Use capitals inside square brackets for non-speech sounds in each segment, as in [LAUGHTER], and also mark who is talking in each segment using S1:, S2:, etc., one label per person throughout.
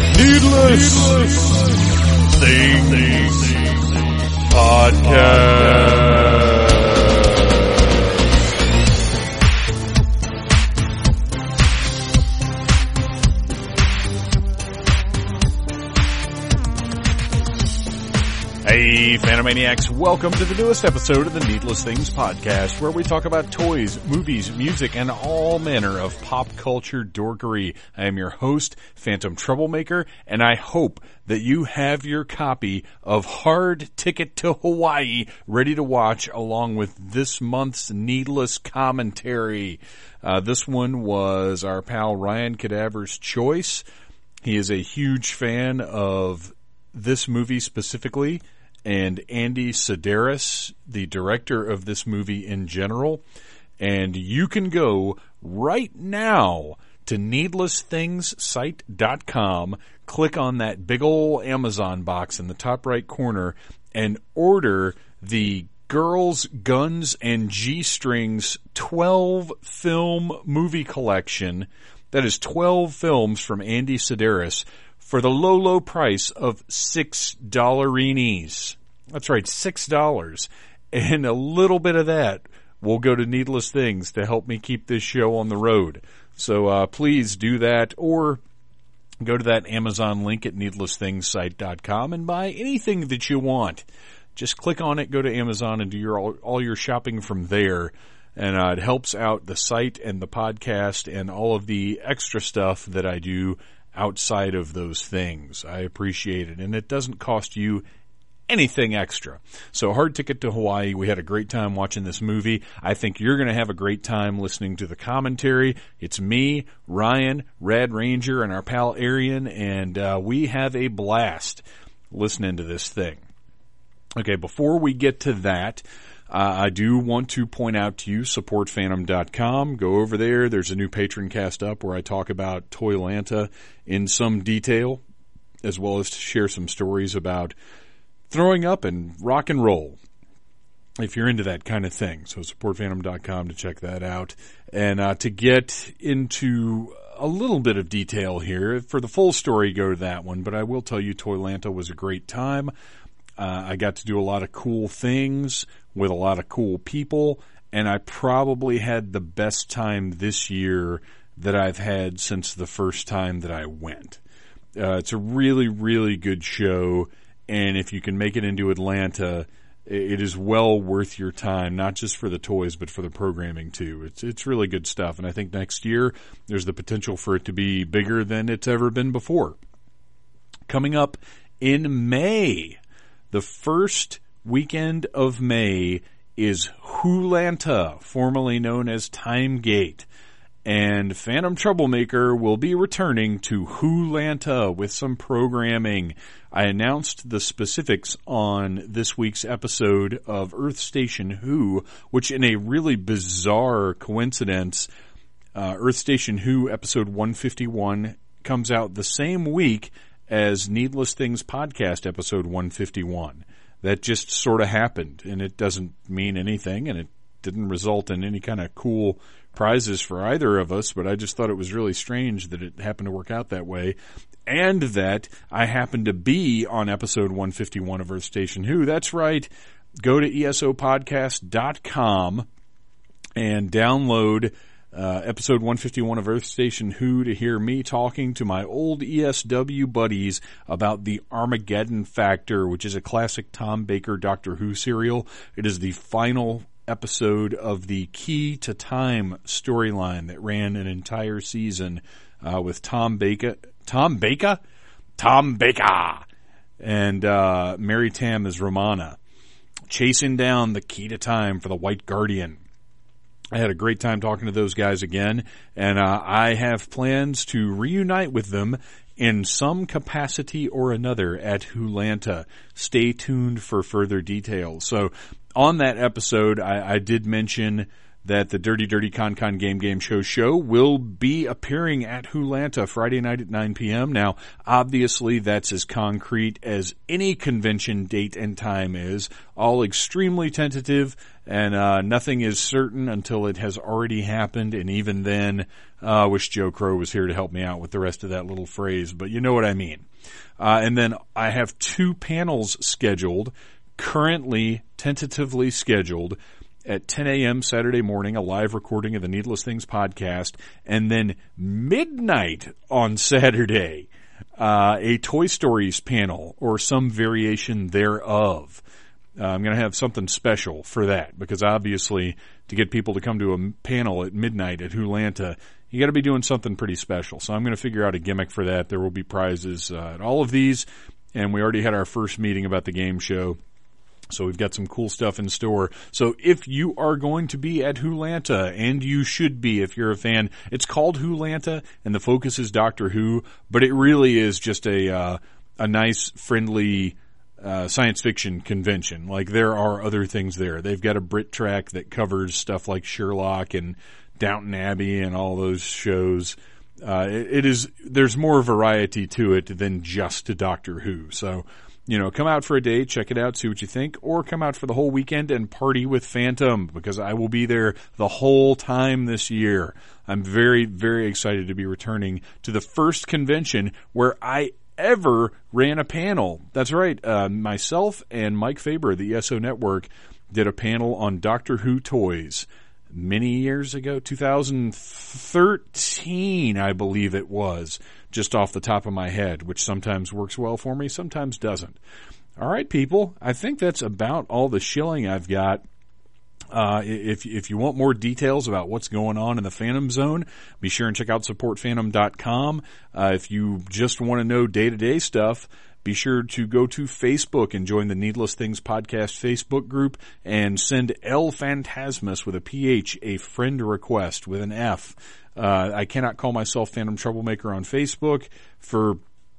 S1: Needless, Things, Podcast. Hey, Phantomaniacs, welcome to the newest episode of the Needless Things Podcast, where we talk about toys, movies, music, and all manner of pop culture dorkery. I am your host, Phantom Troublemaker, and I hope that you have your copy of Hard Ticket to Hawaii ready to watch along with this month's Needless Commentary. Uh, this one was our pal Ryan Cadaver's choice. He is a huge fan of this movie specifically and Andy Sedaris, the director of this movie in general. And you can go right now to needlessthingssite.com, click on that big ol' Amazon box in the top right corner, and order the Girls, Guns, and G Strings 12 film movie collection. That is 12 films from Andy Sedaris for the low, low price of six dollarinis. That's right, six dollars. And a little bit of that will go to needless things to help me keep this show on the road. So uh, please do that or go to that Amazon link at needlessthingssite.com and buy anything that you want. Just click on it, go to Amazon and do your all, all your shopping from there. And uh, it helps out the site and the podcast and all of the extra stuff that I do outside of those things. I appreciate it. And it doesn't cost you anything extra. So hard ticket to Hawaii. We had a great time watching this movie. I think you're going to have a great time listening to the commentary. It's me, Ryan, Rad Ranger, and our pal Arian, and uh, we have a blast listening to this thing. Okay, before we get to that, uh, I do want to point out to you supportphantom.com. Go over there. There's a new patron cast up where I talk about Toylanta in some detail, as well as to share some stories about throwing up and rock and roll if you're into that kind of thing. So supportphantom.com to check that out. And uh, to get into a little bit of detail here, for the full story, go to that one. But I will tell you, Toylanta was a great time. Uh, I got to do a lot of cool things with a lot of cool people, and I probably had the best time this year that I've had since the first time that I went. Uh, it's a really, really good show, and if you can make it into Atlanta, i- it is well worth your time, not just for the toys, but for the programming too. It's it's really good stuff, and I think next year there's the potential for it to be bigger than it's ever been before. Coming up in May, the first weekend of May is Hulanta, formerly known as Timegate. And Phantom Troublemaker will be returning to Hulanta with some programming. I announced the specifics on this week's episode of Earth Station Who, which in a really bizarre coincidence, uh, Earth Station Who episode 151 comes out the same week as Needless Things podcast episode 151. That just sort of happened and it doesn't mean anything and it didn't result in any kind of cool prizes for either of us, but I just thought it was really strange that it happened to work out that way. And that I happened to be on episode 151 of Earth Station Who. That's right. Go to E esopodcast.com and download uh, episode 151 of Earth Station Who to hear me talking to my old ESW buddies about the Armageddon Factor, which is a classic Tom Baker Doctor Who serial. It is the final episode of the Key to Time storyline that ran an entire season uh, with Tom Baker. Tom Baker? Tom Baker! And uh, Mary Tam is Romana, chasing down the key to time for the White Guardian. I had a great time talking to those guys again, and uh, I have plans to reunite with them in some capacity or another at Hulanta. Stay tuned for further details. So, on that episode, I, I did mention that the Dirty Dirty Con Con Game Game Show show will be appearing at Hulanta Friday night at 9 p.m. Now, obviously that's as concrete as any convention date and time is, all extremely tentative and uh, nothing is certain until it has already happened. And even then, uh, I wish Joe Crow was here to help me out with the rest of that little phrase, but you know what I mean. Uh, and then I have two panels scheduled, currently tentatively scheduled at 10 a.m. Saturday morning, a live recording of the Needless Things podcast, and then midnight on Saturday, uh, a Toy Stories panel or some variation thereof. Uh, I'm going to have something special for that because obviously to get people to come to a panel at midnight at Hulanta, you got to be doing something pretty special. So I'm going to figure out a gimmick for that. There will be prizes uh, at all of these, and we already had our first meeting about the game show. So we've got some cool stuff in store. So if you are going to be at Hulanta, and you should be if you're a fan, it's called Hulanta, and the focus is Doctor Who, but it really is just a uh, a nice, friendly uh, science fiction convention. Like there are other things there. They've got a Brit track that covers stuff like Sherlock and Downton Abbey and all those shows. Uh, it, it is there's more variety to it than just Doctor Who. So you know, come out for a day, check it out, see what you think, or come out for the whole weekend and party with Phantom because I will be there the whole time this year. I'm very, very excited to be returning to the first convention where I ever ran a panel. That's right. Uh, myself and Mike Faber, the ESO Network, did a panel on Doctor Who toys many years ago, 2013, I believe it was, just off the top of my head, which sometimes works well for me, sometimes doesn't. All right, people, I think that's about all the shilling I've got. Uh, if, if you want more details about what's going on in the Phantom Zone, be sure and check out supportphantom.com. Uh, if you just want to know day to day stuff, be sure to go to Facebook and join the Needless Things Podcast Facebook group and send L Phantasmus with a PH a friend request with an F. Uh, I cannot call myself Phantom Troublemaker on Facebook for,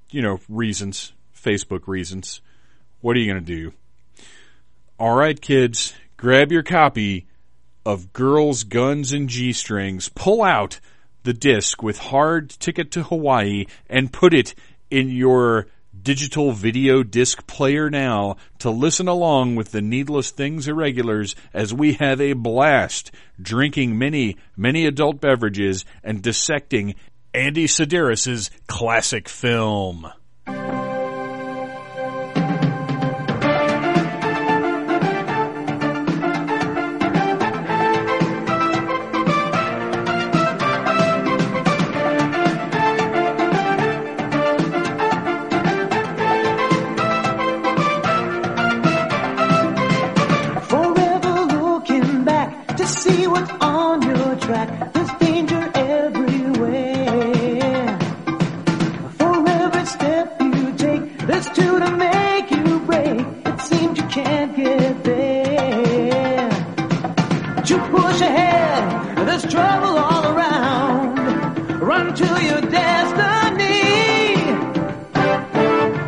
S1: you know, reasons, Facebook reasons. What are you going to do? All right, kids, grab your copy of Girls, Guns, and G Strings, pull out the disc with Hard Ticket to Hawaii, and put it in your digital video disc player now to listen along with the Needless Things Irregulars as we have a blast drinking many, many adult beverages and dissecting Andy Sedaris' classic film.
S2: Forever looking back to see what's on your track. There's danger everywhere. For every step you take, there's two to make you break. It seems you can't get there. But you push ahead, there's trouble all around. Run to your destiny.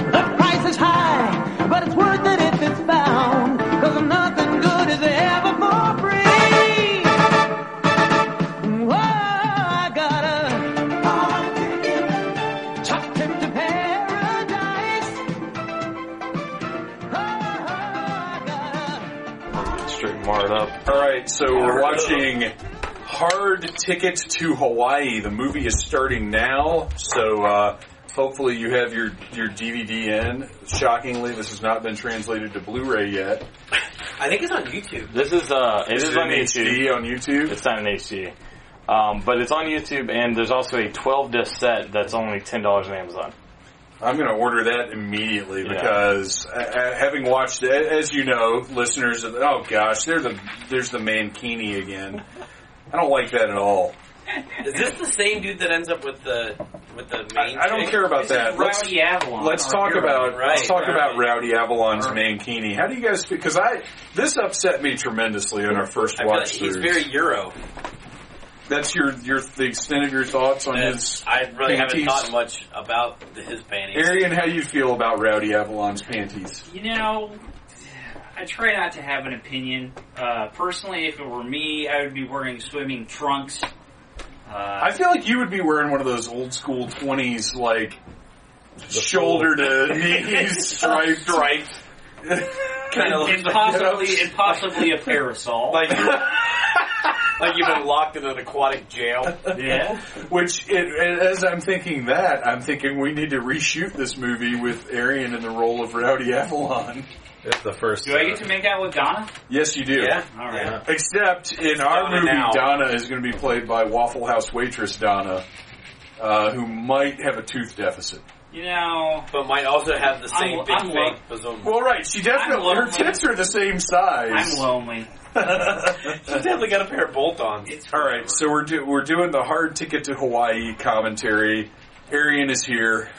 S2: The price is high, but it's worth it if it's found. Cause nothing good is ever for free. Whoa, I got a hard ticket, tough trip to paradise. Oh, I got a
S3: Straight marred up.
S1: All right, so we're watching Hard Ticket to Hawaii. The movie is starting now, so uh, hopefully you have your your DVD in. Shockingly, this has not been translated to Blu-ray yet.
S4: I think it's on YouTube.
S3: This is uh, it is,
S1: Is it
S3: on
S1: in
S3: YouTube.
S1: HD on YouTube.
S3: It's not an HD, um, but it's on YouTube, and there's also a 12 disc set that's only ten dollars on Amazon.
S1: I'm going to order that immediately
S3: Yeah.
S1: because uh, uh, having watched, a- as you know, listeners, of, oh gosh, there's the there's the mankini again. I don't like that at all.
S4: Is this the same dude that ends up with the with the main?
S1: I- I don't
S4: chick?
S1: care about
S4: This is
S1: that. Let's-
S4: Rowdy Avalon.
S1: Let's talk
S4: You're
S1: about
S4: right,
S1: let's talk
S4: right.
S1: about Rowdy Avalon's Mankini. How do you guys feel? Because I this upset me tremendously on our first
S4: I feel like
S1: watch
S4: he's
S1: through.
S4: very Euro.
S1: That's your your the extent of your thoughts on
S4: And
S1: his.
S4: I really haven't
S1: panties.
S4: thought much about the, his panties.
S1: Arian, how you feel about Rowdy Avalon's panties?
S5: You know,
S6: I try not to have an opinion. Uh, personally, if it were me, I would be wearing swimming trunks. Uh,
S1: I feel like you would be wearing one of those old school twenties, like shoulder
S4: [LAUGHS]
S1: to knees striped,
S3: Striped. kind of
S6: and
S3: looks like,
S6: possibly, and possibly a parasol.
S3: like, like you've been locked in an aquatic jail.
S6: yeah.
S1: Which, it, and as I'm thinking that, I'm thinking we need to reshoot this movie with Arian in the role of Rowdy Avalon.
S7: It's the first.
S6: Do I get to make out with Donna?
S1: Yes, you do.
S3: Yeah.
S6: All right.
S7: Yeah.
S1: Except in our
S3: Donna
S1: movie,
S3: now.
S1: Donna is going to be played by Waffle House waitress Donna, uh, who might have a tooth deficit.
S6: You know,
S4: But might also have the same
S6: I'm-
S4: big
S6: I'm
S4: fake bazooka.
S1: Well, right, she definitely her
S6: lonely.
S1: tits are the same size.
S6: I'm lonely.
S4: She's definitely got a pair of bolt-ons.
S6: It's
S1: All right, so we're do- we're doing the hard ticket to Hawaii commentary. Arian is here.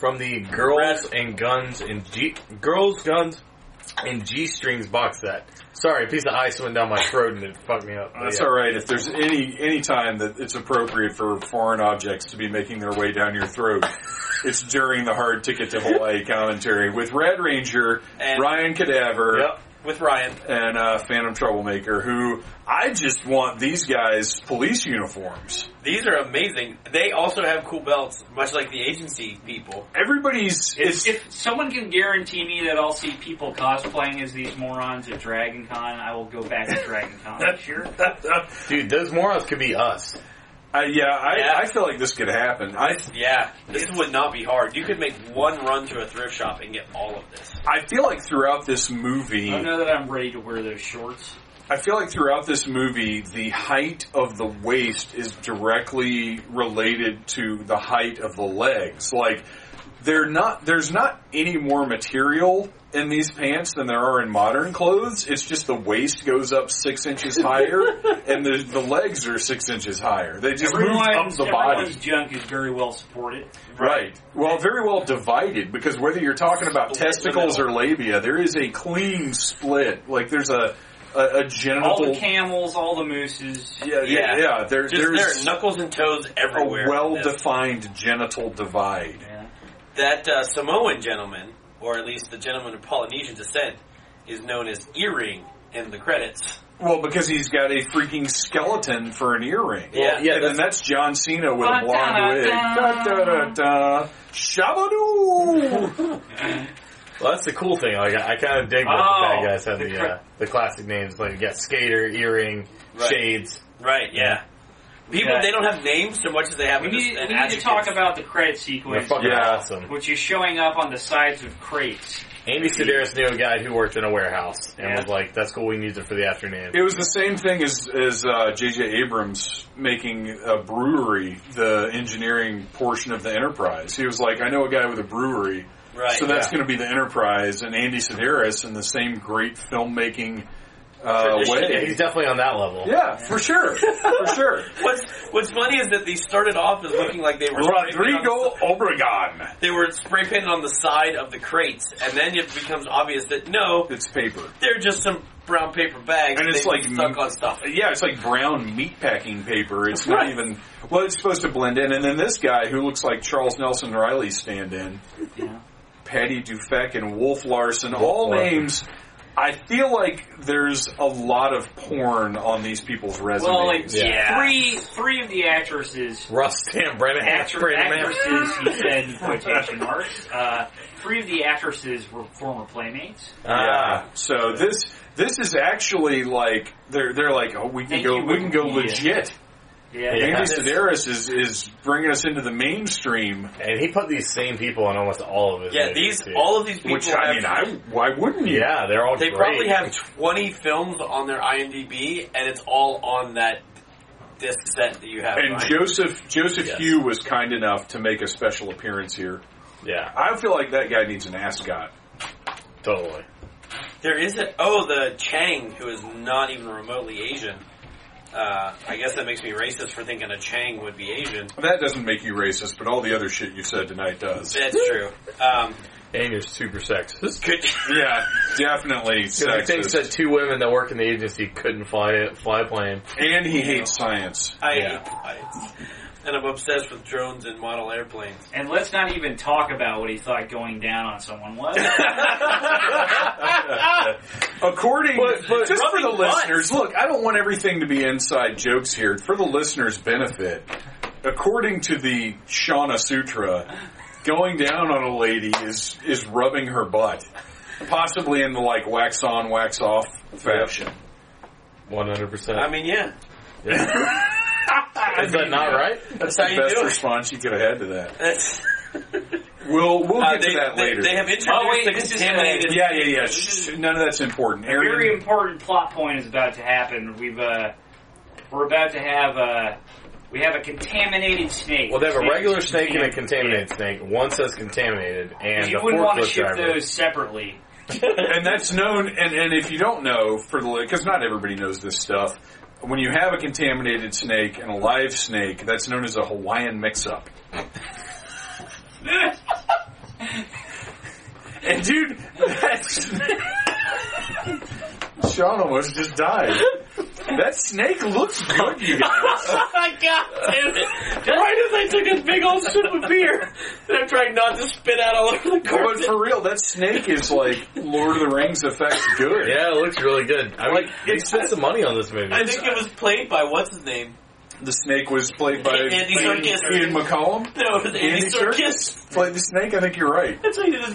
S7: From the girls and guns and G girls guns and G strings box set. Sorry, a piece of ice went down my throat and it fucked me up. but
S1: That's
S7: yeah.
S1: all right. If there's any any time that it's appropriate for foreign objects to be making their way down your throat, it's during the hard ticket to Hawaii commentary with Red Ranger,
S4: And-
S1: Ryan Cadaver,
S7: Yep.
S4: With Ryan.
S1: and uh, Phantom Troublemaker. Who I just want these guys police uniforms.
S4: These are amazing. They also have cool belts, much like the agency people.
S1: Everybody's it's,
S6: If someone can guarantee me that I'll see people cosplaying as these morons at Dragon Con, I will go back to Dragon
S1: [LAUGHS]
S6: Con this year.
S7: Dude, those morons could be us.
S1: I, yeah, I,
S4: Yeah.
S1: I feel like this could happen. I
S4: Yeah, this would not be hard. You could make one run to a thrift shop and get all of this. Oh,
S1: I feel like throughout this movie,
S6: I don't know that I'm ready to wear those shorts.
S1: I feel like throughout this movie, the height of the waist is directly related to the height of the legs. Like, they're not, there's not any more material in these pants than there are in modern clothes. It's just the waist goes up six inches higher and the, the legs are six inches higher. They just move up
S6: Everyone's,
S1: the body.
S6: everyone's junk is very well supported.
S1: Right. Well, very well divided because whether you're talking about
S4: Split
S1: testicles or labia, there is a clean split. Like there's a a, a
S6: All
S1: genital.
S6: the camels, all the mooses.
S1: yeah, yeah,
S4: Yeah.
S1: yeah. There,
S4: Just
S1: there's
S4: there, knuckles and toes
S1: a
S4: everywhere.
S1: well-defined genital divide.
S6: Yeah.
S4: that uh, Samoan gentleman, or at least the gentleman of Polynesian descent, is known as Earring in the credits.
S1: Well, because he's got a freaking skeleton for an earring.
S4: Yeah,
S1: Well,
S4: yeah,
S1: And then that's John Cena with a blonde wig. Da da da
S6: Da-da-da.
S1: da. Shabadoo.
S7: Well, that's the cool thing. Like, I, I kind of dig that
S6: Oh,
S7: the bad guys have
S6: the
S7: the
S6: cra-
S7: uh, the classic names. Like, you got skater, earring,
S4: Right.
S7: shades.
S4: Right, yeah. People,
S6: Yeah.
S4: they don't have names so much as they have
S6: We
S4: just
S6: need,
S4: an
S6: we need to
S4: adjective.
S6: talk about the credit
S7: They're
S6: sequence,
S7: fucking
S1: Yeah.
S7: awesome.
S6: which is showing up on the sides of crates.
S7: Andy Sedaris knew a guy who worked in a warehouse and
S6: Yeah.
S7: was like, "That's cool. We need it for the afternoon."
S1: It was the same thing as as uh, J.J. Abrams making a brewery the engineering portion of the Enterprise. He was like, "I know a guy with a brewery,
S4: Right,
S1: so that's
S7: yeah.
S1: going to be the Enterprise." And Andy Sedaris in the same great filmmaking uh,
S7: yeah,
S1: way.
S7: he's definitely on that level.
S1: Yeah, for sure, for sure.
S4: What's What's funny is that they started off as looking like they were spray painted on the
S1: [LAUGHS] Rodrigo Obregon.
S4: si- they were spray painted on the side of the crates, and then it becomes obvious that no,
S1: It's paper.
S4: they're just some brown paper bags,
S1: And it's
S4: they
S1: like
S4: stuck on stuff.
S1: Yeah, it's like brown meat packing paper. It's not even well. It's supposed to blend in. And then this guy who looks like Charles Nelson Riley stand-in,
S6: Yeah.
S1: Patty Dufek and Wolf Larson, all
S7: Larson.
S1: names. I feel like there's a lot of porn on these people's resumes.
S6: Well, like
S7: Yeah.
S6: three, three of the actresses,
S7: Russ Stan Brennan,
S6: actor,
S7: Brennan Man.
S6: actresses,
S4: [LAUGHS]
S6: he said in quotation marks. Uh, three of the actresses were former playmates.
S7: Ah.
S1: yeah. So this this is actually like they're they're like oh we can
S6: Thank
S1: go
S6: you,
S1: we can go
S6: Wikipedia.
S1: legit.
S6: Yeah,
S7: Yeah.
S1: Andy Sedaris is is bringing us into the mainstream.
S7: and he put these same people on almost all of his.
S4: Yeah,
S7: movies,
S4: these
S7: too.
S4: all of these people.
S1: Which I
S4: have-
S1: mean, I why wouldn't you?
S7: Yeah, they're all.
S4: They
S7: great.
S4: probably have 20 films on their IMDb, and it's all on that disc set that you have.
S1: And
S4: right?
S1: Joseph Joseph
S7: Yes.
S1: Hugh was kind enough to make a special appearance here.
S7: Yeah,
S1: I feel like that guy needs an ascot.
S7: totally.
S4: there is a oh the Chang who is not even remotely Asian. Uh, I guess that makes me racist for thinking a Chang would be Asian.
S1: That doesn't make you racist, but all the other shit you said tonight does.
S8: [LAUGHS]
S4: That's true. Um,
S7: And you're super sexist.
S4: could
S1: Yeah, definitely
S7: He thinks
S1: sexist.
S7: that two women that work in the agency couldn't fly a fly a plane.
S1: And he hates science.
S4: I,
S7: Yeah.
S4: I- and I'm obsessed with drones and model airplanes.
S8: And let's not even talk about what he thought going down on someone was.
S1: According,
S4: But- but
S1: just for the
S4: rubbing butts.
S1: listeners, look, I don't want everything to be inside jokes here. For the listeners' benefit, according to the Shauna Sutra, going down on a lady is is rubbing her butt, possibly in the like wax on, wax off fashion.
S7: One hundred percent.
S4: I mean, yeah.
S7: Is that not right?
S4: That's, how
S1: That's the
S4: you
S1: best
S4: do it.
S1: response you could have had to that.
S4: That's,
S1: We'll we'll
S4: uh,
S1: get
S4: they,
S1: to that
S4: they-
S1: later.
S4: They, have introduced
S8: Oh, wait,
S4: the
S8: this is-
S4: contaminated.
S1: yeah, yeah, yeah. Shh, None of that's important.
S8: A very
S1: Aaron,
S8: important plot point is about to happen. We've uh, we're about to have uh, we have a contaminated snake.
S7: Well, they have a
S8: Snake
S7: regular
S8: is
S7: snake and a
S8: contaminated.
S7: contaminated snake. One says contaminated, and
S8: You
S7: the
S8: wouldn't want to
S7: forklift
S8: ship
S7: driver.
S8: those [LAUGHS] separately.
S1: and that's known. And, and if you don't know, for the because not everybody knows this stuff, when you have a contaminated snake and a live snake, that's known as a Hawaiian mix-up. [LAUGHS] and dude, that's. [LAUGHS] Sean almost just died. That snake looks good, you guys.
S8: Oh
S4: Why did they took a big old sip of beer? [LAUGHS] They're trying not to spit out all over the
S1: But for real, that snake is like Lord of the Rings effect good.
S7: Yeah, it looks really good. I mean, they spent some money on this movie.
S4: I think it was played by what's his name? [LAUGHS]
S1: The snake was played by
S4: Andy Serkis.
S1: Ian McCollum.
S4: No, it was Andy
S1: Andy
S4: Circus.
S1: Played the snake. I think you're right.
S4: [LAUGHS] That's how you did his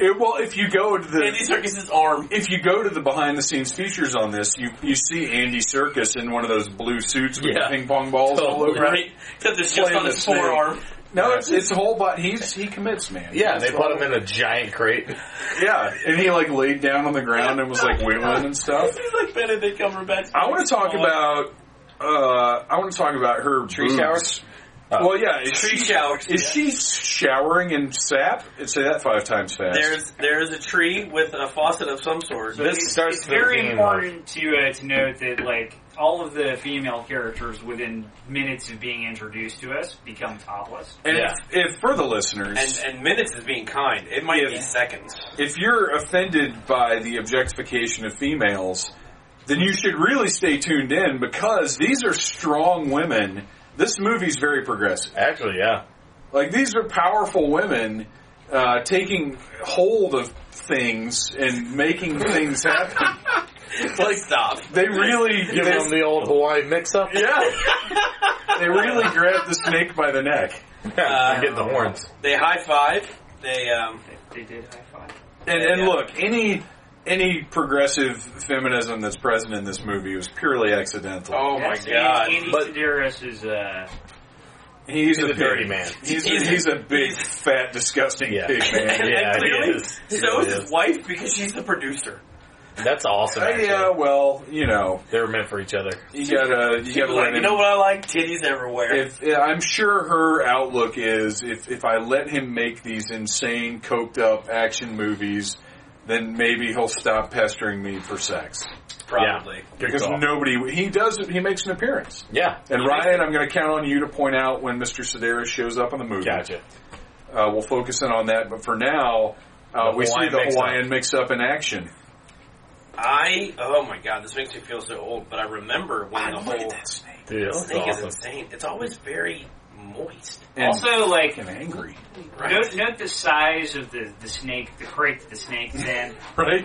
S1: [LAUGHS] It, well, if you go to the
S4: Andy Circus's arm.
S1: if you go to the behind the scenes features on this, you you see Andy Circus in one of those blue suits with
S7: Yeah.
S1: ping pong balls all
S7: Totally
S1: over. it.
S4: Right? Except it's just
S1: Playing
S4: on
S1: the
S4: his
S1: snake.
S4: forearm. [LAUGHS]
S1: No, it's it's a whole bot. He's he commits, man.
S7: yeah,
S1: It's
S7: they put him in a giant crate.
S1: all- Yeah, and he like laid down on the ground and was like wiggling and stuff.
S4: He's like Benedict Cumberbatch.
S1: I want to talk about. Uh, I want to talk about her tree
S7: showers?
S1: well, yeah, is
S4: tree
S1: she-
S4: showers.
S1: Is she showering in sap? Say that five times fast.
S4: There's there is a tree with a faucet of some sort.
S8: So
S7: This
S8: it's,
S7: starts
S8: it's
S7: with
S8: very
S7: being
S8: important to uh, to note that like all of the female characters within minutes of being introduced to us become topless.
S1: and
S7: yeah.
S1: if, if for the listeners,
S4: And, and minutes is being kind. It might be seconds.
S1: if you're offended by the objectification of females, then you should really stay tuned in because these are strong women. This movie's very progressive.
S7: Actually, yeah.
S1: Like these are powerful women uh, taking hold of things and making things
S7: [LAUGHS]
S1: happen.
S4: Like stop.
S1: They really
S7: Give them the old Hawaii mix-up.
S1: yeah. [LAUGHS] They really grab the snake by the neck.
S7: Yeah, get the horns.
S4: Uh, They high five. They um.
S8: They, they did high five.
S1: And, and
S4: Yeah.
S1: look, any any progressive feminism that's present in this movie was purely accidental.
S4: Oh
S8: Yes,
S4: my god.
S8: Andy, Andy
S7: But-
S8: Sedaris is uh,
S1: He's, a,
S7: a
S1: pig.
S7: dirty man.
S1: He's a, he's a big, fat, disgusting
S7: [LAUGHS] Yeah.
S1: pig man. Uh,
S4: And,
S7: Yeah,
S4: and
S7: he
S4: clearly,
S7: is. He
S4: so
S7: really
S4: is his
S7: is.
S4: wife because she's the producer.
S7: That's awesome.
S1: Uh,
S7: Actually.
S1: yeah, well, you know,
S7: They were meant for each other.
S1: you gotta, you gotta
S4: Like,
S1: let
S4: you
S1: him.
S4: know what I like? Titties everywhere.
S1: If I'm sure her outlook is, if if I let him make these insane, coked up action movies, then maybe he'll stop pestering me for sex
S4: probably.
S7: Yeah. Good
S1: because
S7: call.
S1: nobody he does he makes an appearance.
S7: yeah.
S1: And Ryan, I'm going to count on you to point out when Mr. Sedaris shows up in the movie.
S7: Gotcha.
S1: Uh, we'll focus in on that, but for now, uh,
S7: The
S1: we see
S7: Hawaiian
S1: the
S7: mix-up.
S1: Hawaiian mix-up in action.
S4: I oh my god, this makes me feel so old. But I remember when the whole
S1: snake.
S7: Dude, that's
S4: snake is
S7: awesome.
S4: insane. It's always very moist.
S1: And,
S8: also like
S1: and angry,
S4: Right?
S8: Note, note the size of the, the snake, the crate that the snake is in,
S1: right?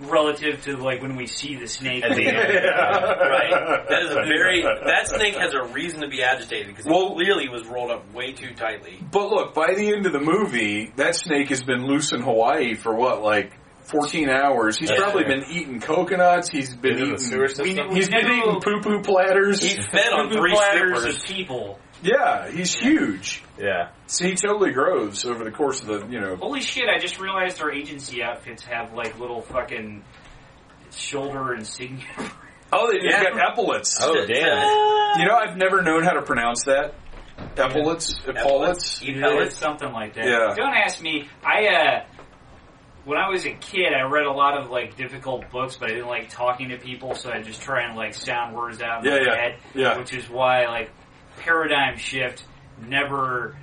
S8: relative to like when we see the snake.
S7: At the end.
S4: right. That is a very that snake has a reason to be agitated because
S1: Well-
S4: well, clearly it was rolled up way too tightly.
S1: But look, by the end of the movie, that snake has been loose in Hawaii for what, like 14 hours. He's
S7: Yeah.
S1: probably been eating coconuts. He's been
S7: Is it
S1: eating.
S7: a sewer system?
S1: He's been
S8: No.
S1: eating poo-poo platters.
S4: He fed on three
S8: platters
S4: strippers.
S8: of people.
S1: yeah, he's huge.
S7: Yeah.
S1: See, he totally grows over the course of the, you know,
S8: Holy shit! I just realized our agency outfits have like little fucking shoulder and signature.
S1: Oh, they
S4: Yeah.
S1: have got epaulets.
S7: Oh, damn.
S1: You know, I've never known how to pronounce that. Epaulets? Epaulets?
S4: Eat
S8: It's
S4: pellets.
S8: something like that.
S1: Yeah.
S8: Don't ask me. I uh, when I was a kid, I read a lot of like difficult books, but I didn't like talking to people, so I just try and like sound words out in
S1: Yeah,
S8: my
S1: yeah,
S8: head.
S1: yeah.
S8: Which is why like paradigm shift never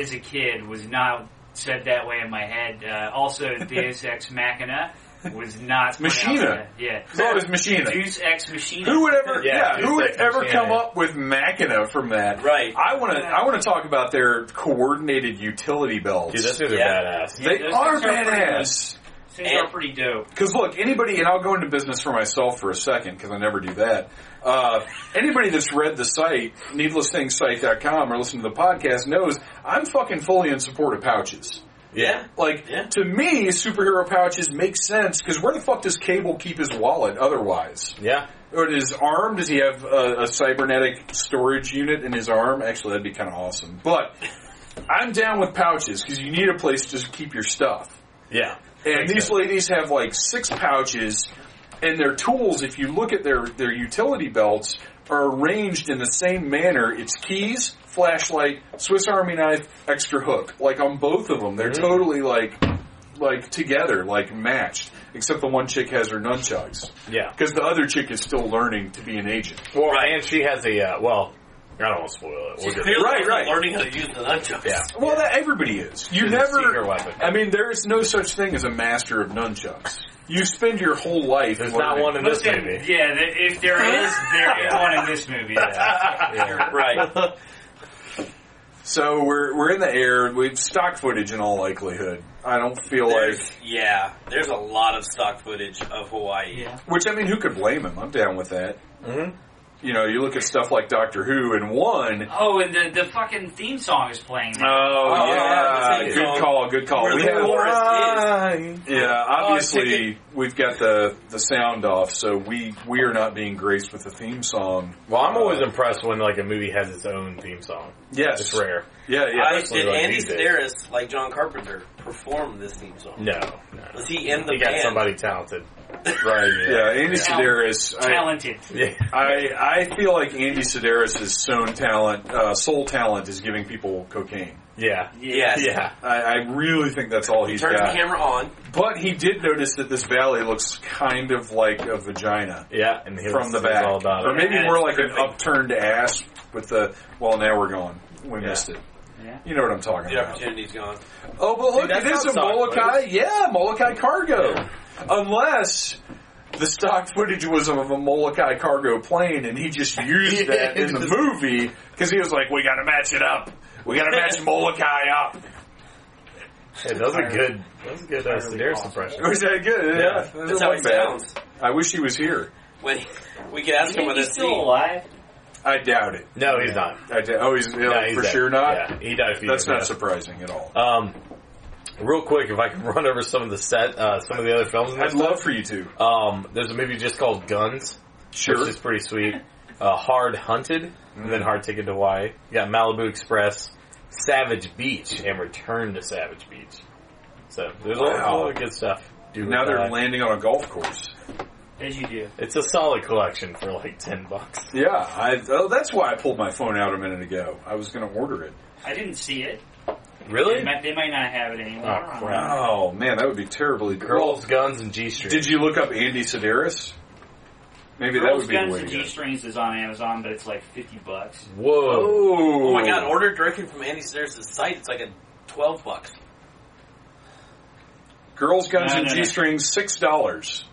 S8: as
S1: [LAUGHS]
S8: a kid was not said that way in my head. Uh, also, Deus Ex Machina. was not pronounced
S1: Machina.
S8: that. Yeah,
S1: So it was Machina.
S8: Deus ex Machina.
S1: Who would ever? Yeah,
S7: Yeah,
S1: who would
S7: it's like-
S1: ever
S7: yeah.
S1: come up with Machina from that?
S3: Right.
S1: I want to. I want to talk about their coordinated utility belts.
S7: Dude, those guys are
S3: Yeah.
S7: badass.
S1: they
S8: Yeah, those
S1: are
S8: things are pretty
S1: badass.
S8: Things are pretty dope.
S1: Because look, anybody, and I'll go into business for myself for a second because I never do that. Uh, anybody that's read the site, needlessthingssite.com, or listened to the podcast knows I'm fucking fully in support of pouches.
S7: Yeah.
S1: Like
S3: Yeah.
S1: to me, superhero pouches make sense because where the fuck does Cable keep his wallet otherwise?
S7: Yeah.
S1: Or his arm? Does he have a, a cybernetic storage unit in his arm? Actually, that'd be kind of awesome. But I'm down with pouches because you need a place to keep your stuff.
S7: Yeah.
S1: And these ladies have like six pouches, and their tools, if you look at their, their utility belts, are arranged in the same manner. It's keys, flashlight, Swiss Army knife, extra hook. Like on both of them, they're
S7: Mm-hmm.
S1: totally like like together, like matched. Except the one chick has her nunchucks
S7: Yeah.
S1: because the other chick is still learning to be an agent.
S7: Well, and she has a, uh, well, I don't want to spoil it. We'll
S3: She's
S7: get-
S3: clearly
S1: Right,
S3: wasn't
S1: right.
S3: learning how to use the nunchucks.
S7: Yeah.
S1: Well, that everybody is. You
S7: She's a secret
S1: never.
S7: weapon.
S1: I mean, there is no such thing as a master of nunchucks. You spend your whole life.
S7: There's not
S1: learning.
S7: one in this
S8: Listen,
S7: movie.
S8: yeah, th- if there is,
S1: [LAUGHS]
S8: there is one in this movie. yeah.
S4: [LAUGHS]
S3: Right.
S1: So we're we're in the air with stock footage in all likelihood. I don't feel
S3: There's,
S1: like
S3: yeah, there's a lot of stock footage of Hawaii.
S8: Yeah.
S1: which I mean, who could blame him? I'm down with that. Mm-hmm.
S7: Mhm.
S1: You know, you look at stuff like Doctor Who and one.
S8: Oh, and the, the fucking theme song is playing.
S1: Oh, yeah,
S3: that's
S1: Uh, good
S3: it.
S1: call, good call.
S3: Where
S1: We
S3: the
S1: have-
S3: forest
S1: yeah,
S3: Oh, I
S1: obviously we've got the the sound off, so we we are not being graced with the theme song.
S7: Well, I'm always
S1: Uh,
S7: impressed when, like, a movie has its own theme song. It's
S1: yes,
S7: rare.
S1: yeah, yeah.
S3: I,
S7: especially
S3: did
S7: like
S3: Andy
S7: these days.
S3: Sedaris, like John Carpenter, perform this theme song?
S7: No. no.
S3: Was he in the
S7: He got
S3: band?
S7: somebody talented.
S1: right, yeah. Andy
S8: Yeah.
S1: Sedaris, I-
S8: Talented.
S7: Yeah.
S1: I I feel like Andy Sedaris's soul talent, uh, soul talent, is giving people cocaine.
S7: Yeah.
S3: Yes.
S7: Yeah.
S1: I, I really think that's all he's
S3: Turns
S1: got.
S3: the camera on.
S1: But he did notice that this valley looks kind of like a vagina
S7: Yeah. And he
S1: from
S7: was-
S1: the
S7: he was
S1: back,
S7: all about
S1: or
S7: it.
S1: maybe
S3: And
S1: more
S3: it's
S1: like an
S3: dripping.
S1: upturned ass with the. Well, now we're going. We
S7: Yeah.
S1: missed it.
S8: Yeah.
S1: You know what I'm talking
S3: The
S1: about.
S3: opportunity's gone.
S1: Oh, but look,
S7: that's
S1: it is
S7: not
S1: a
S7: stock
S1: Molokai. Yeah, Molokai cargo. Unless the stock footage was of a Molokai cargo plane, and he just [LAUGHS] used
S7: Yeah,
S1: that in the
S7: just-
S1: movie because he was like, "We got to match it up. We got to [LAUGHS] match Molokai up."
S7: Hey, that was a good, that was a good uh, Sedaris impression.
S1: Was that good? Yeah,
S7: Yeah.
S1: That
S3: That's
S1: doesn't
S3: how
S1: look
S3: it
S1: bad.
S3: sounds.
S1: I wish he was here.
S3: When we could ask him
S8: Think
S3: what
S8: he's
S3: that's
S8: still
S3: scene.
S8: alive?
S1: I doubt it.
S7: No, he's not.
S1: I d- oh, he's,
S7: No,
S1: for
S7: he's dead.
S1: sure not.
S7: Yeah, he died a few
S1: That's
S7: years
S1: not
S7: ago.
S1: surprising at all.
S7: Um, real quick, if I can [LAUGHS] run over some of the set, uh, some of the other films. in
S1: I'd
S7: this
S1: love for you to.
S7: Um, there's a movie just called Guns,
S1: Sure.
S7: which is pretty sweet. Uh, Hard Hunted, and then Hard Ticket to Hawaii. You got Malibu Express, Savage Beach, and Return to Savage Beach. So there's a lot- a lot of good stuff. Dude,
S1: now they're
S7: uh,
S1: landing on a golf course.
S8: As you do.
S7: it's a solid collection for like ten bucks.
S1: Yeah, I, oh, that's why I pulled my phone out a minute ago. I was going to order it.
S8: I didn't see it. They
S7: Really?
S8: might, they might not have it anymore.
S7: Oh,
S8: I don't
S7: crap.
S8: know.
S1: Oh man, that would be terribly girl.
S7: Girls, Guns, and G Street.
S1: Did you look up Andy Sedaris? Maybe that
S8: Girls,
S1: would be the
S8: Guns,
S1: way to
S8: and
S1: go.
S8: G-Strings is on Amazon, but it's like 50 bucks.
S7: Whoa.
S1: Oh,
S3: Oh my god, order directly from Andy Sedaris' site. It's like a 12 bucks.
S1: Girls, guns,
S8: No,
S1: and
S8: no, no.
S1: G-strings, six dollars.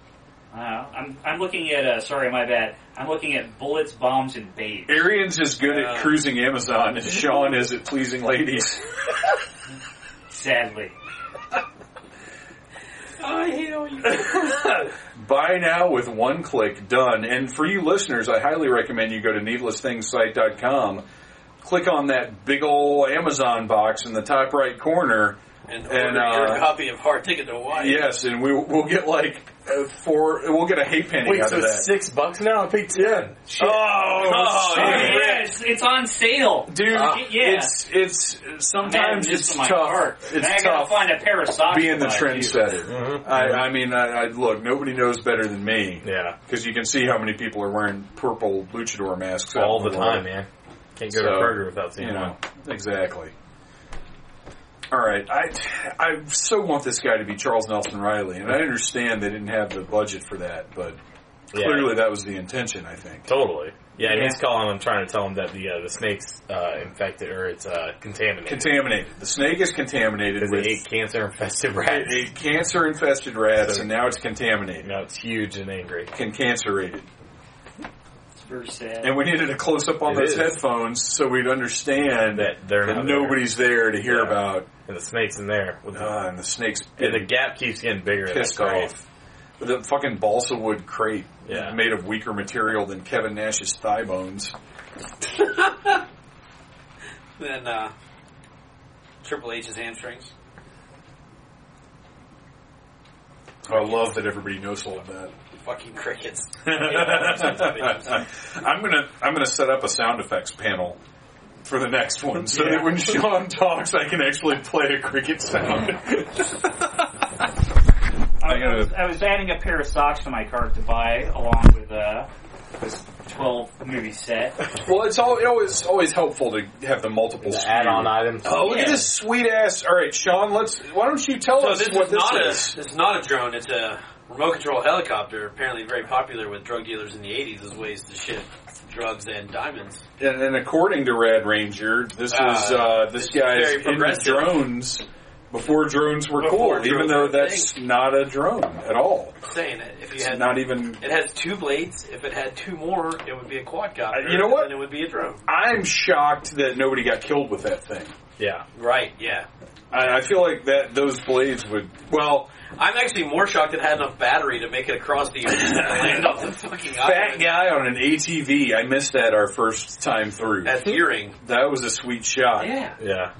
S8: Uh, I'm, I'm looking at, uh, sorry, my bad. I'm looking at Bullets, Bombs, and Babes.
S1: Arians is good at
S3: Uh.
S1: cruising Amazon, and Sean is at pleasing ladies. [LAUGHS]
S8: Sadly.
S3: I heal you.
S1: Buy now with one click, done. And for you listeners, I highly recommend you go to needlessthingssite.com, click on that big ol' Amazon box in the top right corner.
S3: And,
S1: And,
S3: order your
S1: uh,
S3: copy of Hard Ticket to Hawaii.
S1: Yes, and we, we'll get like uh, four, we'll get a halfpenny
S7: Wait,
S1: out
S7: so
S1: of
S7: it's
S1: that.
S7: six bucks now? I paid ten. Shit.
S1: Oh,
S3: Oh,
S8: Oh,
S1: shit.
S8: yeah, it's, it's on sale.
S1: dude!
S8: Ah. Yeah.
S1: It's it's sometimes
S8: Man, this
S1: it's
S8: is my
S1: tough.
S8: cart. Now I
S1: It's
S8: gotta
S1: tough
S8: find a pair of socks.
S1: being the
S8: to buy, too.
S1: trendsetter.
S7: Mhm.
S1: I, I mean, I, I look. Nobody knows better than me
S7: Yeah.
S1: because you can see how many people are wearing purple luchador masks out
S7: All
S1: in
S7: the
S1: world.
S7: time, man. Can't go to
S1: So,
S7: Kroger without seeing
S1: You know
S7: one.
S1: exactly. All right, I I so want this guy to be Charles Nelson Riley, and I understand they didn't have the budget for that, but
S7: Yeah.
S1: clearly that was the intention. I think.
S7: Totally.
S3: Yeah, and he's
S8: Yeah.
S3: calling him, trying to tell him that the uh, the snake's uh, infected or it's uh, contaminated.
S1: Contaminated. The snake is contaminated
S3: Because
S1: with
S3: they ate cancer [LAUGHS] infested rats.
S1: a cancer infested rats, and now it's contaminated.
S3: You know, it's huge and angry.
S1: Can cancerated.
S8: It's very sad.
S1: And we needed a close up on
S3: It
S1: those
S3: is.
S1: headphones so we'd understand
S3: That they're
S1: that
S3: not there.
S1: nobody's there. to hear
S3: Yeah.
S1: about.
S3: And the snake's in there. With the,
S1: Uh, and the snake's
S3: and the
S1: been
S3: gap keeps getting bigger. in that
S1: pissed
S3: grave.
S1: off. With a fucking balsa wood crate
S3: Yeah.
S1: made of weaker material than Kevin Nash's thigh bones.
S4: Then uh, Triple H's hamstrings.
S1: I love that everybody knows all of that.
S3: [LAUGHS]
S1: [LAUGHS]
S4: Fucking crickets.
S1: I'm gonna I'm gonna set up a sound effects panel for the next one so that when Sean talks, I can actually play a cricket sound.
S8: I,
S1: I gotta-
S8: was, I was adding a pair of socks to my cart to buy along with uh, this 12 movie set.
S1: well, it's all, always always helpful to have the multiple
S3: The add-on
S1: SKU.
S3: items.
S1: Oh, look at this sweet ass! All right, Sean, let's. Why don't you tell
S4: So
S1: us
S4: this
S1: what
S4: is
S1: this
S4: not
S1: is?
S4: a it's not a drone. It's a remote control helicopter. Apparently, very popular with drug dealers in the '80s as ways to ship drugs and diamonds.
S1: And, and according to Rad Ranger, this
S4: Uh,
S1: is uh, this guy's
S4: very
S1: in
S4: progressive.
S1: drones before drones were
S4: Before
S1: cool,
S4: drones
S1: even though
S4: were a
S1: that's not a drone at all.
S4: Saying that if you
S1: It's
S4: had
S1: not even
S4: it has two blades. If it had two more, it would be a quadcopter.
S1: Uh, you know what?
S4: And it would be a drone.
S1: I'm shocked that nobody got killed with that thing.
S3: Yeah.
S4: Right. Yeah.
S1: I, I feel like that those blades would. Well,
S4: I'm actually more shocked it had enough battery to make it
S1: [LAUGHS]
S4: across the ocean and land on the fucking
S1: fat
S4: island.
S1: guy on an ATV. I missed that our first time through.
S4: That's earring.
S1: that was a sweet shot.
S4: Yeah.
S3: Yeah.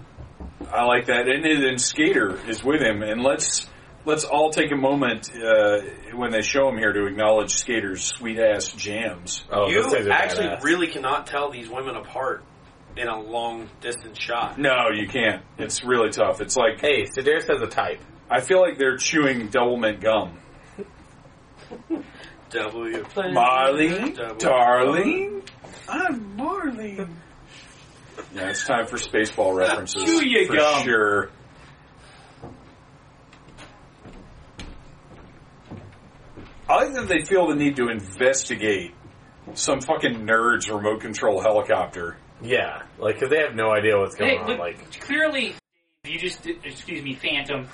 S1: I like that. And and then Skater is with him. And let's let's all take a moment uh, when they show him here to acknowledge Skater's sweet ass jams.
S3: Oh,
S4: you
S3: those things are
S4: actually
S3: badass.
S4: really cannot tell these women apart in a long distance shot.
S1: No, you can't. It's really tough. It's like
S3: Hey, Sedaris has a type.
S1: I feel like they're chewing double mint gum.
S4: W.
S1: Marlene,
S4: Double.
S1: darling, I'm Marlene. Yeah, it's time for Spaceball references.
S8: Chew your
S1: for
S8: gum.
S1: sure. I like that they feel the need to investigate some fucking nerd's remote control helicopter.
S3: Yeah. Like, because they have no idea what's going
S8: [LAUGHS] Hey,
S3: on.
S8: look,
S3: Like,
S8: clearly, you just, did- excuse me, Phantom.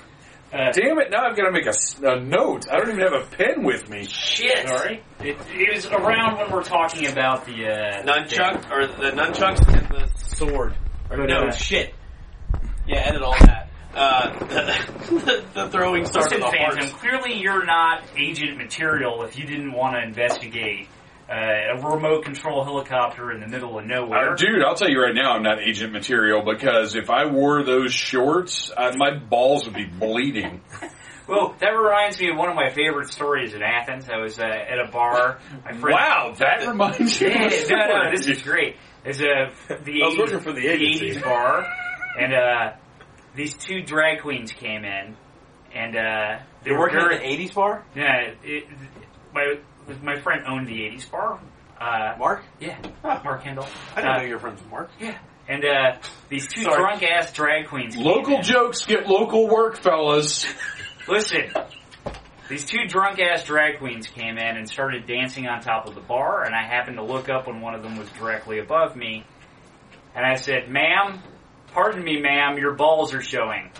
S8: Uh,
S1: Damn it! Now I've got to make a, s- a note. I don't even have a pen with me.
S4: Shit.
S8: sorry. It, it was around when we're talking about the. Uh,
S4: Nunchuck or the nunchucks and the sword. Or,
S8: But,
S4: no
S8: uh,
S4: shit. Yeah, edit all that. Uh, [LAUGHS] the, the throwing star to
S8: Listen,
S4: the
S8: Phantom,
S4: heart.
S8: clearly you're not agent material if you didn't want to investigate uh, a remote control helicopter in the middle of nowhere.
S1: Uh, dude, I'll tell you right now, I'm not agent material because if I wore those shorts, I, my balls would be bleeding.
S8: Well, that reminds me of one of my favorite stories in Athens. I was uh, at a bar. My friend,
S1: Wow, [LAUGHS] that reminds me.
S8: Yeah,
S1: of
S8: no, no,
S1: something.
S8: this is great. There's a the
S3: I was
S8: 80s,
S3: working for the agency.
S8: 80s bar, and uh, these two drag queens came in, and uh, they were very,
S4: '80s bar,
S8: Yeah, it, my my friend owned the '80s bar. Uh,
S4: Mark.
S8: Yeah, Mark Kendall.
S4: I didn't
S8: Uh,
S4: know you were friends with Mark.
S8: Yeah, and uh, these two
S4: Sorry.
S8: drunk ass drag queens. came
S1: Local
S8: in.
S1: jokes get local work, fellas.
S8: Listen, these two drunk ass drag queens came in and started dancing on top of the bar, and I happened to look up when one of them was directly above me, and I said, "Ma'am, pardon me, ma'am, your balls are showing."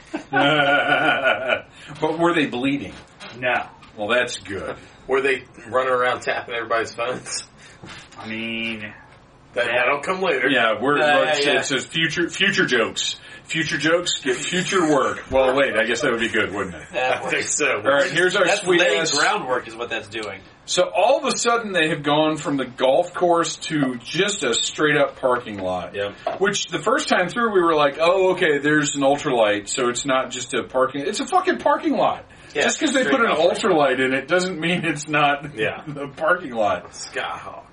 S1: but were they bleeding?
S8: No,
S1: Well, that's good.
S3: were they running around tapping everybody's
S7: [LAUGHS]
S3: phones?
S8: I mean,
S3: That, that'll come later.
S1: Yeah, we're
S4: Yeah,
S1: it's,
S4: yeah, yeah.
S1: it's a future future jokes. Future jokes get future work. Well, wait, I guess that would be good, wouldn't it?
S4: That
S3: I think
S4: works.
S3: so.
S1: All right, here's our
S4: That's
S1: sweet
S4: laying
S1: ass
S4: groundwork is what that's doing.
S1: So all of a sudden they have gone from the golf course to just a straight up parking lot.
S3: Yep.
S1: Which the first time through we were like, oh okay, there's an ultralight, so it's not just a parking. It's a fucking parking lot.
S4: Yeah,
S1: just because they
S4: straight
S1: put an
S4: up.
S1: ultralight in it doesn't mean it's not [LAUGHS]
S3: Yeah.
S1: a parking lot.
S3: Skyhawk.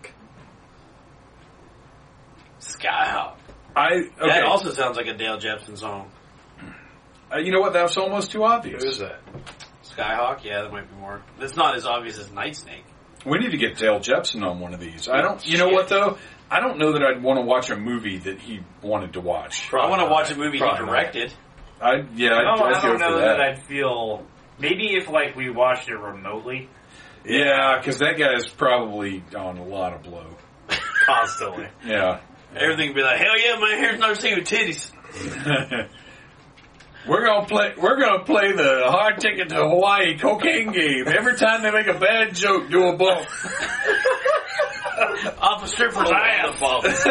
S4: Skyhawk.
S1: I okay.
S4: That also sounds like a Dale Jepson song.
S1: Uh, you know what? That's almost too obvious.
S3: Who is that?
S4: Skyhawk. Yeah, that might be more. That's not as obvious as Night Snake.
S1: We need to get Dale Jepson on one of these. I don't. You know what though? I don't know that I'd want to watch a movie that he wanted to watch.
S4: I want to
S3: not.
S4: watch a movie
S3: Probably
S4: he
S3: not.
S4: directed.
S1: I yeah.
S8: I
S1: I'd,
S8: don't,
S1: I'd
S8: I
S1: go
S8: don't
S1: for
S8: know that I'd feel. Maybe if like we watched it remotely.
S1: Yeah, because that guy's probably on a lot of blow.
S7: constantly.
S1: Yeah.
S3: Everything would be like, hell yeah, man, here's another scene with titties.
S1: We're gonna play. We're gonna play the hard ticket to Hawaii cocaine game. Every time they make a bad joke, do a bump.
S3: Off a stripper's ass.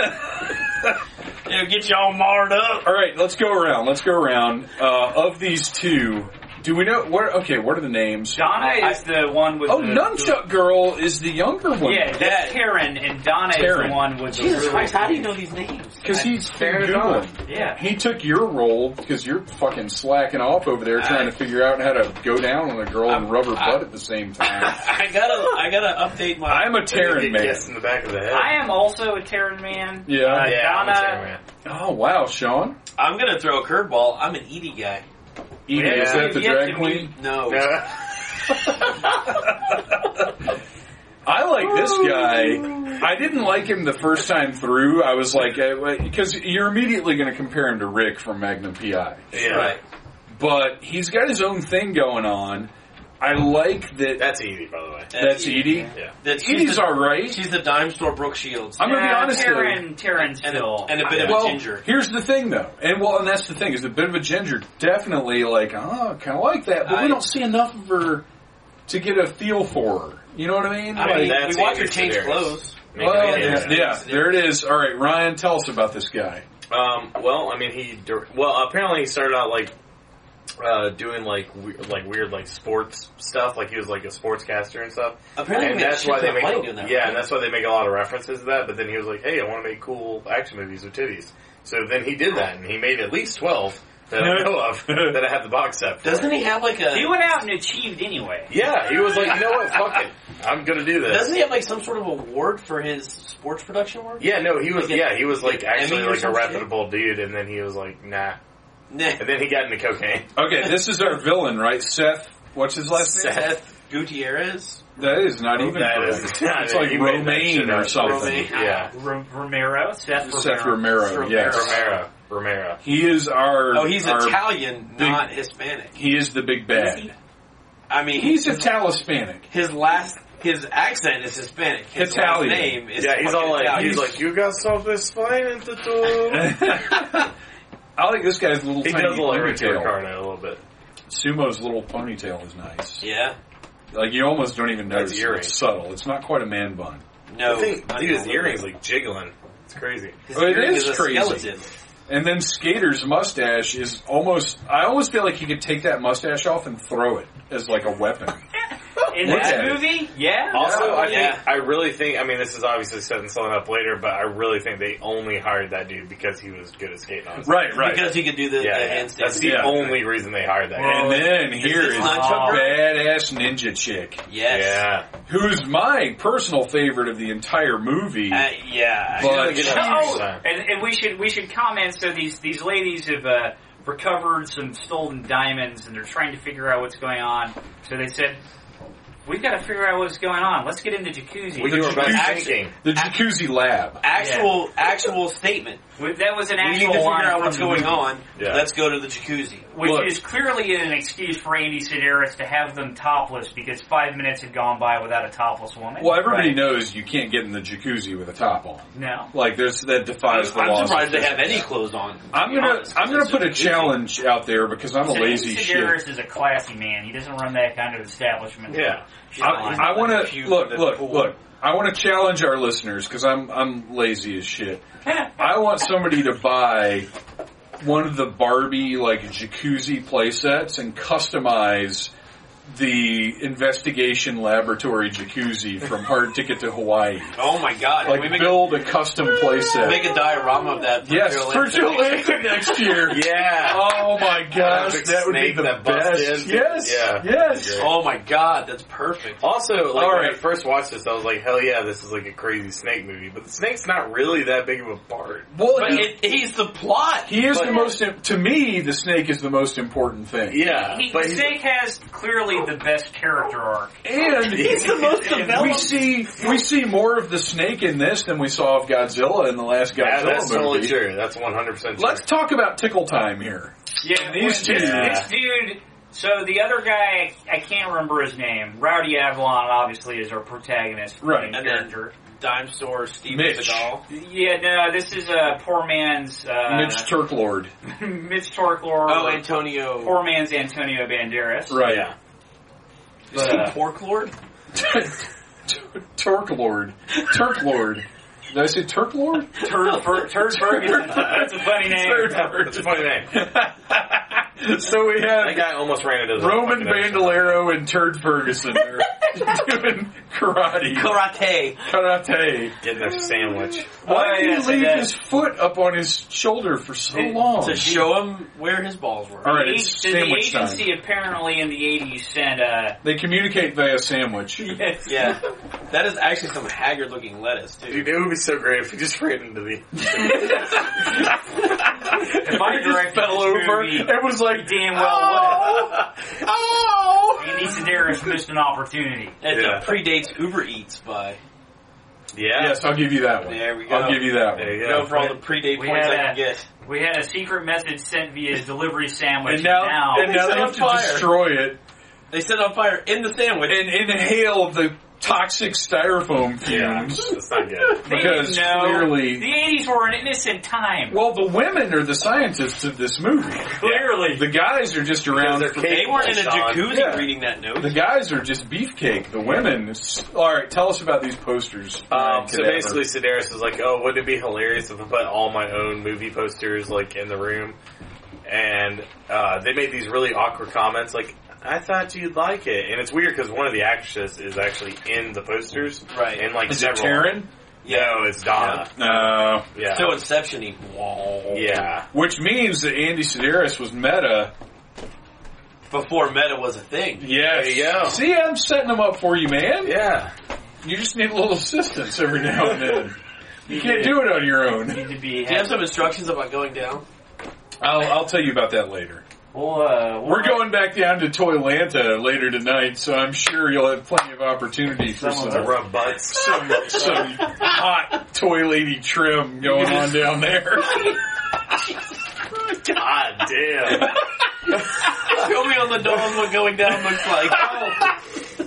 S3: It'll get you all marred up.
S1: All right, let's go around. Let's go around. Uh, of these two, do we know what? Okay, what are the names?
S8: Donna is the one with
S1: Oh,
S8: the,
S1: Nunchuck Girl is the younger one.
S8: Yeah, that's Karen, and Donna is
S1: Karen.
S8: the one with the
S3: Jesus
S8: really-
S3: Christ, how do you know these names?
S1: because he's
S8: Fair
S1: good
S8: enough.
S1: one.
S8: Yeah.
S1: He took your role because you're fucking slacking off over there trying to figure out how to go down on a girl and rub her butt at the same time.
S3: I gotta, I gotta update my.
S1: I'm a Terran
S7: Get
S1: man.
S7: kissed in the back of the head.
S8: I am also a Terran man.
S1: Yeah.
S8: Uh,
S7: yeah, I'm a
S8: Donna-
S7: Terran man.
S1: Oh wow, Sean.
S3: I'm gonna throw a curveball. I'm an Edie guy.
S1: Edie,
S7: Yeah.
S1: is that the
S3: Yet to
S1: drag
S3: meet-
S1: queen?
S3: No.
S1: I like this guy. I didn't like him the first time through. I was like, because you're immediately going to compare him to Rick from Magnum PI.
S7: Yeah.
S3: Right.
S1: But he's got his own thing going on. I like that.
S7: That's Edie, by the way.
S1: that's Edie.
S7: Yeah.
S3: That she's
S1: Edie's
S3: the-
S1: all right.
S3: She's the dime store Brooke Shields.
S1: I'm going to be
S8: Yeah,
S1: honest though.
S8: Terran, Terran
S3: and, a,
S8: still.
S3: and a bit of
S1: well,
S3: a ginger.
S1: here's the thing though, and well, and that's the thing is a bit of a ginger. Definitely, like, oh, kind of like that, but
S3: I-
S1: we don't see enough of her to get a feel for her. You know what I mean?
S3: I
S1: Like-
S3: mean,
S7: that's
S3: we watch her
S7: Edie's
S3: change
S7: hilarious.
S3: clothes.
S7: Make
S1: Well,
S7: it
S1: yeah,
S7: easier.
S1: yeah, there it is. All right, Ryan, tell us about this guy.
S7: Um, well, I mean, he dir- well apparently he started out like uh, doing like we- like weird like sports stuff. Like he was like a sportscaster and stuff.
S3: Apparently
S7: and
S3: he made
S7: that's
S3: shit
S7: why they
S3: ton of
S7: make
S3: money doing that,
S7: yeah,
S3: right?
S7: and that's why they make a lot of references to that. But then he was like, hey, I want to make cool action movies with titties. So then he did that, and he made at least twelve
S1: [LAUGHS]
S7: that I know of that I have the box set. For.
S3: Doesn't he have like a?
S8: he went out and achieved anyway.
S7: Yeah, he was like, you know what, fuck it, I'm gonna do this.
S3: Doesn't he have like some sort of award for his sports production work? [LAUGHS]
S7: yeah, no, he was.
S3: Like a-
S7: yeah, he was like
S3: like an
S7: actually
S3: Emmy or
S7: like a
S3: some shit?
S7: reputable dude, and then he was like, nah.
S3: Nah.
S7: And then he got into cocaine.
S1: Okay, this is our villain, right? Seth. What's his last name?
S3: Seth Gutierrez.
S1: That is not even
S7: [LAUGHS] That
S1: correct.
S7: is
S1: [LAUGHS]
S7: not-
S1: it's like
S7: you made that shit
S1: Romaine or
S7: up.
S1: something.
S3: Romaine.
S7: Yeah.
S8: R- Romero, Seth Romero.
S1: Seth Romero.
S3: Romero.
S1: Yes,
S7: Romero. Romero.
S1: he is our.
S3: Oh, he's
S1: our-
S3: Italian, not Hispanic.
S1: He is the big
S8: Is he?
S1: bad.
S3: I mean,
S1: He's a talismanic.
S3: his last his accent is Hispanic. His
S1: Italian.
S3: last name is
S7: Yeah, he's all
S3: fucking
S7: like,
S3: Italian.
S7: he's like, you got something explaining to do.
S1: [LAUGHS] I like this guy's little
S7: He
S1: tiny
S7: does look like Richard
S1: ponytail.
S7: Ricardo a little bit.
S1: Sumo's little ponytail is nice.
S3: yeah,
S1: Like you almost don't even notice. it.
S7: earrings.
S1: It's subtle. It's not quite a man bun.
S3: no,
S7: I think,
S3: not
S7: dude,
S3: even
S7: his
S3: a little
S7: earrings
S3: bit.
S7: like jiggling. It's crazy.
S3: His
S1: Oh, it
S3: earring
S1: is
S3: a
S1: crazy.
S3: skeleton.
S1: And then Skater's mustache is almost, I almost feel like he could take that mustache off and throw it as like a weapon.
S8: In
S1: Look
S8: this
S1: at it.
S8: movie? Yeah.
S7: Also, I
S3: yeah.
S7: think I really think. I mean, this is obviously setting someone up later, but I really think they only hired that dude because he was good at skating. Honestly.
S1: Right, right.
S3: because he could do the,
S7: Yeah,
S3: the
S7: yeah.
S3: handstand.
S7: that's the
S1: Yeah.
S7: only reason they hired that. guy.
S1: and then here
S3: this
S1: is
S3: not
S8: Chuck
S1: badass ninja chick,
S3: yes,
S7: Yeah,
S1: who's my personal favorite of the entire movie.
S3: Uh, yeah.
S1: But
S7: She's
S1: she's,
S7: a good-
S8: Oh,
S7: [LAUGHS] Yeah.
S8: and, and we should we should comment. So these these ladies have uh, recovered some stolen diamonds, and they're trying to figure out what's going on. So they said, "We've got to figure out what's going on. Let's get into jacuzzi."
S7: we were about
S3: Actually-
S7: thinking.
S1: the jacuzzi lab.
S3: actual actual statement.
S8: We- that was an
S3: We need to
S8: actual
S3: figure
S8: line
S3: out
S8: from
S3: what's
S8: the
S3: going
S8: movie,
S3: on.
S7: Yeah.
S3: Let's go to the jacuzzi.
S8: which
S1: Look.
S8: is clearly an excuse for Andy Sedaris to have them topless because five minutes had gone by without a topless woman.
S1: Well, everybody
S8: Right.
S1: knows you can't get in the jacuzzi with a top on.
S8: No.
S1: Like there's that defies the
S3: I'm
S1: laws.
S3: surprised
S1: of
S3: they have
S1: physics.
S3: any clothes on. to
S1: I'm
S3: be
S1: gonna
S3: honest,
S1: I'm gonna
S3: because
S1: put a
S3: it's jacuzzi.
S1: challenge out there because I'm a
S8: So
S1: lazy
S8: Andy
S1: shit.
S8: Sedaris is a classy man. He doesn't run that kind of establishment.
S7: Yeah,
S1: I,
S3: He's
S1: I
S3: not
S1: want
S3: like
S1: to
S3: cute
S1: look,
S3: and
S1: look,
S3: cool.
S1: look. I want to challenge our listeners because I'm I'm lazy as
S3: [LAUGHS]
S1: shit. I want somebody to buy one of the Barbie like jacuzzi playsets and customize the investigation laboratory jacuzzi from Hard Ticket to Hawaii.
S3: Oh my god!
S1: Like
S3: we make a,
S1: build a, custom playset.
S3: make a diorama of that. for
S1: yes,
S3: Joe
S1: for
S3: Linton.
S1: Atlanta [LAUGHS] next year.
S7: yeah.
S1: Oh my gosh,
S7: Big
S1: that would be
S7: snake
S1: the
S7: that busts
S1: best.
S7: in.
S1: Yes,
S7: Yeah.
S1: yes.
S3: Oh my god, that's perfect.
S1: Oh,
S7: Also, like when I
S1: right.
S7: first watched this, I was like, "Hell yeah, this is like a crazy snake movie." But the snake's not really that big of a part.
S1: Well,
S3: But
S1: you-
S3: it, he's the plot.
S1: He is
S7: But-
S1: the most. To me, the snake is the most important thing.
S7: Yeah,
S8: He,
S7: but he's-
S8: Zig has clearly the best character arc.
S1: And
S3: He's the most
S1: we
S3: developed.
S1: see we see more of the snake in this than we saw of Godzilla in the last Godzilla
S7: Yeah, that's
S1: movie.
S7: totally true. That's one hundred percent true.
S1: Let's talk about tickle time here.
S8: Yeah,
S1: These
S8: when-
S1: two-
S8: This, this dude. So the other guy, I can't remember his name. Rowdy Avalon, obviously, is our protagonist,
S1: Right.
S8: main
S3: And then-
S8: character.
S4: dime store Steven
S1: Mitch.
S4: Seagal.
S8: Yeah, no, this is a poor man's uh,
S1: Mitch Turklord.
S8: [LAUGHS] Mitch Torklor.
S4: Oh, Antonio.
S8: poor man's Antonio Banderas.
S1: Right.
S3: Yeah.
S4: Is
S8: But,
S4: he
S8: uh,
S4: Pork Lord?
S1: [LAUGHS] Turklord. Turklord. Did I say
S7: [LAUGHS]
S1: Turklord?
S8: Turd, Fer- Turd Ferguson. [LAUGHS] That's a
S1: [LAUGHS]
S8: funny name.
S3: That's a funny name.
S1: so we
S3: [LAUGHS] That
S1: have
S3: guy almost ran into the
S1: Roman
S3: fucking ocean.
S1: Bandolero and Turd Ferguson
S7: [LAUGHS]
S1: are doing karate.
S4: Karate.
S1: Karate.
S3: Getting their sandwich.
S1: Why
S8: Oh,
S1: did
S8: yes,
S1: he
S8: I
S1: leave
S8: did.
S1: his foot up on his shoulder for so long?
S4: To show him where his balls were.
S1: All right,
S8: The
S1: it's
S8: ag- the
S1: sandwich time.
S8: agency apparently in the 80s sent
S1: [LAUGHS]
S8: uh,
S1: They communicate via sandwich.
S8: yes,
S4: Yeah. That is actually some haggard looking lettuce, too.
S3: Dude, it would be so great if he just ran into the.
S8: If I directed
S1: fell
S8: this
S1: over.
S8: movie,
S1: It was
S7: [LAUGHS]
S1: like,
S8: damn well [LAUGHS]
S1: oh!
S8: would. Andy Sedaris missed an opportunity.
S4: It uh,
S3: Yeah.
S4: predates Uber Eats by.
S3: Yeah.
S1: Yes, I'll give you that one.
S4: There we go.
S1: I'll give you that
S3: There
S1: one.
S3: you go.
S4: Go for all the predate
S8: We
S4: points I
S8: had
S4: can
S8: a-
S4: get.
S8: We had a secret message sent via delivery sandwich.
S1: And now, and now
S4: It's
S1: they
S4: on
S1: have to
S4: fire.
S1: destroy it
S4: They set on fire in the sandwich.
S1: and inhale the toxic styrofoam
S3: Yeah.
S1: fumes.
S3: That's not good.
S8: They
S1: Because
S8: didn't know.
S1: clearly-
S8: the 80s were an innocent time.
S1: Well, the women are the scientists of this movie.
S8: Clearly.
S1: The guys are just around.
S3: Because they're
S1: for-
S4: they weren't in a
S3: Sean.
S4: jacuzzi
S1: Yeah.
S4: reading that note.
S1: the guys are just beefcake. The women. s- All right, tell us about these posters.
S3: Um,
S1: Ryan
S3: so
S1: Cadaver.
S3: basically, Sedaris was like, "Oh, wouldn't it be hilarious if I put all my own movie posters like in the room?" And uh, they made these really awkward comments, like, "I thought you'd like it," and it's weird because one of the actresses is actually in the posters,
S4: Right.
S3: And like
S1: is it
S3: several.
S1: Taryn?
S3: No, it's Donna.
S1: No.
S3: Yeah,
S4: So Inception-y. Wow.
S3: yeah,
S1: Which means
S7: uh,
S1: that Andy Sedaris was meta.
S4: Before meta was a thing.
S1: Yes.
S3: There you go.
S1: See, I'm setting them up for you, man.
S3: yeah.
S1: You just need a little assistance every now and then. [LAUGHS] You can't do it on your own.
S8: Need to be
S4: Do you have some instructions about going down?
S1: I'll, I'll tell you about that later.
S8: We'll, uh, we'll
S1: We're going back down to Toylanta later tonight, so I'm sure you'll have plenty of opportunity for some,
S8: Some of
S3: The rub butts.
S1: some, [LAUGHS] some hot toy lady trim going on down there.
S3: God damn.
S4: [LAUGHS] Show me on the doors what going down
S1: [LAUGHS]
S4: looks like.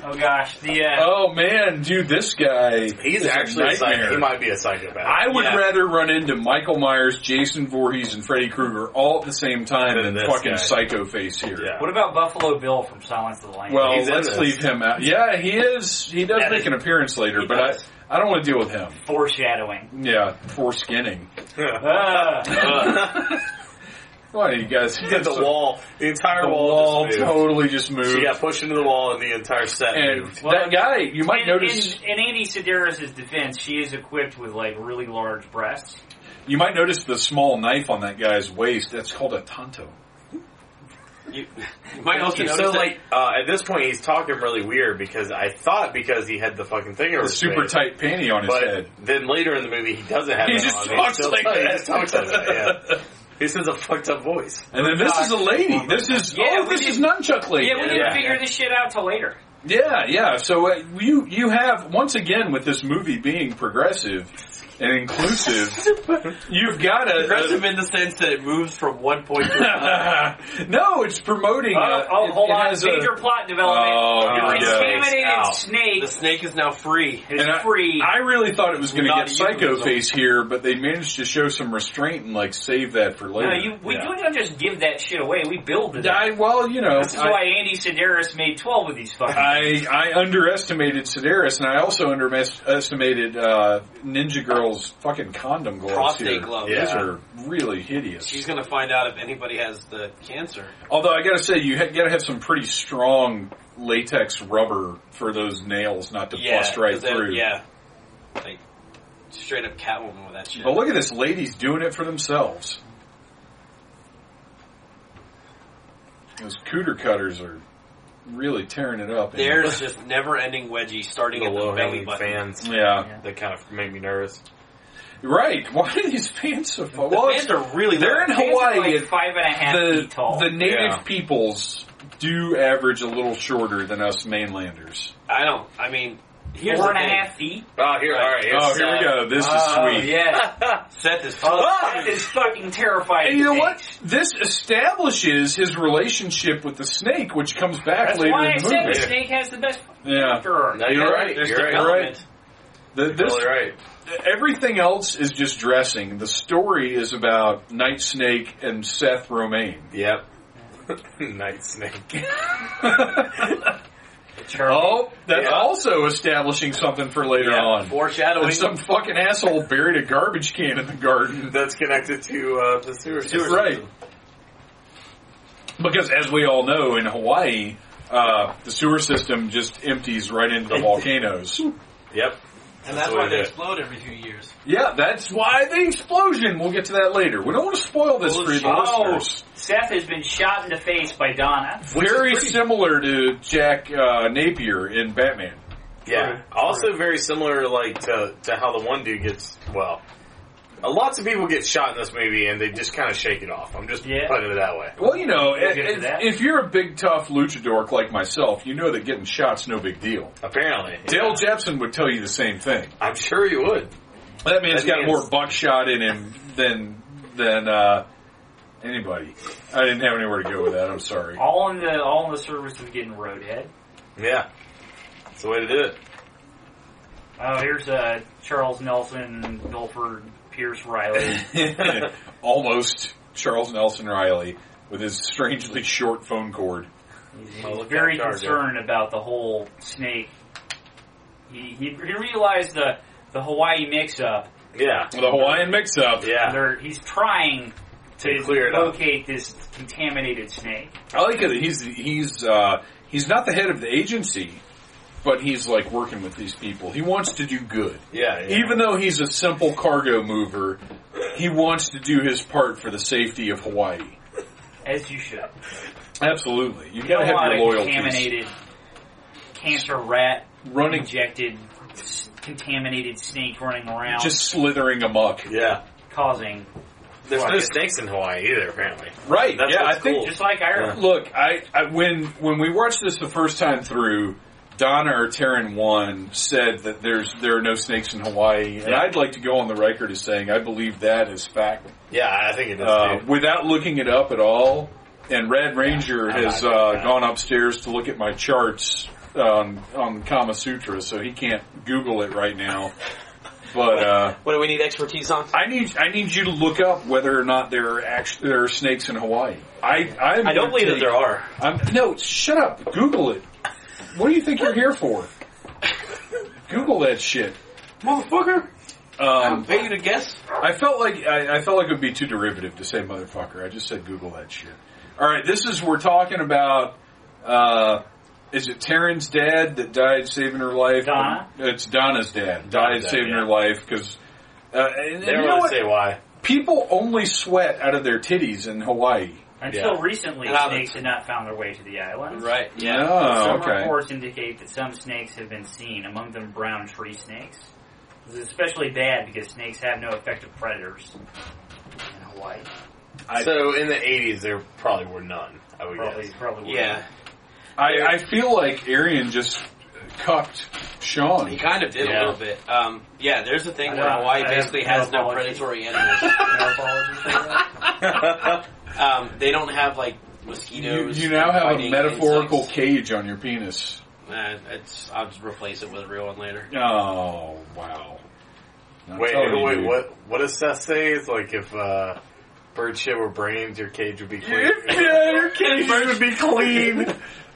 S8: Oh gosh, the uh,
S1: Oh man, dude, this guy.
S3: He's
S1: is a
S3: actually a psych-
S1: nightmare.
S3: he might be a psychopath.
S1: I would
S4: Yeah.
S1: rather run into Michael Myers, Jason Voorhees, and Freddy Krueger all at the same time than
S3: Than this
S1: fucking
S3: guy.
S1: psycho face here.
S3: yeah.
S8: what about Buffalo Bill from Silence of the Lambs?
S1: Well,
S3: He's in
S1: let's
S3: this.
S1: leave him out. Yeah, he is. He does
S3: Yeah,
S1: make
S3: he-
S1: an appearance later,
S4: he
S1: but
S4: does.
S1: I, I don't want to deal with him.
S8: foreshadowing.
S1: Yeah,
S3: [LAUGHS]
S1: foreskinning.
S8: Uh,
S1: Why do you guys?
S3: He did the wall, the entire
S1: The
S3: wall,
S1: wall
S3: just moved.
S1: totally just moved.
S3: She got pushed into the wall, and the entire set
S1: And
S3: moved.
S1: that guy, you might
S8: in,
S1: notice,
S8: in, in Andy Sedaris' defense, she is equipped with like really large breasts.
S1: you might notice the small knife on that guy's waist. That's called a tanto.
S4: You, you might also notice
S3: so
S4: that-
S3: like uh, at this point he's talking really weird because I thought because he had the fucking thing
S1: The
S3: over his
S1: super
S3: face,
S1: tight panty on his
S3: But
S1: head.
S3: then later in the movie he doesn't have.
S1: He
S3: that
S1: just
S3: on.
S1: talks
S3: still-
S1: like
S3: he
S1: that.
S3: just talks like that.
S7: [LAUGHS]
S3: Yeah. He says a fucked up voice.
S1: And then this is a lady. This is
S8: Yeah,
S1: oh,
S8: we
S1: this is
S8: didn't-
S1: nunchuck lady.
S8: Yeah, we didn't
S3: Yeah.
S8: figure this shit out till later.
S1: Yeah, yeah. So uh, you you have once again with this movie being progressive and
S8: [LAUGHS]
S1: inclusive, you've got a,
S4: Progressive in the sense that it moves from one point to another.
S1: [LAUGHS] no, it's promoting.
S8: Oh,
S1: uh,
S8: oh
S1: it-
S8: hold
S1: it
S8: on,
S1: has a-
S8: major plot development.
S1: Oh, here
S8: Your
S1: we go.
S8: contaminated
S3: Ow.
S8: snake
S4: The snake is now free.
S8: is
S1: and I-
S8: free.
S1: I really thought it was going to
S4: Not
S1: get
S4: you,
S1: Psycho
S4: so-
S1: Face here, but they managed to show some restraint and like save that for later.
S8: no, you, we
S1: Yeah.
S8: don't just give that shit away. We build it.
S1: I, well, you know,
S8: This is
S1: I-
S8: why Andy Sedaris made 12 of these fucking.
S1: I, I underestimated Sedaris, and I also underestimated uh, Ninja Girl's fucking condom gloves.
S4: Prostate
S1: here.
S4: gloves.
S1: These
S3: Yeah.
S1: are really hideous.
S4: She's gonna find out if anybody has the cancer.
S1: Although I gotta say, you ha- gotta have some pretty strong latex rubber for those nails not to bust right
S4: 'cause they're-
S1: through.
S4: Yeah. Like, straight up Catwoman with that shit.
S1: But look at this, ladies doing it for themselves. Those cooter cutters are really tearing it up.
S4: There's just never ending wedgie starting
S3: The
S4: at the
S3: low
S4: belly
S3: hanging
S4: button.
S3: fans
S1: yeah,
S3: that kind of make me nervous.
S1: right. Why are these pants so? Far?
S4: The
S1: Well,
S4: fans are really
S1: they're in
S4: low.
S1: Hawaii.
S8: Like
S1: and
S8: five and a half
S1: the
S8: feet tall.
S1: the native
S3: Yeah.
S1: peoples do average a little shorter than us mainlanders.
S4: I don't. I mean, here's
S8: Four
S4: the
S8: and a
S4: thing.
S8: half feet.
S7: Ah,
S3: Oh, here, all right. Here's,
S1: oh, here
S3: uh,
S1: we go. This is sweet.
S8: [LAUGHS] yeah.
S4: Seth is.
S8: That is fucking terrifying.
S1: And you know
S8: to
S1: what?
S8: think.
S1: This establishes his relationship with the snake, which comes back
S8: That's
S1: later
S8: why
S1: in
S8: I
S1: the
S8: said the
S1: movie.
S8: snake has the best
S1: Yeah.
S8: fucker.
S3: No, you're
S1: You're
S3: right.
S1: right.
S3: You're
S4: There's
S3: right.
S1: You're right.
S4: development.
S1: The,
S7: You're
S3: [LAUGHS]
S7: totally right.
S1: Everything else is just dressing. The story is about Night Snake and Seth Romaine.
S7: Yep. Night snake.
S1: Oh, that's
S7: Yeah.
S1: also establishing something for later
S7: Yeah,
S1: on.
S7: foreshadowing.
S1: That some fucking asshole buried a garbage can in the garden.
S7: That's connected to uh, the sewer system.
S1: Right. Because as we all know, in Hawaii, uh, the sewer system just empties right into the volcanoes.
S7: Yep.
S3: And
S7: That's
S3: that's
S7: the
S3: why
S7: way
S3: they
S7: to-
S3: explode every few years.
S1: Yeah, that's why the explosion. We'll get to that later. We don't want to spoil this for you, the listeners.
S8: Seth has been shot in the face by Donna.
S1: Very
S7: pretty-
S1: similar to Jack uh, Napier in Batman.
S7: Yeah. Also very similar, like to to how the one dude gets. Well, uh, lots of people get shot in this movie, and they just kind of shake it off. I'm just
S8: Yeah.
S7: putting it that way.
S1: Well, you know,
S8: We'll
S1: i-
S8: get to that.
S1: if, if you're a big tough luchador like myself, you know that getting shot's no big deal.
S7: Apparently,
S1: Dale Jepson would tell you the same thing.
S7: I'm sure you would.
S1: That man's
S7: That
S1: got
S7: man's-
S1: more buckshot in him than than uh, anybody. I didn't have anywhere to go with that. I'm [LAUGHS] sorry.
S8: All in the all in the service of getting roadhead.
S7: Yeah. That's the way to do it.
S8: Oh, here's uh, Charles Nelson, Milford, Pierce Riley.
S1: Almost Charles Nelson Riley with his strangely short phone cord.
S7: Well, look
S8: very
S7: at Target.
S8: concerned about the whole snake. He, he, he realized the the Hawaii mix-up.
S7: Yeah.
S1: The Hawaiian mix-up.
S7: Yeah.
S8: They're- he's trying to
S7: To clear it up.
S8: locate this contaminated snake.
S1: I like it. He's he's uh, he's not the head of the agency, but he's like working with these people. He wants to do good.
S7: Yeah. yeah.
S1: Even though he's a simple cargo mover, he wants to do his part for the safety of Hawaii.
S8: As you should.
S1: Absolutely, you
S8: Don't
S1: gotta have
S8: want
S1: your
S8: a
S1: loyalties.
S8: contaminated cancer rat
S1: Running,
S8: injected s- contaminated snake running around
S1: just slithering amok.
S7: Yeah.
S8: causing
S7: There's no
S8: Right.
S7: snakes in Hawaii either, apparently.
S1: Right?
S7: That's
S1: yeah, I
S7: what's
S1: think.
S7: cool.
S8: just like Ireland.
S1: Look, I, I when when we watched this the first time through, Donna or Taryn one said that there's there are no snakes in Hawaii, and
S7: Yeah.
S1: I'd like to go on the record as saying I believe that is fact.
S7: Yeah, I think it is
S1: uh,
S7: too.
S1: without looking it up at all. And Red Ranger
S7: I'm
S1: has
S7: not doing
S1: uh,
S7: that.
S1: gone upstairs to look at my charts um, on Kama Sutra, so he can't Google it right now. But uh,
S4: What do we need expertise on?
S1: I need I need you to look up whether or not there are actually there are snakes in Hawaii. I I'm
S7: I don't believe that there are.
S1: I'm, no, shut up. Google it. What do you think you're here for? Google that shit.
S7: Motherfucker.
S1: Um,
S4: Bet you to guess.
S1: I felt like I, I felt like it would be too derivative to say motherfucker. I just said Google that shit. All right, this is we're talking about. Uh, is it Taryn's dad that died saving her life?
S8: Donna.
S1: It's Donna's dad died
S7: Donna's dad,
S1: saving
S7: yeah.
S1: her life because. Uh, and, and
S7: They
S1: you know
S7: don't want
S1: what?
S7: to say why. People.
S1: People only sweat out of their titties in Hawaii.
S8: Until
S7: Yeah.
S8: recently,
S4: And I-
S8: snakes had not found their way to the island.
S4: Right.
S1: Oh,
S8: Some
S1: okay.
S8: reports indicate that some snakes have been seen, among them brown tree snakes. This is especially bad because snakes have no effective predators in Hawaii.
S1: I-
S7: [LAUGHS] so in the 80s, there probably were none. I would
S8: Probably,
S7: guess.
S8: probably. wouldn't.
S4: Yeah.
S1: I, I feel like Arian just cucked Sean.
S4: He kind of did
S7: Yeah.
S4: a little bit. Um, yeah, there's a thing where
S8: I-
S4: Hawaii
S8: I-
S4: basically
S8: I
S4: has no
S8: apologize.
S4: predatory animals.
S8: No apologies for
S1: [LAUGHS]
S8: that.
S4: um, they don't have like
S1: You,
S4: mosquitoes.
S1: you now have a
S4: biting
S1: metaphorical
S4: insects.
S1: cage on your penis.
S4: Nah, it's, I'll just replace it with a real one later.
S1: Oh wow! I'm
S7: Wait,
S1: telling
S7: wait,
S1: you,
S7: wait,
S1: dude.
S7: what? What does Seth say? It's like if uh, bird shit were brains, your cage
S1: [LAUGHS]
S7: would be clean.
S1: If [LAUGHS] yeah, your cage would be clean.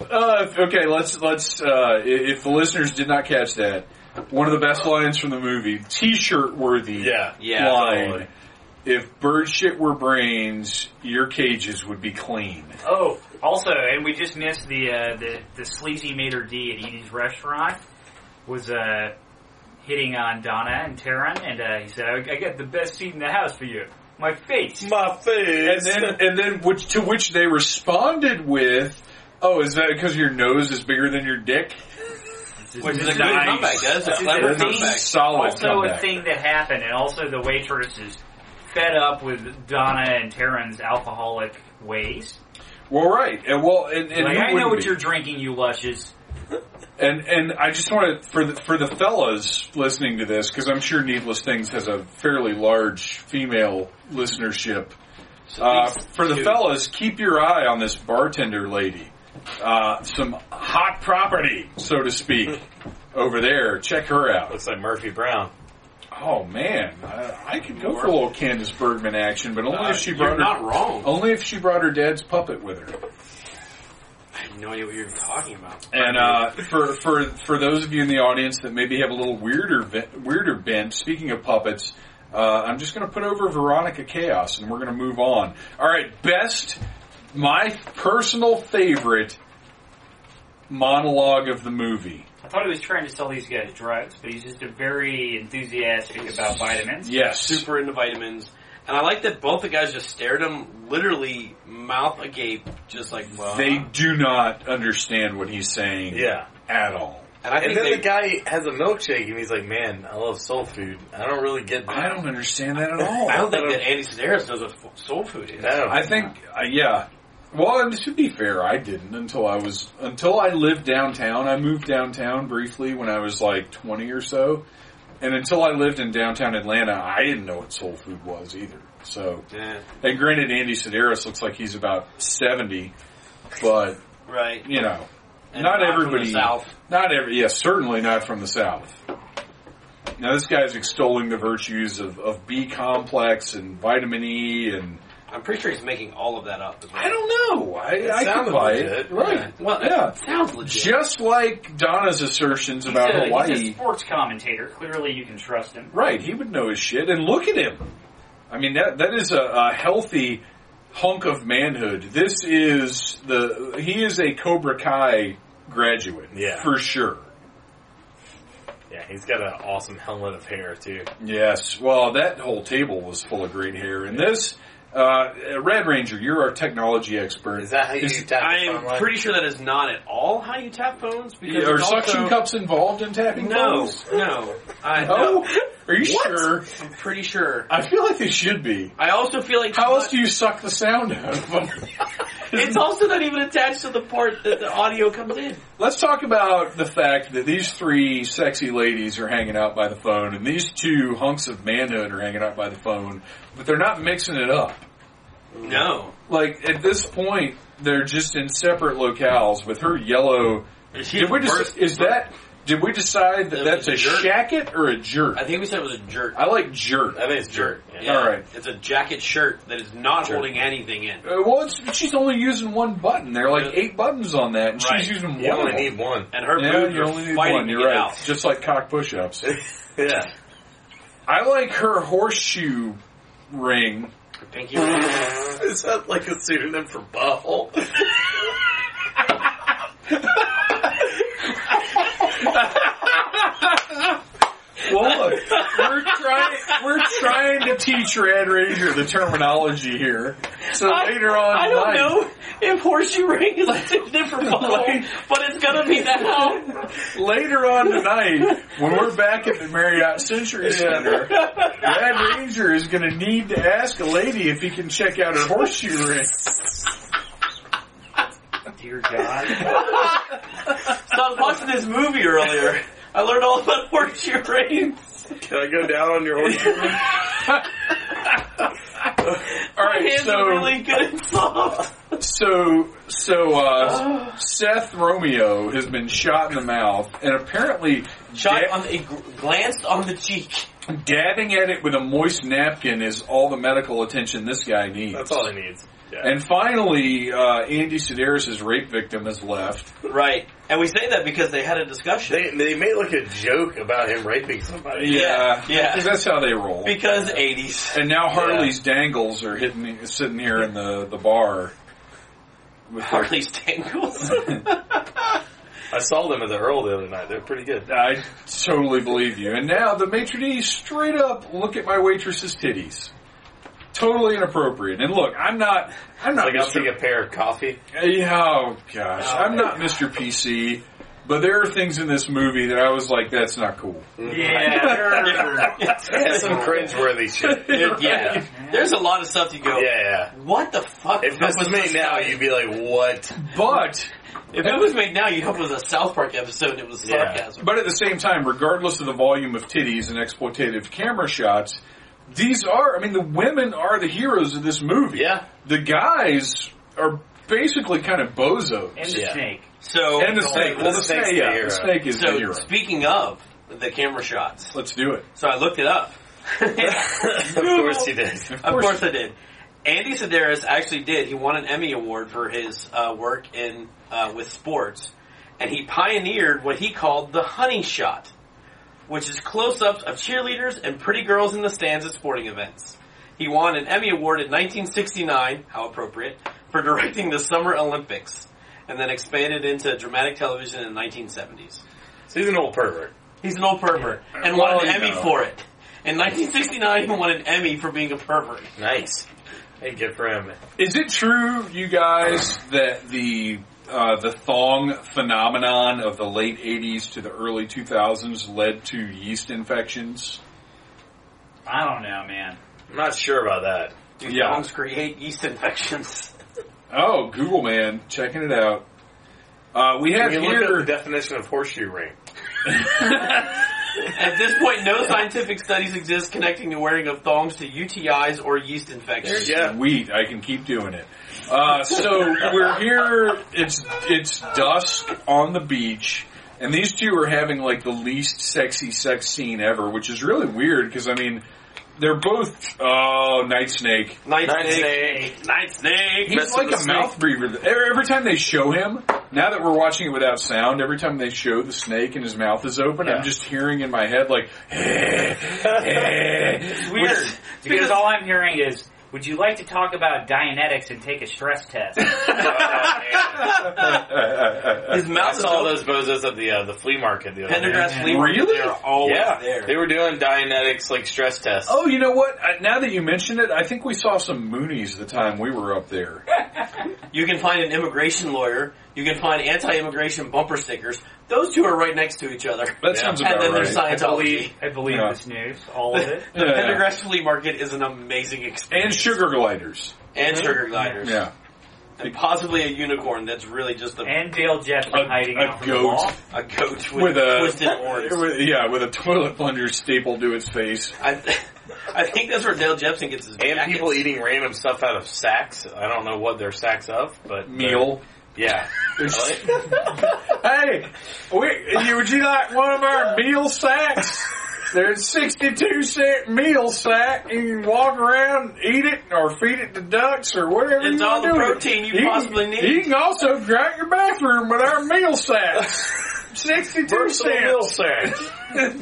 S1: Uh, okay, let's let's. Uh, i- if the listeners did not catch that, one of the best lines from the movie, T-shirt worthy.
S7: yeah,
S4: Yeah,
S1: line.
S7: totally.
S1: If bird shit were brains, your cages would be
S8: [LAUGHS]
S1: clean.
S8: Oh, also, and we just missed the uh, the, the sleazy maitre d at Edie's restaurant was uh, hitting on Donna and Taryn, and uh, he said, I, "I got the best seat in the house for you, my face."
S7: my
S1: And
S7: face.
S1: then, and then, which to which they responded with, "Oh, is that because your nose is bigger than your dick?"
S4: Which is a
S8: nice.
S4: good comeback, guys. It's a clever
S8: That's
S1: That's a
S4: comeback.
S1: solid
S8: also
S1: comeback.
S8: a thing that happened, and also the waitress is fed up with Donna and Taryn's alcoholic ways.
S1: Well, right, and well, and, and
S8: like,
S1: who
S8: I know
S1: wouldn't
S8: what
S1: be?
S8: you're drinking, you lushes.
S1: And and I just want to for the for the fellas listening to this because I'm sure Needless Things has a fairly large female listenership. Uh, for the fellas, keep your eye on this bartender lady. Uh, some hot property, so to speak. over there. Check her out.
S7: Looks like Murphy Brown.
S1: Oh man, I, I could go for a little Candace Bergman action, but only if she brought her,
S4: Uh, You're not wrong.
S1: only if she brought her dad's puppet with her.
S4: I have no idea what you're talking about.
S1: And uh, for for for those of you in the audience that maybe have a little weirder ve- weirder bent, speaking of puppets, uh, I'm just going to put over Veronica Chaos, and we're going to move on. All right, best my personal favorite monologue of the movie.
S8: I thought he was trying to sell these guys drugs, but he's just a very enthusiastic about vitamins.
S1: Yes,
S4: Super into vitamins. And I like that both the guys just stared at him, literally mouth agape, just like, well.
S1: they do not understand what he's saying.
S7: Yeah.
S1: at all.
S4: and I
S7: And
S4: think
S7: then
S4: they,
S7: the guy has a milkshake and he's like, man, I love soul food. I don't really get that.
S1: I don't understand that at all.
S4: I don't think that Andy Sedaris knows what f- soul food is.
S7: No.
S1: I think, uh, yeah. Well, and to be fair, I didn't until I was until I lived downtown. I moved downtown briefly when I was like twenty or so, and until I lived in downtown Atlanta, I didn't know what soul food was either. So,
S4: Yeah.
S1: and granted, Andy Sedaris looks like he's about seventy, but
S4: Right.
S1: you know,
S4: And
S1: not
S4: not from the
S1: everybody.
S4: South.
S1: Not every. Yes, certainly not from the south. Now this guy's extolling the virtues of, of B complex and vitamin E and
S4: I'm pretty sure he's making all of that up. as well.
S1: I don't know. I, I could
S7: sounded
S1: buy
S7: legit.
S1: it. Right.
S4: Well,
S1: yeah.
S4: it sounds legit.
S1: Just like Donna's assertions
S8: He's
S1: about
S8: a, he's a
S1: Hawaii.
S8: sports commentator. Clearly, you can trust him.
S1: Right. He would know his shit. And look at him. I mean, that that is a, a healthy hunk of manhood. This is the, he is a Cobra Kai graduate.
S7: Yeah.
S1: For sure.
S7: Yeah, he's got an awesome helmet of
S1: [LAUGHS]
S7: hair too.
S1: Yes. Well, that whole table was full of great hair. And this, uh, Red Ranger, you're our technology expert.
S7: Is that how you
S1: Is-
S7: tap the phone
S4: I'm
S7: line?
S4: pretty sure that is not at all how you tap phones. Because
S1: Are
S4: it's
S1: suction
S4: also-
S1: cups involved in tapping
S4: No,
S1: phones?
S4: no. I,
S1: Oh,
S4: no.
S1: are you sure?
S4: I'm pretty sure.
S1: I feel like they should be.
S4: I also feel like
S1: How else do you suck the sound out of them?
S4: [LAUGHS] it's also not even attached to the part that the audio comes in.
S1: Let's talk about the fact that these three sexy ladies are hanging out by the phone, and these two hunks of manhood are hanging out by the phone, but they're not mixing it up. Mm.
S4: No,
S1: Like at this point, they're just in separate locales with her yellow. Did we just, is that? Did we decide that
S4: That
S1: that's
S4: was
S1: a
S4: a jerk.
S1: shacket or a jerk?
S4: I think we said it was a jerk.
S1: I like jerk.
S7: I think it's jerk. Yeah.
S4: Yeah,
S1: All right.
S4: it's a jacket shirt that is not holding anything in.
S1: Uh, well, it's, she's only using one button. There are like eight buttons on that, and
S4: Right.
S1: she's using
S7: You
S1: one.
S7: only
S1: of them.
S7: need one.
S4: And her
S1: Yeah,
S4: boobs
S1: you
S4: are
S1: only need
S4: fighting
S1: one.
S4: to
S1: You're
S4: get
S1: right.
S4: out.
S1: Just like cock
S4: [LAUGHS]
S1: push-ups.
S7: yeah.
S1: I like her horseshoe ring.
S4: Pinky [LAUGHS] ring.
S7: Is that like a pseudonym for butthole?
S1: Well, look, we're trying we're trying to teach Rad Ranger the terminology here. So later on,
S4: I
S1: in
S4: don't
S1: life-
S4: know if horseshoe ring is a
S1: [LAUGHS]
S4: different butthole, but it's gonna be that one.
S1: Later on tonight, when we're back at the Marriott Century Center, Rad Ranger is going to need to ask a lady if he can check out her horseshoe ring.
S8: Dear
S1: [LAUGHS]
S8: God.
S4: So I was watching this movie earlier. I learned all about horseshoe rings.
S7: Can I go down on your
S4: [LAUGHS]
S7: horse?
S1: All
S4: My
S1: right,
S4: hands
S1: so
S4: are really good and soft.
S1: So, so
S4: Oh.
S1: uh, Seth Romeo has been shot in the mouth, and apparently
S4: Shot
S1: da-
S4: on the, it gl- glanced on the cheek.
S1: dabbing at it with a moist napkin is all the medical attention this guy needs.
S7: That's all he needs. Yeah.
S1: And finally, uh, Andy Sedaris' rape victim is left.
S4: Right. And we say that because they had a discussion.
S7: they they made like a joke about him raping somebody.
S1: Yeah,
S4: yeah.
S1: because that's how they roll.
S4: because 80s.
S1: And now Harley's dangles are hitting, sitting here in the, the bar. With their-
S4: Harley's tangles.
S1: [LAUGHS]
S7: I saw them at the Earl the other night. They're pretty good.
S1: I totally believe you. And now the maitre d' straight up look at my waitress's titties. Totally inappropriate. And look, I'm not, I'm not
S7: Like I'll
S1: Mr.
S7: take a pair of coffee.
S1: Yeah, oh gosh, I'm not Mr. PC, but there are things in this movie that I was like, that's not cool.
S8: yeah. they're-
S7: [LAUGHS] Yeah,
S4: [LAUGHS]
S7: some cringeworthy shit.
S4: Dude, [LAUGHS] yeah. There's a lot of stuff you go,
S7: Yeah, yeah.
S4: what the fuck?
S7: If this was made now, you'd be like, "What?"
S1: But,
S4: If it was made now, you'd hope it was a South Park episode and it was
S7: Yeah.
S4: sarcasm.
S1: but at the same time, regardless of the volume of titties and exploitative camera shots, these are, I mean, the women are the heroes of this movie.
S7: Yeah.
S1: The guys are basically kind of bozo.
S8: And the
S7: Yeah.
S8: snake.
S4: So,
S1: And the snake. Well, the snake,
S7: snake's the
S1: yeah,
S7: hero.
S1: the snake is the
S4: so
S1: hero.
S4: speaking of the camera shots,
S1: Let's do it.
S4: so I looked
S1: [LAUGHS]
S4: it up.
S7: of course
S4: [LAUGHS]
S7: he did.
S4: Of course, I did. Andy Sedaris actually did. He won an Emmy Award for his uh, work in uh, with sports, and he pioneered what he called the honey shot, which is close-ups of cheerleaders and pretty girls in the stands at sporting events. He won an Emmy Award in 1969, how appropriate, for directing the Summer Olympics, and then expanded into dramatic television in the 1970s.
S7: So he's an old pervert.
S4: He's an old pervert, and
S1: Well,
S4: won an
S1: you
S4: Emmy
S1: know.
S4: for it. In 1969, he won an Emmy for being a pervert.
S7: Nice. Hey, good for him.
S1: Is it true, you guys, that the uh, the thong phenomenon of the late '80s to the early 2000s led to yeast infections?
S8: I don't know, man.
S7: I'm not sure about that.
S4: Do
S1: Yeah.
S4: thongs create yeast infections?
S1: Oh, Google man, checking it out. Uh, we have
S7: Can you look up the
S1: here.
S7: definition of horseshoe ring?
S4: At this point, no scientific studies exist connecting the wearing of thongs to UTIs or yeast infections.
S7: Yeah.
S1: Sweet, I can keep doing it. Uh, so we're here. It's it's dusk on the beach, and these two are having like the least sexy sex scene ever, which is really weird because I mean they're both oh night snake.
S4: Night,
S7: Night
S4: snake.
S7: snake.
S4: Night snake.
S1: He's
S7: Messing
S1: like
S7: with
S1: a
S7: snake.
S1: mouth breather. Every every time they show him, now that we're watching it without sound, every time they show the snake and his mouth is open,
S7: Yeah.
S1: I'm just hearing in my head
S7: [LAUGHS]
S1: like, [LAUGHS] "Eh,
S8: It's weird.
S1: Which-
S8: because all I'm hearing is, would you like to talk about Dianetics and take a stress test?
S4: His mouth
S7: I
S4: is
S7: saw
S4: all
S7: those bozos at the uh, the flea market the other day.
S4: Pendergrass
S8: Yeah.
S4: flea market.
S1: Really?
S4: They're always
S7: Yeah,
S4: there.
S7: they were doing Dianetics like stress tests.
S1: oh, you know what? I, now that you mention it, I think we saw some Moonies the time we were up there.
S4: You can find an immigration lawyer. You can find anti-immigration bumper stickers. Those two are right next to each other.
S1: That
S7: Yeah.
S1: sounds
S4: and
S1: about
S4: then
S1: right.
S4: there's Scientology.
S8: I believe
S1: Yeah.
S8: this news, all of it.
S4: The
S1: Yeah.
S4: Pendergrass flea market is an amazing
S1: and
S4: experience.
S1: sugar gliders.
S4: And sugar gliders.
S1: Yeah.
S4: And possibly a unicorn that's really just a,
S8: And Dale Jeffrey
S1: A-
S8: hiding
S1: a
S8: out from
S1: goat.
S8: the law.
S4: a goat with,
S1: With a,
S4: twisted horns.
S1: with- yeah, with a toilet plunger stapled to its face.
S4: I, [LAUGHS] th- I think that's where Dale Jepson gets his
S7: And
S4: jackets.
S7: people eating random stuff out of sacks. I don't know what their sacks of, but
S1: Meal.
S7: Yeah.
S1: Hey, we, you, would you like one of our meal sacks? There's 62 cent meal sack. You can walk around, eat it, or feed it to ducks, or whatever
S4: It's
S1: you
S4: all
S1: wanna
S4: the
S1: do with it.
S4: protein you possibly
S1: can,
S4: need.
S1: You can also drink your bathroom with our meal sacks.
S4: [LAUGHS]
S1: 62 cents.
S7: meal sack.
S1: [LAUGHS]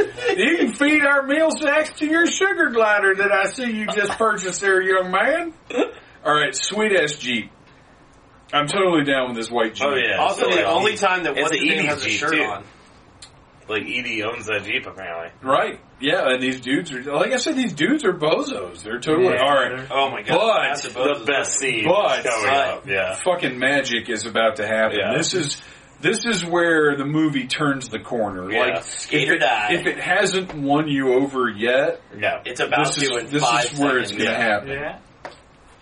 S1: You can feed our meal sacks to your sugar glider that I see you just purchased there, young man. [LAUGHS] All right, sweet ass Jeep. I'm totally down with this white Jeep.
S7: Oh yeah.
S4: Also,
S7: So,
S4: the
S7: like,
S4: only
S7: he-
S4: time that
S7: it's
S4: one
S7: the
S4: thing
S7: Edie's
S4: has a
S7: Jeep,
S4: shirt
S7: too.
S4: on.
S7: like Edie owns that Jeep apparently.
S1: Right. Yeah, and these dudes are like I said, these dudes are bozos. They're totally all right.
S4: Oh my god!
S1: But
S4: That's a
S7: The
S4: Bozo's
S7: best
S4: movie.
S7: scene.
S1: But-
S7: coming up. Yeah.
S1: Fucking magic is about to happen.
S7: Yeah.
S1: This is this is where the movie turns the corner.
S7: Yeah.
S1: Like
S4: Skate
S1: if
S4: or
S1: it,
S4: die.
S1: if it hasn't won you over yet,
S7: No.
S4: It's about
S1: this
S4: to in
S1: is this
S4: five
S1: is where it's
S4: seconds.
S1: gonna happen.
S8: Yeah.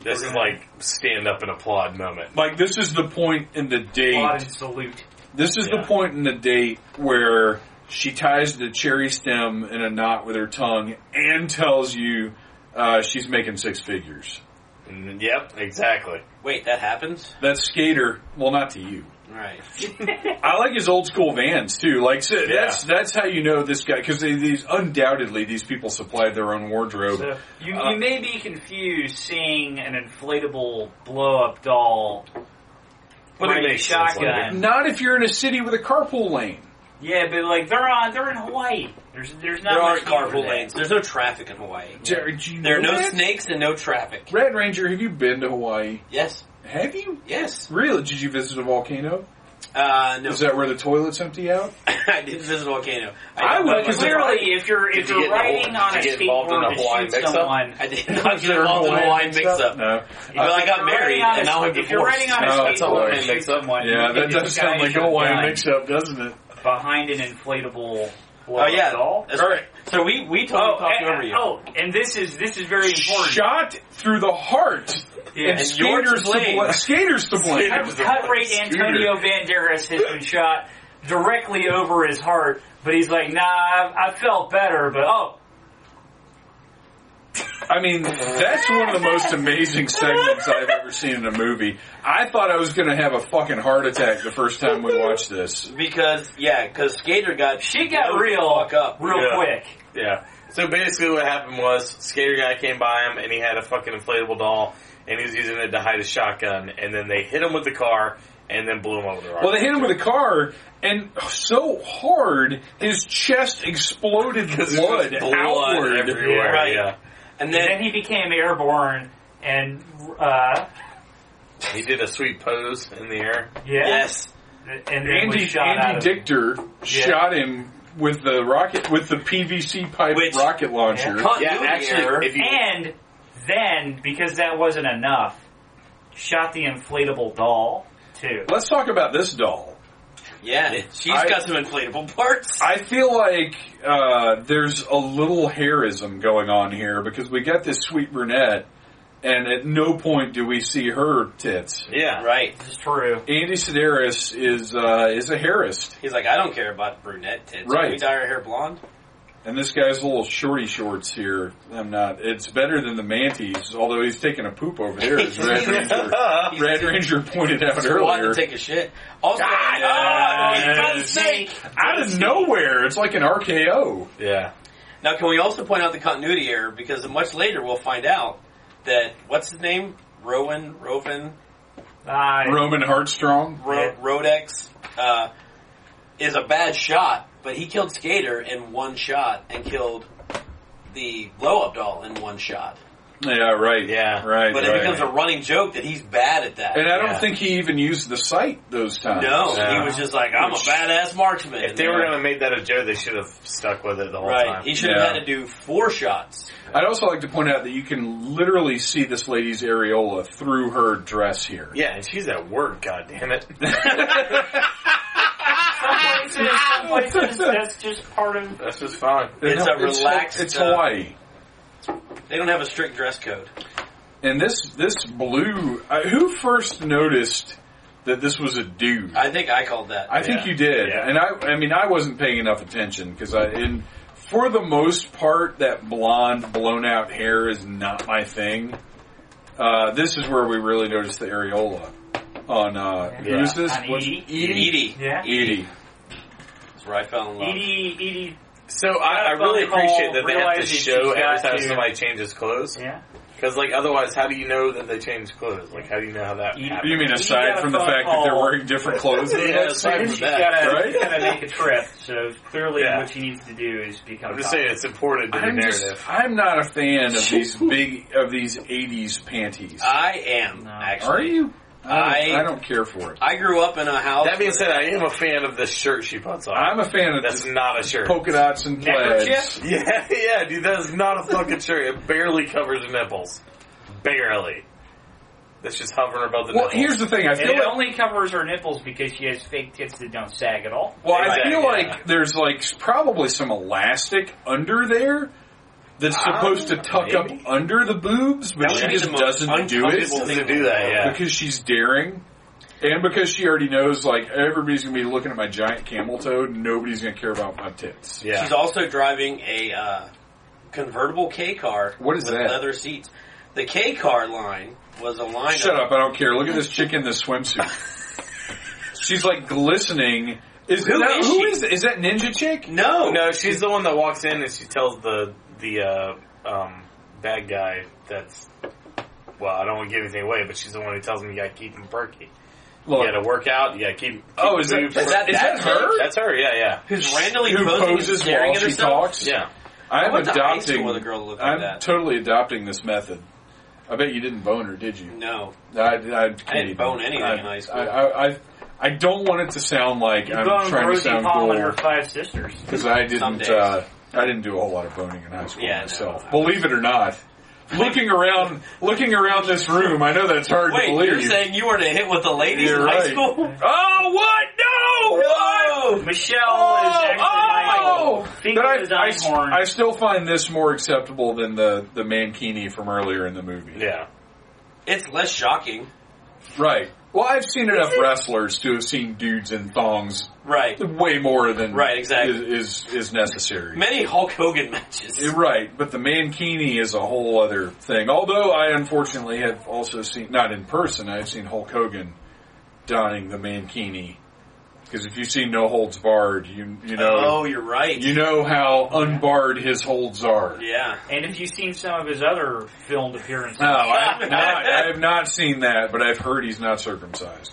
S7: This is like stand up and applaud moment.
S1: Like this is the point in the
S8: Applaud
S1: date.
S8: and salute.
S1: This is
S7: Yeah.
S1: the point in the date where she ties the cherry stem in a knot with her tongue and tells you uh, she's making six figures.
S7: Mm, Yep, exactly.
S4: Wait, that happens?
S1: That skater, well, not to you.
S4: Right.
S1: I like his old school vans too. Like so that's that's how you know this guy because these undoubtedly these people supplied their own wardrobe.
S8: So you,
S1: Uh,
S8: you may be confused seeing an inflatable blow up doll
S7: But it
S8: riding a
S7: makes sense
S8: shotgun.
S1: Not if you're in a city with a carpool lane.
S8: Yeah, but like they're on they're in Hawaii. There's there's not
S4: There
S8: much
S4: aren't
S8: need for
S4: carpool
S8: that.
S4: lanes. There's no traffic in Hawaii.
S1: Jared, do you
S4: There are
S1: know
S4: no
S1: that?
S4: snakes and no traffic.
S1: Red Ranger, have you been to Hawaii?
S4: Yes.
S1: Have you?
S4: Yes.
S1: Really? Did you visit a volcano?
S4: Uh, no.
S1: Is that where the toilets empty out?
S4: [LAUGHS] I didn't visit a volcano.
S1: I
S4: don't
S1: would
S4: know what-
S1: consider-
S8: Clearly, if you're if
S7: Did you get
S8: you're
S7: in a-
S8: riding on a
S7: did you get involved in
S8: skateboard
S7: a
S8: to
S7: Hawaii
S8: shoot
S7: mix-up?
S8: someone,
S4: I
S8: [LAUGHS]
S4: did not get involved in a Hawaiian mix-up.
S1: No.
S4: Well, I got
S8: If you're riding
S4: married
S8: on a-
S4: and now I'm
S8: If you're
S4: divorced. Uh,
S8: riding on a
S1: Oh,
S8: skateboard
S1: that's all
S8: to
S1: right.
S8: shoot someone, you
S1: Yeah,
S8: can
S1: that
S8: just
S1: does
S8: guy
S1: sound like a
S8: your
S1: Hawaiian
S8: gun
S1: mix-up, doesn't it?
S8: behind an inflatable blow
S4: Oh yeah.
S8: doll.
S4: That's right. So we we totally
S8: Oh,
S4: talked
S8: and,
S4: over you.
S8: oh, and this is this is very important.
S1: Shot through the heart.
S8: Yeah.
S1: And,
S4: And you're to
S1: skaters to
S4: blame.
S8: [LAUGHS]
S1: blame. Skaters to blame.
S8: Cut, cut rate Antonio Banderas has been shot directly over his heart, but he's like, nah, I, I felt better, but oh.
S1: I mean, that's one of the most amazing segments I've ever seen in a movie. I thought I was going to have a fucking heart attack the first time we watched this.
S4: Because yeah, because Skater got
S8: She got
S4: blown the
S8: real-
S4: fuck up.
S8: Real
S7: Yeah.
S8: quick.
S7: Yeah. So basically, what happened was skater guy came by him and he had a fucking inflatable doll and he was using it to hide his shotgun. And then they hit him with the car and then blew him over the rock.
S1: Well, they hit him with a car, and so hard his chest exploded
S7: Because
S1: blood,
S7: there's blood
S1: outward.
S7: everywhere.
S4: Right.
S7: Yeah.
S4: And
S8: And
S4: then
S8: then he became airborne and, uh,
S7: He did a sweet pose in the air.
S8: yeah.
S4: yes,
S8: And then
S1: Andy,
S8: was shot out of-
S1: Andy Dichter shot him with the rocket with the PVC pipe
S4: Which-
S1: rocket launcher.
S4: continuity error.
S7: if you
S8: And then, because that wasn't enough, shot the inflatable doll, too.
S1: Let's talk about this doll.
S4: yeah, she's
S1: I-
S4: got some inflatable parts.
S1: I feel like uh, there's a little hairism going on here because we got this sweet brunette, and at no point do we see her tits.
S7: yeah,
S4: right.
S8: This is true.
S1: Andy Sedaris is uh, is a hairist,
S4: He's like, I don't care about brunette tits.
S1: Right.
S4: We dye our hair blonde.
S1: and this guy's little shorty shorts here. I'm not. It's better than the manties, although he's taking a poop over there. As Red Ranger,
S4: He's
S1: Red Ranger pointed out
S4: squatting
S1: earlier.
S4: to take a shit. Also,
S1: God,
S4: Ah,
S1: yeah.
S4: for God's sake.
S1: Out of nowhere, it's like an RKO.
S7: yeah.
S4: Now, can we also point out the continuity error? Because much later we'll find out that what's his name, Rowan, Roven,
S8: Uh,
S1: Roman Heartstrong.
S4: Ro- Rodex, uh, is a bad shot, but he killed Skater in one shot and killed the blow up doll in one shot.
S1: Yeah, right.
S7: Yeah.
S1: right.
S4: But it
S1: right.
S4: becomes a running joke that he's bad at that.
S1: And I don't
S7: Yeah.
S1: think he even used the sight those times.
S4: no,
S7: Yeah.
S4: he was just like, I'm a badass marksman.
S7: If they were going to make that a joke, they should have stuck with it the whole
S4: right,
S7: time.
S4: he should have
S1: Yeah.
S4: had to do four shots.
S1: I'd also like to point out that you can literally see this lady's areola through her dress here.
S8: [LAUGHS]
S7: yeah, and she's at work. God damn it.
S8: some places, some places, that's just part of.
S7: That's just fine.
S4: It's a
S1: it's-
S4: relaxed,
S1: It's
S4: uh,
S1: Hawaii,
S4: They don't have a strict dress code.
S1: and this this blue. Uh, who first noticed that this was a dude?
S4: I think I called that.
S1: I think
S7: Yeah.
S1: you did,
S7: Yeah.
S1: and I. I mean, I wasn't paying enough attention because I. In, for the most part, that blonde, blown out hair is not my thing. Uh, this is where we really noticed the areola on uh,
S7: Yeah.
S1: who's this?
S8: On E
S1: Was-
S8: Edie?
S7: E
S4: Edie.
S8: E Yeah. E
S1: Edie.
S4: That's where I fell in love.
S8: Edie, Edie,
S7: So I, I really
S8: phone call,
S7: appreciate that they have to
S8: realizing
S7: show
S8: she's
S7: every
S8: got
S7: time
S8: to-
S7: somebody changes clothes.
S8: yeah.
S7: Because, like, otherwise, how do you know that they changed clothes? Like, how do you know how that
S8: You-
S7: happened?
S1: You mean
S8: You
S1: aside
S8: E got a
S1: from the
S8: phone
S1: fact that they're
S8: call.
S1: wearing different clothes?
S8: [LAUGHS]
S1: in the
S4: Yeah,
S1: next
S4: aside
S1: scene?
S4: from
S8: She's
S4: that,
S8: gotta,
S1: right?
S8: she's gotta make a trip, so clearly
S7: Yeah.
S8: what she needs to do is become.
S7: I'm just saying it's important to the
S1: I'm just,
S7: narrative.
S1: I'm not a fan of these big, of these 80s panties.
S4: I am,
S8: No.
S4: actually.
S1: Are you? I don't,
S4: I-
S1: I don't care for it.
S4: I grew up in a house.
S7: That being
S4: where-
S7: said, I am a fan of this shirt she puts on.
S1: I'm a fan of
S7: That's
S1: this
S7: not a shirt.
S1: polka dots and plaids.
S8: Neckerchief?
S7: Yeah, [LAUGHS] yeah, dude, that is not a fucking shirt. It barely covers the nipples. Barely. That's just hovering above the
S1: Well,
S7: nipples.
S1: here's the thing. I
S8: And
S1: feel
S8: it
S1: like,
S8: only covers her nipples because she has fake tits that don't sag at all.
S1: well, I
S7: Exactly,
S1: feel
S7: yeah.
S1: like there's like probably some elastic under there that's supposed to
S4: Um,
S1: tuck
S7: maybe.
S1: up under the boobs, but
S4: That would
S1: she
S4: be the
S1: just
S4: most
S1: doesn't do it.
S4: uncomfortable
S7: to do that, yeah.
S1: because she's daring, and because she already knows, like everybody's gonna be looking at my giant camel toad. Nobody's gonna care about my tits.
S7: yeah.
S4: She's also driving a uh, convertible K car.
S1: What is
S4: with
S1: that?
S4: Leather seats. The K car line was a line.
S1: Shut
S4: of,
S1: up! I don't care. Look at this chick in this swimsuit. she's like glistening. Is
S4: Who
S1: that,
S4: is
S1: who
S4: she?
S1: is is that ninja chick?
S4: No,
S7: No, she's the one that walks in and she tells the the uh, um, bad guy that's. Well, I don't want to give anything away, but she's the one who tells him you got to keep him perky. You
S1: Look,
S7: got to work out. You got to keep. keep
S1: oh, is that,
S7: moving.
S1: is that, is that her?
S7: That's her. Yeah, yeah,
S4: who's randomly
S1: Who
S4: posing and
S1: poses
S4: staring
S1: while
S4: at
S1: she
S4: herself?
S1: talks?
S7: yeah.
S1: I'm
S4: went to high
S1: adopting.
S4: school with a girl that looked like
S1: I'm
S4: that.
S1: totally adopting this method. I bet you didn't bone her, did you?
S4: No,
S1: I, I, can't even-
S4: bone anything
S1: I,
S4: in high school.
S1: I, I, I, I don't want it to sound like
S8: You
S1: I'm
S8: bone
S1: trying to
S8: Rosie
S1: sound
S8: Hall
S1: cool
S8: and her five sisters.
S1: because I didn't.
S4: Some days.
S1: Uh, I didn't do a whole lot of boning in high school
S4: Yeah, no.
S1: myself. Believe it or not, looking around, looking around this room, I know that's hard
S4: wait,
S1: to believe.
S4: you're saying you weren't a hit with the ladies
S1: You're
S4: in high
S1: right. [LAUGHS]
S4: school?
S1: oh, what? No, what?
S4: Whoa!
S8: Michelle
S1: Oh,
S8: is actually
S1: oh!
S8: my
S1: But
S8: finger
S1: I,
S8: is
S1: I,
S8: on
S1: s-
S8: horn.
S1: I still find this more acceptable than the the mankini from earlier in the movie.
S7: Yeah.
S4: It's less shocking.
S1: Right. Well, I've seen enough wrestlers to have seen dudes in thongs
S4: Right.
S1: way more than
S4: Right, exactly.
S1: is is, is necessary.
S4: Many Hulk Hogan matches.
S1: You're right, but the mankini is a whole other thing. Although I unfortunately have also seen, not in person, I've seen Hulk Hogan donning the mankini. Because if you see No Holds Barred, you you know
S4: Oh, you're right.
S1: you know how unbarred his holds are.
S4: yeah.
S8: And if you've seen some of his other filmed appearances,
S1: No, I've not, I have not seen that, but I've heard he's not circumcised.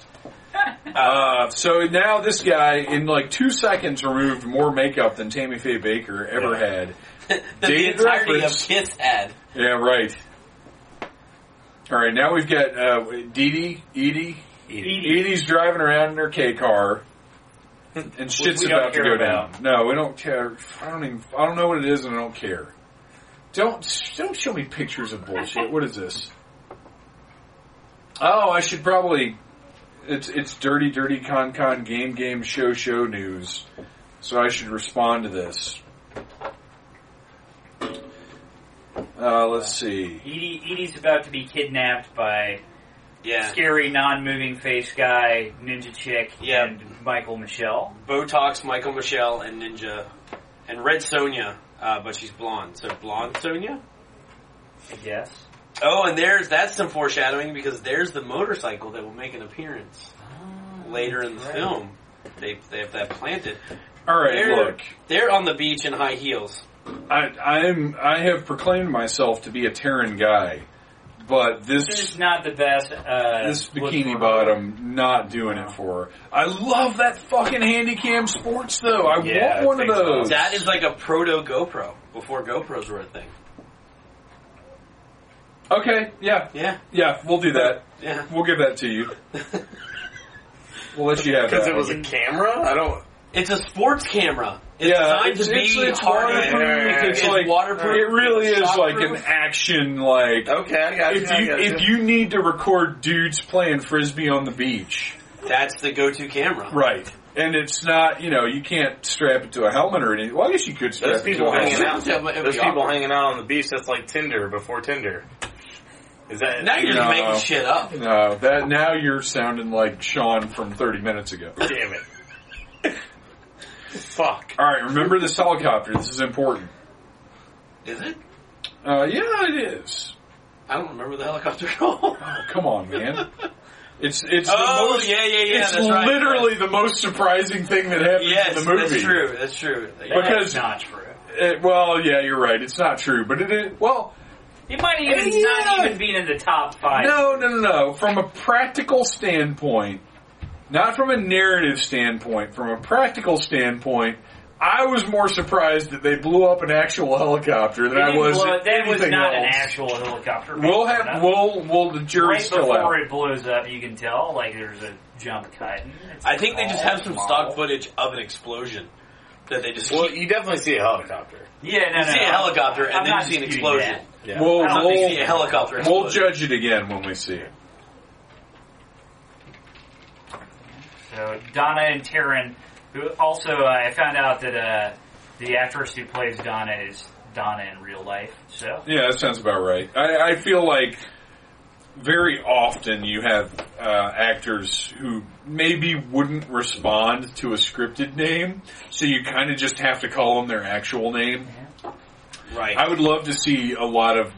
S1: Uh, so now this guy, in like two seconds, removed more makeup than Tammy Faye Baker ever had.
S4: That the
S1: Dated
S4: entirety
S1: reference.
S4: of Kiss had.
S1: Yeah, right. All right, now we've got uh, Dee Dee, Edie.
S8: Edie.
S1: Edie's driving around in her K
S8: [LAUGHS]
S1: car, and shit's
S8: we don't
S1: about to
S8: care
S1: go
S8: about.
S1: down. No, we don't care. I don't even. I don't know what it is, and I don't care. Don't don't show me pictures of bullshit. What is this? Oh, I should probably. It's it's dirty, dirty con con game game show show news. So I should respond to this. Uh, let's see.
S8: Edie, Edie's about to be kidnapped by
S4: Yeah.
S8: scary, non-moving face guy, ninja chick,
S4: Yeah.
S8: and Michael Michelle.
S4: Botox, Michael Michelle, and Ninja, and Red Sonia, uh, but she's blonde. So blonde Sonia.
S8: I guess.
S4: Oh, and there's that's some foreshadowing because there's the motorcycle that will make an appearance later in the film. They they have that planted.
S1: All right,
S4: They're,
S1: look.
S4: they're on the beach in high heels.
S1: I, I'm I have proclaimed myself to be a Terran guy, but
S8: This
S1: this
S8: is not the best. Uh,
S1: this
S8: look
S1: bikini
S8: for-
S1: bottom not doing it for her. I love that fucking Handycam Sports though. I
S7: Yeah,
S1: want one of
S7: thanks, Bob.
S1: those.
S4: That is like a proto GoPro before GoPros were a thing.
S1: okay, yeah,
S4: Yeah,
S1: yeah, we'll do that.
S4: yeah.
S1: We'll give that to you. we'll let
S7: [LAUGHS]
S1: you have
S7: Because
S1: that.
S7: it was a camera? I don't.
S4: It's a sports camera. It's
S1: yeah,
S4: designed
S1: it's,
S4: to be
S1: it's, it's
S4: hard.
S1: waterproof. It's,
S4: It's
S1: like
S4: waterproof.
S1: It really is like an
S4: Shockproof.
S1: action like.
S7: Okay, I got
S1: If
S7: I
S1: you
S7: got
S1: if you need to record dudes playing frisbee on the beach,
S4: That's the go-to camera.
S1: Right. And it's not, you know, you can't strap it to a helmet or anything. Well, I guess you could strap
S7: Those
S1: it to
S7: people
S1: a
S7: hanging
S1: helmet.
S7: out.
S4: Yeah, but it'd
S7: Those
S4: be
S7: people
S4: awkward.
S7: hanging out on the beach. That's like Tinder before Tinder. Is that
S4: Now you're just
S1: No.
S4: making shit up.
S1: No, that now you're sounding like Sean from 30 minutes ago.
S7: Damn it! Fuck.
S1: All right, remember this helicopter. This is important.
S4: Is it?
S1: Uh, yeah, it is.
S4: I don't remember the helicopter [LAUGHS] at all.
S1: Oh, come on,
S4: [LAUGHS]
S1: man. It's it's
S4: Oh,
S1: the most,
S4: yeah, yeah, yeah,
S1: It's
S4: that's right.
S1: literally the most surprising thing that happened
S4: yes,
S1: in the movie.
S4: that's true. That's true.
S1: Because
S8: That's not true.
S1: it- well, yeah, you're right. It's not true, but it is. Well,
S8: It might even
S1: Yeah.
S8: not even be in the top five.
S1: No, no, no, no. From a practical standpoint, not from a narrative standpoint, from a practical standpoint, I was more surprised that they blew up an actual helicopter than
S8: It
S1: I
S8: didn't
S1: was.
S8: blow-
S1: at
S8: that was
S1: anything
S8: not an
S1: else.
S8: actual helicopter.
S1: We'll
S8: Maybe not.
S1: have. We'll. We'll. The jury's
S8: right
S1: still out.
S8: before it blows up, you can tell like there's a jump cut. and it's
S4: I think they just
S8: all
S4: have some
S8: small.
S4: stock footage of an explosion that they just
S7: Well,
S4: keep.
S7: you definitely see a helicopter.
S8: Yeah, no,
S4: You
S8: no.
S4: see a
S8: I'm-
S4: helicopter and
S8: I'm
S4: then you
S8: not
S4: see an
S8: disputing that.
S4: explosion. Oh,
S7: Yeah.
S1: We'll.
S4: I don't
S1: we'll,
S4: think you see a helicopter
S1: we'll
S4: explosion.
S1: judge it again when we see it.
S8: So Donna and Taryn, who also uh, I found out that uh, the actress who plays Donna is Donna in real life. So
S1: Yeah, that sounds about right. I, I feel like very often you have uh, actors who maybe wouldn't respond to a scripted name, so you kind of just have to call them their actual name.
S4: Right.
S1: I would love to see a lot of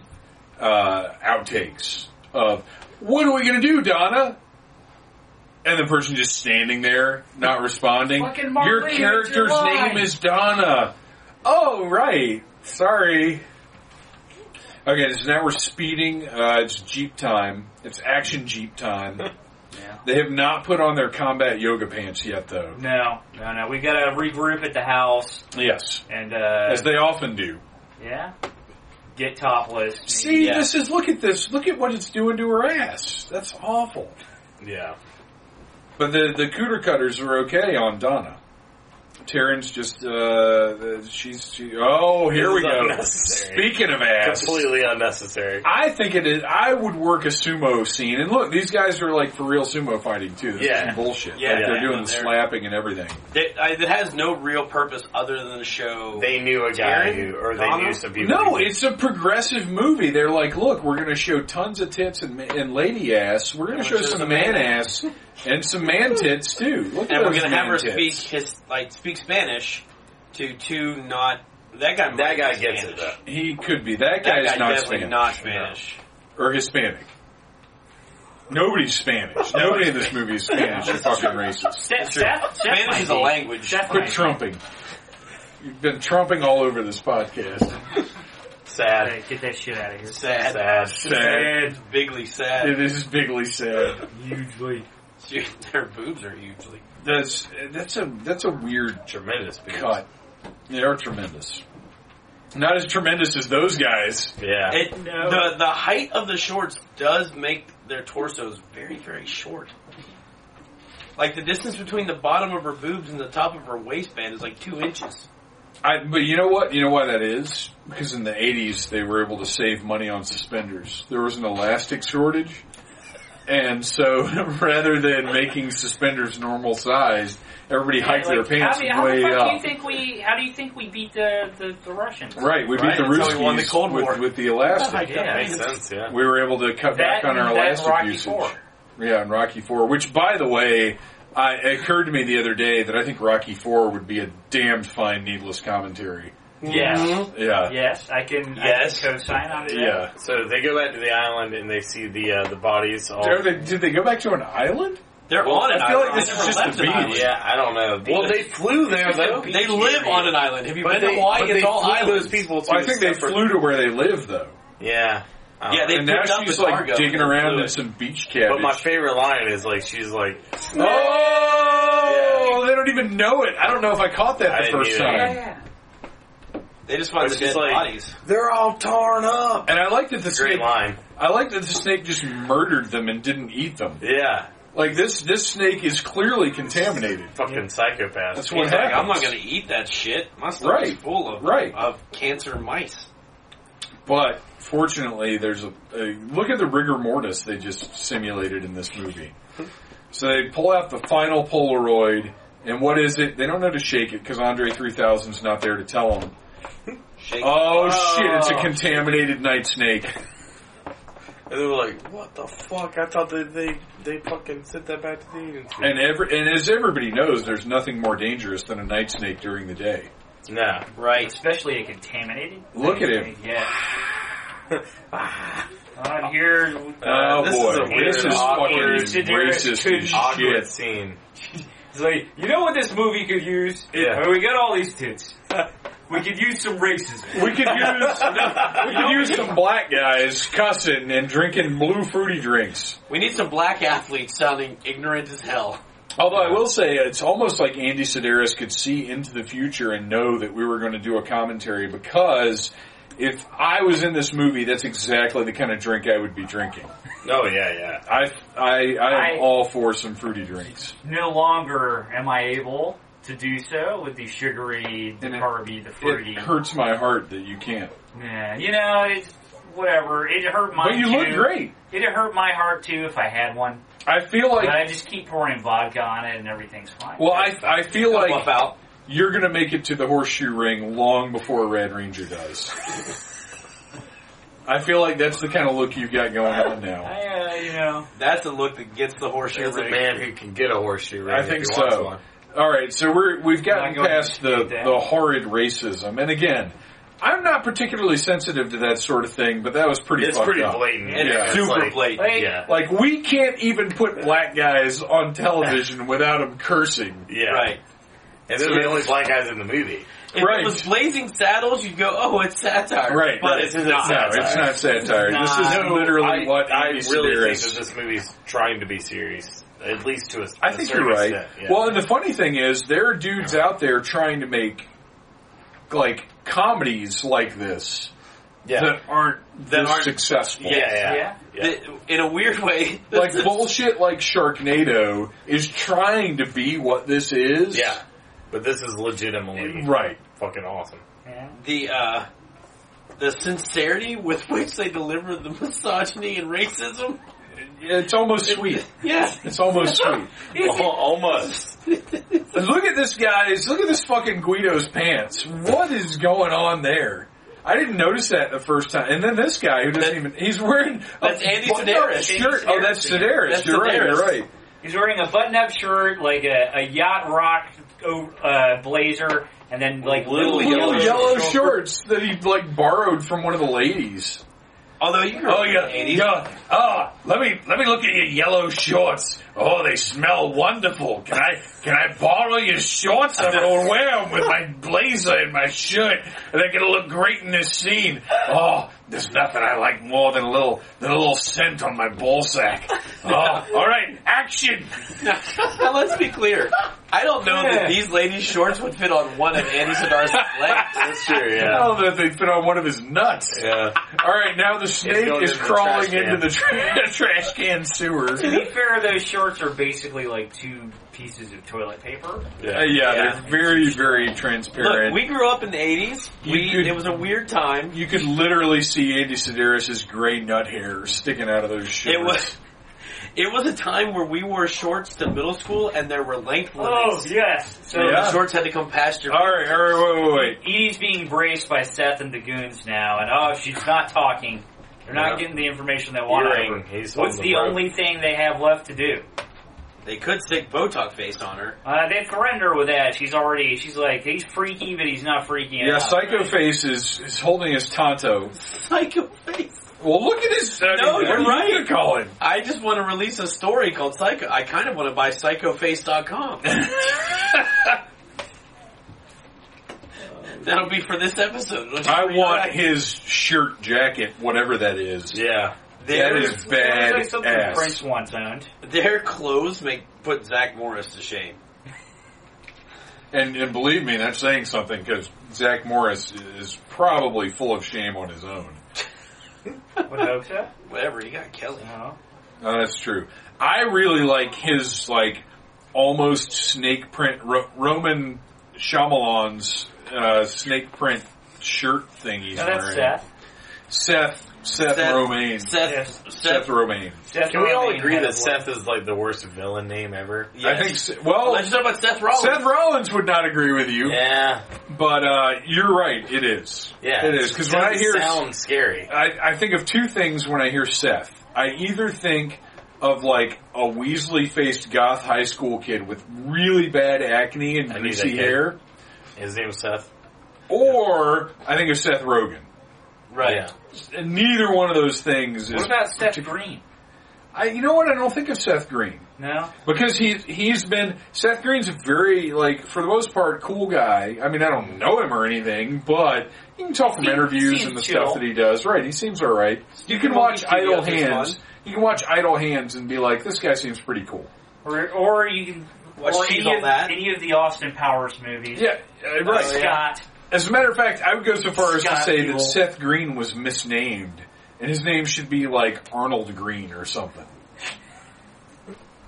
S1: uh, outtakes of "What are we going to do, Donna?" and the person just standing there, not responding.
S8: Fucking Marlene,
S1: Your
S8: it's
S1: character's
S8: your line."
S1: name is Donna. Oh, right. Sorry. Okay, so now we're speeding. Uh, it's Jeep time. It's action Jeep time. They have not put on their combat yoga pants yet, though.
S8: no, no, no. We got to regroup at the house
S1: Yes,
S8: and uh,
S1: as they often do.
S8: yeah, get topless.
S1: See,
S4: Yeah.
S1: this is look at this. Look at what it's doing to her ass. That's awful.
S7: Yeah.
S1: But the the cooter cutters are okay on Donna. Taryn's just uh, she's she, oh here we
S7: This is
S1: go.
S7: unnecessary.
S1: Speaking of ass,
S7: Completely unnecessary.
S1: I think it is. I would work a sumo scene, and look, these guys are like for real sumo fighting too. This
S7: Yeah.
S1: is bullshit.
S4: Yeah,
S1: like, they're
S7: yeah.
S1: doing the
S4: They're-
S1: slapping and everything.
S4: That, I, that has no real purpose other than to show.
S7: They knew a guy
S4: Taryn?
S7: who, or they
S4: Donna?
S7: knew some people. who
S1: No,
S7: did.
S1: it's a progressive movie. They're like, look, we're going to show tons of tits and, and lady ass. We're going to
S4: And
S1: show
S4: show
S1: some
S4: some
S1: man
S4: man
S1: ass and some man tits too. Look at
S4: and we're
S1: going
S4: gonna
S1: to
S4: have her
S1: tits.
S4: speak his like speak Spanish to two not that guy.
S7: that
S4: might
S7: guy
S4: be
S7: gets it
S4: Spanish.
S7: though.
S1: He could be. That
S4: That
S1: guy
S4: guy's
S1: is not
S4: definitely
S1: Spanish.
S4: not Spanish.
S1: Or Hispanic. Nobody's Spanish. Nobody in this movie is Spanish. You're fucking racist.
S8: Seth, Seth, Seth
S4: Spanish
S8: might
S4: is a
S8: be.
S4: language.
S8: Seth
S1: Quit
S8: might be.
S1: trumping. You've been trumping all over this podcast.
S7: Sad.
S8: Hey, Get that shit out of here.
S4: Sad.
S7: Sad.
S1: Sad.
S4: Bigly sad.
S1: It is bigly sad.
S8: Hugely.
S4: Dude, [LAUGHS] Their boobs are hugely.
S1: That's that's a that's a weird
S7: Tremendous. beat.
S1: cut. They are tremendous. Not as tremendous as those guys.
S7: Yeah.
S4: It,
S8: No.
S4: the, the height of the shorts does make their torsos very, very short. Like the distance between the bottom of her boobs and the top of her waistband is like two inches.
S1: I, but you know what? You know why that is? Because in the '80s they were able to save money on suspenders. There was an elastic shortage, and so [LAUGHS] rather than making suspenders normal sized, everybody hiked their
S8: Like,
S1: pants
S8: how, do- how
S1: way
S8: the fuck do you
S1: up.
S8: think we? How do you think we beat the the, the Russians?
S1: Right, we beat
S4: Right,
S1: the
S4: that's how we won the
S1: Ruskies
S4: Cold
S1: with,
S4: War.
S1: with the elastic.
S8: Yeah.
S7: Makes sense, yeah.
S1: we were able to cut
S8: That
S1: back on our
S8: and- that
S1: elastic
S8: Rocky
S1: usage.
S8: Four.
S1: Yeah, and Rocky Four, which by the way, I, it occurred to me the other day that I think Rocky Four would be a damned fine needless commentary.
S8: Yes.
S1: Yeah,
S8: Yes, I can.
S7: Yes.
S8: I can co-sign on that.
S1: yeah.
S7: So they go back to the island and they see the uh, the bodies all.
S1: Did they, did they go back to an island?
S4: They're on an
S1: I feel like
S4: island.
S1: this is
S4: They never
S1: just
S4: left
S1: the
S4: an
S1: beach.
S4: island.
S7: yeah, I don't know. Well, they flew there though.
S4: They live on an island. Have you
S7: But
S4: been
S7: they,
S4: to Hawaii?
S7: but
S4: It's
S7: they
S4: all
S7: flew
S4: islands.
S7: those people. To
S1: Well, I think they
S7: separate-
S1: flew to where they live though.
S7: Yeah. I don't
S4: Yeah,
S7: know.
S4: they
S1: and now
S4: picked up
S1: she's
S4: the
S1: like
S4: cargo
S1: digging
S4: and
S1: around
S4: flew
S1: in
S4: it.
S1: some beach cabbage.
S7: But my favorite line is like she's like,
S1: oh, they don't even know it. I don't know if I caught that
S7: I
S1: the
S7: didn't
S1: first
S7: either.
S1: time.
S4: They just find
S7: But
S4: the
S7: she's
S4: dead
S7: like-
S4: bodies.
S7: "They're all torn up."
S1: And I liked that the snake.
S7: Great line.
S1: I liked that the snake just murdered them and didn't eat them.
S7: Yeah.
S1: Like this, this snake is clearly contaminated.
S7: Fucking psychopath.
S1: That's what
S4: He's like,
S1: happens.
S4: I'm not going to eat that shit. My stomach's
S1: Right.
S4: full of
S1: Right.
S4: of cancer mice.
S1: But fortunately, there's a, a look at the rigor mortis they just simulated in this movie. So they pull out the final Polaroid, and what is it? They don't know to shake it because Andre 3000's not there to tell them.
S4: Shake.
S1: Oh, shit! It's a contaminated night snake.
S7: And they were like, "What the fuck? I thought they they, they fucking sent that back to the agency."
S1: And every and as everybody knows, there's nothing more dangerous than a night snake during the day.
S7: no,
S4: right.
S8: Especially a contaminated.
S1: Look at him. [LAUGHS] Ah.
S8: Yeah. on here.
S1: oh
S7: this
S1: boy,
S7: is a
S1: this
S7: weird,
S1: is
S7: awkward,
S1: fucking
S8: considerate-
S1: racist as
S7: awkward
S1: shit.
S7: [LAUGHS] scene.
S8: It's like, you know what this movie could use?
S7: Yeah.
S8: Well, we got all these tits. we could use some racism.
S1: We could use we could use some black guys cussing and drinking blue fruity drinks.
S4: We need some black athletes sounding ignorant as hell.
S1: Although I will say it's almost like Andy Sedaris could see into the future and know that we were going to do a commentary because if I was in this movie, that's exactly the kind of drink I would be drinking.
S7: Oh yeah, yeah.
S1: I I, I
S8: I-
S1: am all for some fruity drinks.
S8: No longer am I able to do so with the sugary, the
S1: And it-
S8: carby, the fruity.
S1: It hurts my heart that you can't.
S8: Yeah, you know, it's whatever. It hurt mine
S1: But you
S8: too.
S1: look great.
S8: It'd hurt my heart too if I had one.
S1: I feel
S8: But
S1: like.
S8: I just keep pouring vodka on it and everything's fine.
S1: Well, I I feel like
S4: Buff out.
S1: you're going to make it to the horseshoe ring long before Red Ranger does. I feel like that's the kind of look you've got going on now.
S8: I, uh, you know,
S4: That's a look that gets the horseshoe
S7: There's a
S4: ring.
S7: man who can get a horseshoe ring.
S1: I
S7: if
S1: think
S7: he wants
S1: so.
S7: one.
S1: All right, so we're we've gotten
S8: Not going
S1: past
S8: to
S1: the
S8: that.
S1: the horrid racism, and again, I'm not particularly sensitive to that sort of thing, but that was pretty.
S7: It's
S1: fucked
S7: pretty
S1: up.
S7: blatant.
S4: And
S1: Yeah.
S4: it's
S7: it's
S4: super
S7: like-
S4: plate.
S8: like,
S7: Yeah,
S1: Like we can't even put black guys on television without them cursing.
S7: yeah.
S4: Right.
S7: And they're the only black guys in the movie.
S4: If
S1: Right.
S4: it was Blazing Saddles, you'd go, oh, it's satire.
S1: Right.
S4: But
S1: Right.
S4: it's not.
S1: No,
S7: satire.
S1: it's not satire. This is
S7: No,
S1: literally
S7: I,
S1: what
S7: I
S1: Andy
S7: really
S1: Sedaris-
S7: think that this movie's trying to be serious, at least to a,
S1: I
S7: a
S1: think
S7: certain
S1: you're right.
S7: extent, yeah.
S1: Well, and the funny thing is, there are dudes out there trying to make like comedies like this
S7: yeah.
S1: that aren't
S4: That
S1: this
S4: aren't-
S1: successful.
S7: yeah, [LAUGHS] yeah,
S8: Yeah.
S7: yeah.
S4: The- in a weird way, [LAUGHS]
S1: Like bullshit, like Sharknado is trying to be what this is.
S7: Yeah. But this is legitimately
S1: Right.
S7: fucking awesome.
S8: Yeah.
S4: the uh, the sincerity with which they deliver the [LAUGHS] misogyny and racism.
S1: It's almost sweet.
S4: Yes,
S1: It's
S7: [LAUGHS]
S1: almost sweet.
S7: [LAUGHS] Al- Almost.
S1: Look at this guy's. Look at this fucking Guido's pants. What is going on there? I didn't notice that the first time. And then this guy who doesn't even—he's wearing a
S4: That's Andy
S1: button-up
S4: Sedaris.
S1: Shirt. Oh, that's Sedaris.
S4: That's
S1: you're right. You're
S4: Sedaris.
S1: right.
S8: He's wearing a button-up shirt, like a, a yacht rock oh, uh, blazer, and then like little,
S1: Little
S8: yellow,
S1: yellow shorts that he like borrowed from one of the ladies.
S4: although you grew up in the 80s.
S1: Oh, let me let me look at your yellow shorts. Oh, they smell wonderful. Can I can I borrow your shorts? I'm gonna wear them with my blazer and my shirt, and they're gonna look great in this scene. Oh, there's nothing I like more than a little than a little scent on my ballsack. Oh, all right, action.
S4: Now let's be clear. I don't know that these ladies' shorts would fit on one of Andy Sedaris' legs.
S7: That's true, yeah.
S1: Oh, that they fit on one of his nuts.
S7: Yeah.
S1: All right, now the snake
S7: going
S1: is
S7: into the
S1: crawling
S7: trash
S1: into
S7: can.
S1: the tra- [LAUGHS] trash can sewer.
S8: To be fair, those shorts are basically like two pieces of toilet paper.
S1: Uh, yeah, they're very, very transparent.
S4: Look, we grew up in the 80s.
S1: You
S4: We,
S1: could-
S4: it was a weird time.
S1: you could literally see Andy Sedaris' gray nut hair sticking out of those shorts.
S4: It was. [LAUGHS] It was a time where we wore shorts to middle school and there were length
S8: Oh
S4: limits.
S8: yes. So
S4: The
S1: yeah.
S4: shorts had to come past your.
S1: All right, all right, wait, wait, wait.
S8: Edie's being braced by Seth and the goons now, and oh, she's not talking. They're not
S7: Yeah.
S8: getting the information they want. out of her.
S7: Earring. He's on
S8: What's the
S7: road.
S8: only thing they have left to do?
S4: They could stick Botox face on her. [LAUGHS]
S8: Uh, they threatened her with that. She's already. She's like, he's freaky, but he's not freaky.
S1: Yeah,
S8: enough.
S1: Psycho Face is, is holding his Tonto.
S4: Psycho face.
S1: Well, look at his... I
S4: No,
S1: mean, what
S4: you're
S1: are
S4: right.
S1: you gonna call him?
S4: I just want to release a story called Psycho. I kind of want to
S1: [LAUGHS]
S4: buy psychoface.com. [LAUGHS] That'll be for this episode. Let's
S1: I
S4: just
S1: want
S4: react.
S1: his shirt, jacket, whatever that is.
S7: Yeah.
S1: That
S4: Their,
S1: is
S8: Sounds like
S1: bad
S8: something Prince
S1: ass.
S8: once owned.
S4: their clothes make put Zach Morris to shame.
S1: And, and believe me, that's saying something because Zach Morris is probably full of shame on his own.
S8: Would hope so.
S4: Whatever, you got Kelly.
S8: No.
S1: No, Oh, that's true. I really like his like almost snake print Ro- Roman Shyamalan's uh, snake print shirt thing he's
S8: No, that's
S1: wearing.
S8: Seth.
S1: Seth. Seth.
S4: Seth-
S1: Romaine. Seth,
S4: Seth,
S8: Yes.
S4: Seth,
S1: Romaine.
S8: Seth
S7: Can we all
S8: Rogen
S7: agree
S8: had
S7: that
S8: one.
S7: Seth is like the worst villain name ever?
S1: I think.
S4: yes.
S1: Se- Well,
S4: Let's talk about Seth Rollins.
S1: Seth Rollins would not agree with you,
S7: Yeah.
S1: but uh, you're right. It is.
S7: Yeah.
S1: It is because when I
S7: Doesn't
S1: hear
S7: sound scary.
S1: I, I think of two things when I hear Seth. I either think of like a Weasley faced goth high school kid with really bad acne and
S7: I knew that
S1: greasy
S7: kid.
S1: hair,
S7: His name was Seth.
S1: or I think of Seth Rogen.
S7: Right. Yeah.
S1: And neither one of those things is.
S8: What about Seth Green?
S1: I, you know what? I don't think of Seth Green
S8: No.
S1: because he he's been Seth Green's a very like for the most part cool guy. I mean, I don't know him or anything, but you can tell from
S8: He
S1: interviews
S8: seems
S1: and the
S8: chill.
S1: stuff that he does. Right, he seems all right. You can
S4: Movie
S1: watch
S4: Studios
S1: Idle
S4: is
S1: Hands.
S4: fun.
S1: You can watch Idle Hands and be like, this guy seems pretty cool.
S8: Or, or you can.
S4: Watch
S8: or
S4: She's
S8: any
S4: All
S8: of,
S4: That.
S8: any of the Austin Powers movies.
S1: Yeah, uh, right.
S8: Scott.
S1: As a matter of fact, I would go so far as to
S8: Scott
S1: say
S8: Buell.
S1: that Seth Green was misnamed, and his name should be like Arnold Green or something.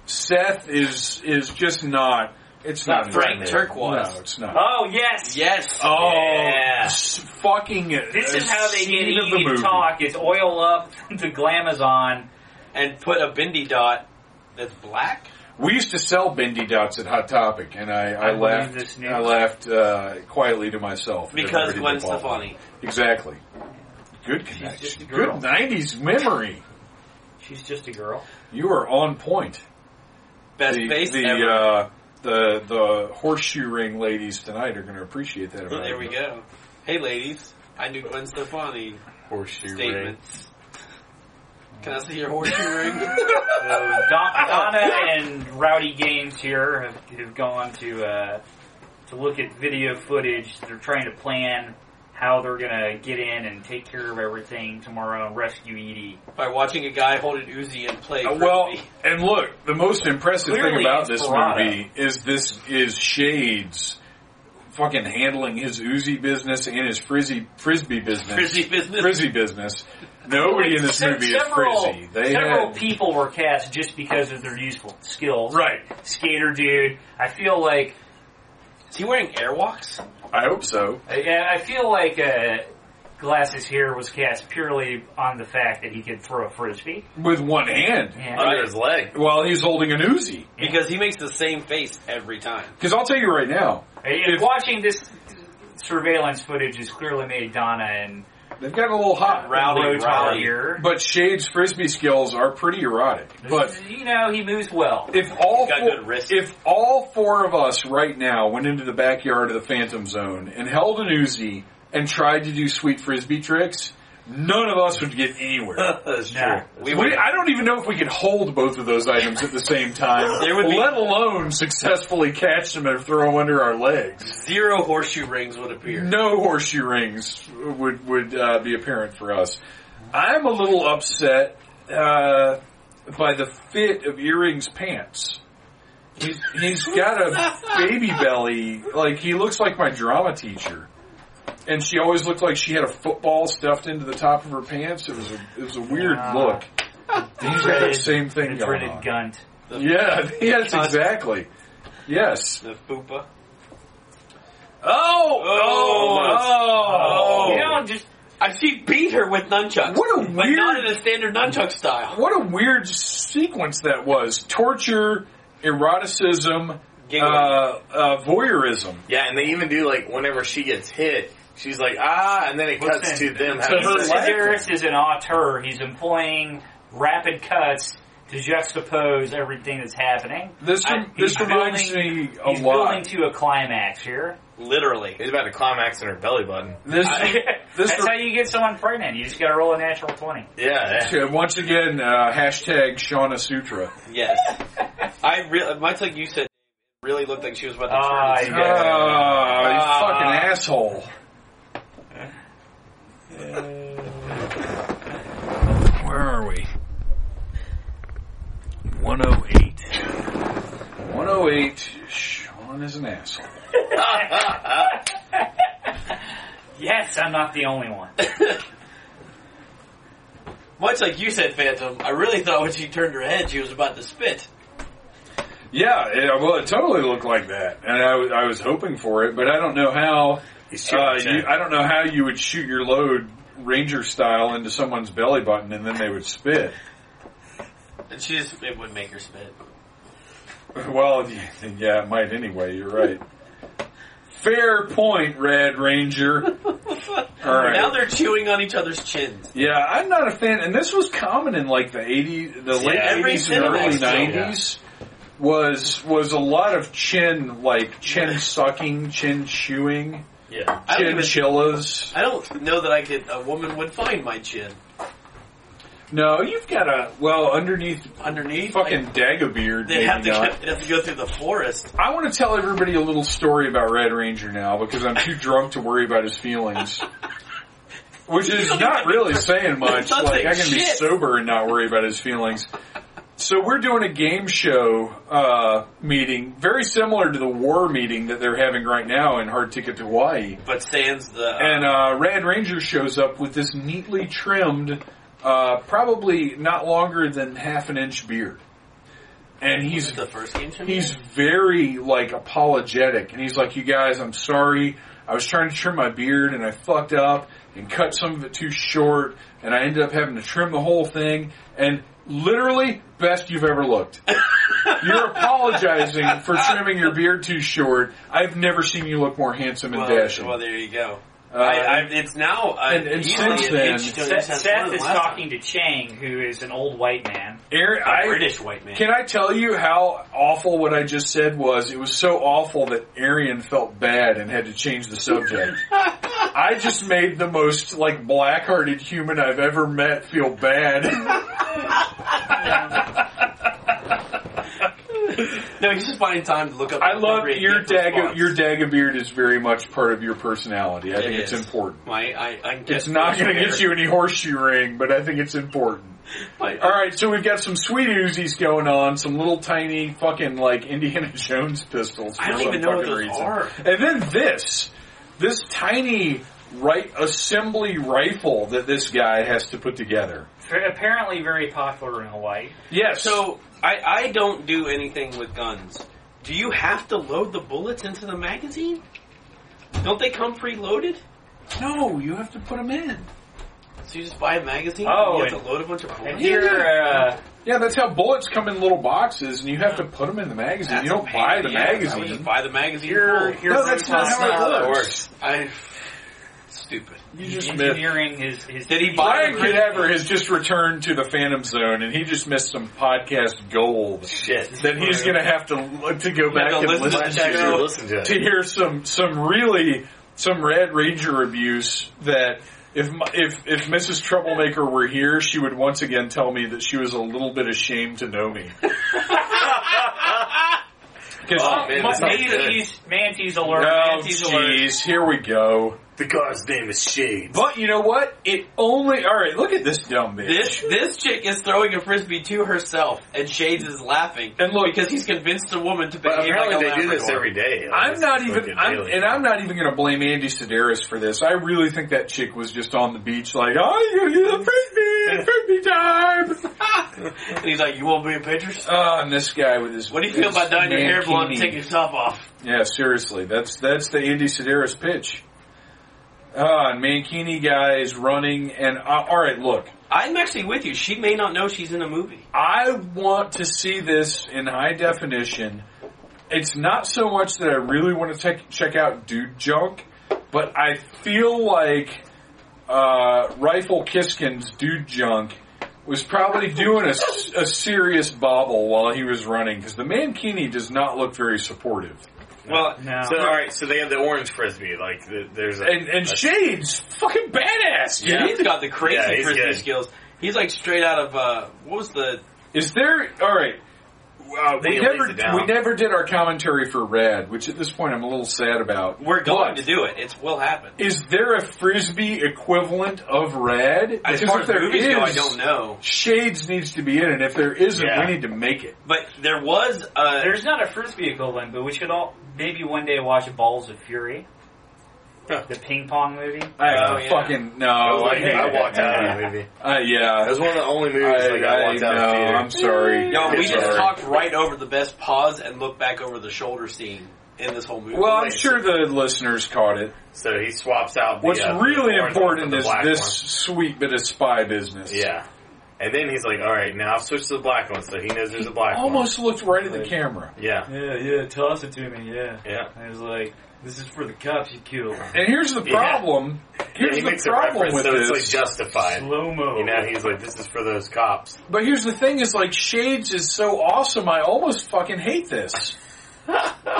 S1: Seth is is just not. It's not,
S4: Not Frank
S1: his name.
S4: Turquoise.
S1: No, it's not.
S8: Oh yes.
S4: Yes.
S1: Oh,
S7: Yeah.
S1: s- fucking!
S8: This is how they get
S1: scene of
S8: Edie
S1: the
S8: to
S1: movie.
S8: talk. It's oil up [LAUGHS] the glamazon.
S4: And put a bendy dot that's black.
S1: We used to sell bendy dots at Hot Topic, and I, I,
S8: I believe
S1: laughed.
S8: this news.
S1: I laughed uh, quietly to myself
S4: Because
S1: Everybody
S4: Gwen
S1: did follow.
S4: Stefani.
S1: Exactly. Good
S8: just a
S1: connection. Good
S8: girl.
S1: '90s memory.
S8: She's just a girl.
S1: You are on point.
S4: Best
S1: the,
S4: face
S1: the,
S4: ever.
S1: Uh, the the horseshoe ring ladies tonight are going to appreciate that. about
S4: there we
S1: you.
S4: go. Hey ladies, I knew Gwen Stefani
S7: Horseshoe ring.
S4: statements. Can I see your horseshoe ring?
S1: [LAUGHS]
S8: So Don, Donna and Rowdy Games here have, have gone to uh, to look at video footage. They're trying to plan how they're gonna get in and take care of everything tomorrow and rescue Edie.
S4: By watching a guy hold an Uzi and play.
S1: Uh, well,
S4: Frisbee.
S1: and look, the most impressive
S8: Clearly
S1: thing about this
S8: Inspirata.
S1: movie is this is Shades fucking handling his Uzi business and his frizzy frisbee business.
S4: Frisbee business.
S1: Frizzy business. Nobody in this
S8: Se-
S1: movie is
S8: several,
S1: frizzy. They
S8: several
S1: had,
S8: people were cast just because of their useful skills.
S1: right.
S8: Skater dude. I feel like
S4: Is he wearing airwalks?
S1: I hope so.
S8: I, I feel like uh, Glasses here was cast purely on the fact that he could throw a frisbee. uh,
S1: With one hand.
S8: Yeah.
S3: Under his leg.
S1: While he's holding an Uzi.
S4: Because he makes the same face every time.
S1: Because I'll tell you right now,
S8: And watching this surveillance footage has clearly made Donna and
S1: they've got a little hot.
S4: Rowdy,
S8: Rhodes
S4: rowdy.
S8: here.
S1: But Shade's frisbee skills are pretty erotic. But
S8: you know he moves well.
S1: if all
S4: got
S1: four,
S4: good wrists.
S1: if all four of us right now went into the backyard of the Phantom Zone and held an Uzi and tried to do sweet frisbee tricks, none of us would get
S4: [LAUGHS]
S1: anywhere.
S3: That's true.
S8: Yeah.
S1: we, I don't even know if we could hold both of those items at the same time,
S4: There would be-
S1: let alone successfully catch them and throw under our legs.
S4: Zero horseshoe rings would appear.
S1: No horseshoe rings would would uh, be apparent for us. I'm a little upset uh, by the fit of earrings pants. He's, he's got a baby belly. Like he looks like my drama teacher, and she always looked like she had a football stuffed into the top of her pants. It was a it was a weird
S8: Ah.
S1: look. He's got the same thing
S8: The
S1: going
S8: dreaded
S1: on.
S8: gunt.
S1: Yeah. [LAUGHS] Yes. Exactly. Yes.
S4: The fupa.
S1: Oh.
S8: You know, just
S4: I she beat her with nunchucks.
S1: What a
S4: But not
S1: weird-
S4: in a standard nunchuck style.
S1: What a weird sequence that was. Torture, eroticism, uh,
S4: Giggling.
S1: uh, voyeurism.
S3: Yeah, and they even do like whenever she gets hit, she's like ah, and then it
S8: What's
S3: cuts
S8: that?
S3: to them.
S1: her
S3: having-
S1: leg.
S8: Sedaris is an auteur. He's employing rapid cuts to juxtapose everything that's happening.
S1: This
S8: I-
S1: rem- this
S8: he's
S1: reminds
S8: building-
S1: me a
S8: He's
S1: lot.
S8: building to a climax here.
S4: Literally.
S3: He's about to climax in her belly button.
S1: This
S8: [LAUGHS]
S1: this
S8: That's how you get someone pregnant. You just gotta roll a natural 20.
S3: Yeah,
S1: re- once again uh, hashtag Shauna Sutra.
S4: Yes. I really, much like you said, really looked like she was about to turn.
S8: Ah,
S1: Ah,
S8: yeah.
S1: you fucking asshole.
S9: Where are we? 108.
S1: 108. Sean oh is an asshole.
S8: Yes, I'm not the only one.
S4: Much like you said, Phantom, I really thought when she turned her head, she was about to spit.
S1: Yeah, it, well, it totally looked like that, and I was I was hoping for it, but I don't know how. Uh, you, I don't know how you would shoot your load ranger style into someone's belly button, and then they would spit. [LAUGHS]
S4: And she just, it would make her spit.
S1: Well, [LAUGHS] yeah, it might anyway. You're right. Fair point, Red
S4: [LAUGHS]
S1: Ranger. All right.
S4: Now they're chewing on each other's chins.
S1: Yeah, I'm not a fan, and this was common in like the '80s, the late
S4: every
S1: '80s and early
S4: cinemax film,
S1: '90s. Was was a lot of chin like chin sucking, chin chewing,
S3: yeah.
S4: I don't, even,
S1: chinchillas.
S4: I don't know that I could, a woman would find my chin.
S1: No, you've got a well underneath
S4: Underneath,
S1: fucking
S4: like,
S1: Dagobert.
S4: they
S1: maybe
S4: have to,
S1: not.
S4: get, they have to go through the forest.
S1: I want to tell everybody a little story about Red Ranger now because I'm too drunk to worry about his feelings. Which is not
S4: [LAUGHS]
S1: really saying much.
S4: Nothing.
S1: Like I can be
S4: Shit.
S1: sober and not worry about his feelings. So we're doing a game show uh, meeting, very similar to the war meeting that they're having right now in Hard Ticket to Hawaii.
S4: But sans the,
S1: And uh, Rad Ranger shows up with this neatly trimmed, uh, probably not longer than half an inch beard, and he's
S4: the first game show.
S1: he's very like apologetic and he's like you guys i'm sorry i was trying to trim my beard and i fucked up and cut some of it too short and i ended up having to trim the whole thing and literally best you've ever looked you're apologizing for trimming your beard too short i've never seen you look more handsome and
S4: well,
S1: dashing
S4: Oh, well, there you go.
S1: Uh,
S4: I, I, it's now uh,
S1: and- and
S4: easily
S1: since
S4: an
S1: then-
S4: inch to an inch and a
S8: Seth,
S4: quarter
S8: Seth is
S4: last time.
S8: talking to Chang, who is an old white man.
S1: Aaron,
S4: A
S1: I-
S4: British white man.
S1: Can I tell you how awful what I just said was? It was so awful that Arian felt bad and had to change the subject.
S4: [LAUGHS]
S1: I just made the most like black-hearted human I've ever met feel bad.
S4: no, he's just finding time to look up.
S1: I love
S4: appropriate
S1: your
S4: gift
S1: dagger.
S4: response.
S1: Your dagger beard is very much part of your personality. I
S4: It
S1: think it's
S4: is.
S1: important.
S4: My, I, I
S1: It's not going to get you any horseshoe ring, but I think it's important. All right, so we've got some sweet Uzis going on, some little tiny fucking like Indiana [LAUGHS] Jones pistols for
S4: I don't
S1: some
S4: even know what
S1: fucking
S4: those
S1: reason.
S4: are.
S1: And then this, this tiny right assembly rifle that this guy has to put together.
S8: Apparently very popular in Hawaii.
S1: Yes.
S4: So I, I don't do anything with guns. Do you have to load the bullets into the magazine? Don't they come preloaded?
S1: No, you have to put them in.
S4: So you just buy a magazine and
S8: Oh,
S4: you have
S8: and-
S4: to load a bunch of
S8: And
S4: bullets?
S8: here, uh,
S1: Yeah, that's how bullets come in little boxes, and you have to put them in the magazine.
S4: That's
S1: you
S4: a
S1: don't
S4: pain
S1: buy
S4: in
S1: the
S4: ass. I would
S1: magazine.
S4: just buy the magazine.
S8: here,
S4: full.
S8: here,
S1: no, that's not
S8: Bruce
S1: how
S8: Willis-
S1: it works.
S4: I stupid.
S1: You just missed.
S8: engineering his, his
S4: Did he buy
S1: Brian Cadaver has just returned to the Phantom Zone, and he just missed some podcast gold
S7: Shit.
S1: that he's going to have to to go back
S4: to
S1: and
S4: listen
S1: listen
S4: to
S1: to
S4: that
S7: Actually,
S4: show.
S7: listen to
S1: to
S7: it.
S1: hear some some really some Red Ranger abuse that if my- if if Mrs. Troublemaker were here, she would once again tell me that she was a little bit ashamed to know me. 'Cause-
S7: Oh, man,
S8: Ma-
S7: this sounds good.
S8: Mantis, Mantis alert,
S1: oh,
S8: Mantis alert.
S1: jeez, here we go.
S7: The god's name is Shades.
S1: But you know what? It only all right. Look at this dumb bitch.
S4: This this chick is throwing a frisbee to herself, and Shades is laughing
S1: and look,
S4: because he's convinced a woman to
S7: But
S4: behave like a
S7: apparently they do this
S4: Labrador.
S7: every day. Like,
S1: I'm
S7: this
S1: not
S7: is
S1: even,
S7: fucking
S1: I'm,
S7: daily.
S1: and I'm not even going to blame Andy Sedaris for this. I really think that chick was just on the beach, like, oh, you're gonna get a frisbee,
S4: [LAUGHS]
S1: frisbee time.
S4: [LAUGHS] and he's like, "You want me in pictures?
S1: Oh, and this guy with his.
S4: What do you feel
S1: his
S4: about dyeing your hair blonde and
S1: mankini.
S4: taking your top off?"
S1: Yeah, seriously, that's that's the Andy Sedaris pitch. Ah, and Mankini guy is running, and uh, all right, look,
S4: I'm actually with you. She may not know she's in a movie.
S1: I want to see this in high definition. It's not so much that I really want to check check out Dude Junk, but I feel like uh, Rifle Kiskin's Dude Junk was probably doing a, s- a serious bobble while he was running because the Mankini does not look very supportive.
S7: Well,
S8: No.
S7: so all right, so they have the orange frisbee. Like the, there's a,
S1: And and
S7: a-
S1: Shade's fucking badass, dude.
S4: Yeah, he's got the crazy
S7: Yeah, he's
S4: frisbee
S7: good.
S4: skills. He's like straight out of uh, what was the
S1: Is there all right? Uh, we
S7: They laid
S1: never
S7: it down.
S1: we never did our commentary for Rad, which at this point I'm a little sad about.
S4: we're going
S1: But-
S4: to do it. It's will happen.
S1: Is there a frisbee equivalent of red?
S4: As
S1: Because
S4: far
S1: if
S4: as
S1: there
S4: movies go, I
S1: is,
S4: don't know.
S1: Shades needs to be in, and if there isn't,
S7: Yeah.
S1: we need to make it.
S4: But there was uh,
S8: There's not a frisbee equivalent, but we should all maybe one day watch Balls of Fury, the ping pong movie.
S1: I
S7: Oh,
S4: yeah.
S1: Uh, fucking no.
S7: I, was like,
S1: hate
S7: I
S1: it.
S7: walked out of that movie.
S1: Uh,
S7: That
S1: yeah,
S7: was one of the only movies like, I, walked out of the
S1: know,
S7: theater.
S1: I'm sorry.
S4: Yo, we
S1: I'm
S4: just
S1: sorry.
S4: talked right over the best pause and look back over the shoulder scene in this whole movie.
S1: Well, I'm sure the listeners caught it.
S7: so he swaps out. The,
S1: What's
S7: uh, the
S1: really
S7: orange one for
S1: important
S7: the
S1: is
S7: black
S1: this sweet bit of spy business.
S7: One. Yeah, and then he's like, "All right, now I've switched to the black one, so he knows there's a black
S1: Almost looked right at the camera.
S7: one." Yeah,
S8: Yeah, yeah, toss it to me, yeah.
S7: yeah.
S8: I was like, this is for the cops you killed.
S1: And here's the
S7: Yeah.
S1: problem.
S7: Yeah,
S1: Here's
S7: he makes
S1: the
S7: a
S1: problem
S7: reference,
S1: with
S7: so
S1: this.
S7: it's like justified.
S8: Slow mo.
S7: You know, he's like, "This is for those cops."
S1: But here's the thing: is like Shades is so awesome. I almost fucking hate
S8: [LAUGHS]
S1: this.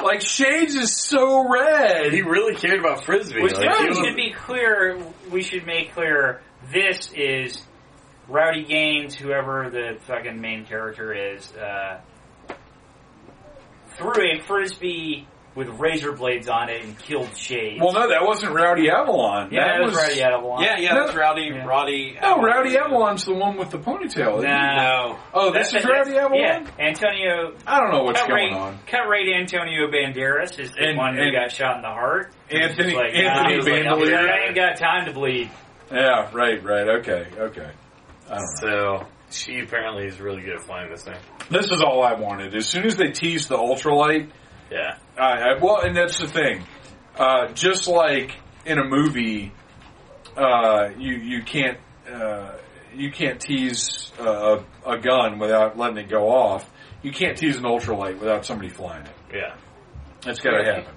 S1: like Shades is so red.
S7: He really cared about frisbee.
S1: Which
S7: like,
S1: does-
S7: he
S8: We
S7: was-
S8: should be clear. We should make clear. This is Rowdy Gaines, whoever the fucking main character is, uh, threw a frisbee with razor blades on it and killed Shades.
S1: well, no, that wasn't Rowdy Avalon.
S8: yeah,
S1: that was
S8: Rowdy Avalon.
S4: Yeah, yeah,
S1: No.
S4: that's Rowdy,
S8: Yeah.
S4: Roddy.
S1: no, Rowdy Avalon's the one with the ponytail. isn't
S8: Nah.
S1: it?
S4: No.
S1: Oh, this
S8: That's-
S1: is Rowdy
S8: that's-
S1: Avalon.
S8: Yeah, Antonio.
S1: I don't know what's
S8: cut,
S1: going
S8: rate,
S1: on.
S8: cut rate Antonio Banderas is the
S1: And-
S8: one who
S1: and-
S8: got shot in the heart.
S1: Anthony
S8: Like, nah, he
S1: Anthony
S8: was like,
S1: Bandelier.
S8: I ain't got time to bleed.
S1: yeah, right, right. Okay, okay. I don't know.
S7: So she apparently is really good at flying this thing.
S1: This is all I wanted. As soon as they teased the ultralight,
S7: Yeah.
S1: I, I, well, and that's the thing. Uh, just like in a movie, uh, you you can't uh, you can't tease uh, a, a gun without letting it go off. You can't tease an ultralight without somebody flying it.
S7: Yeah.
S1: That's got to happen.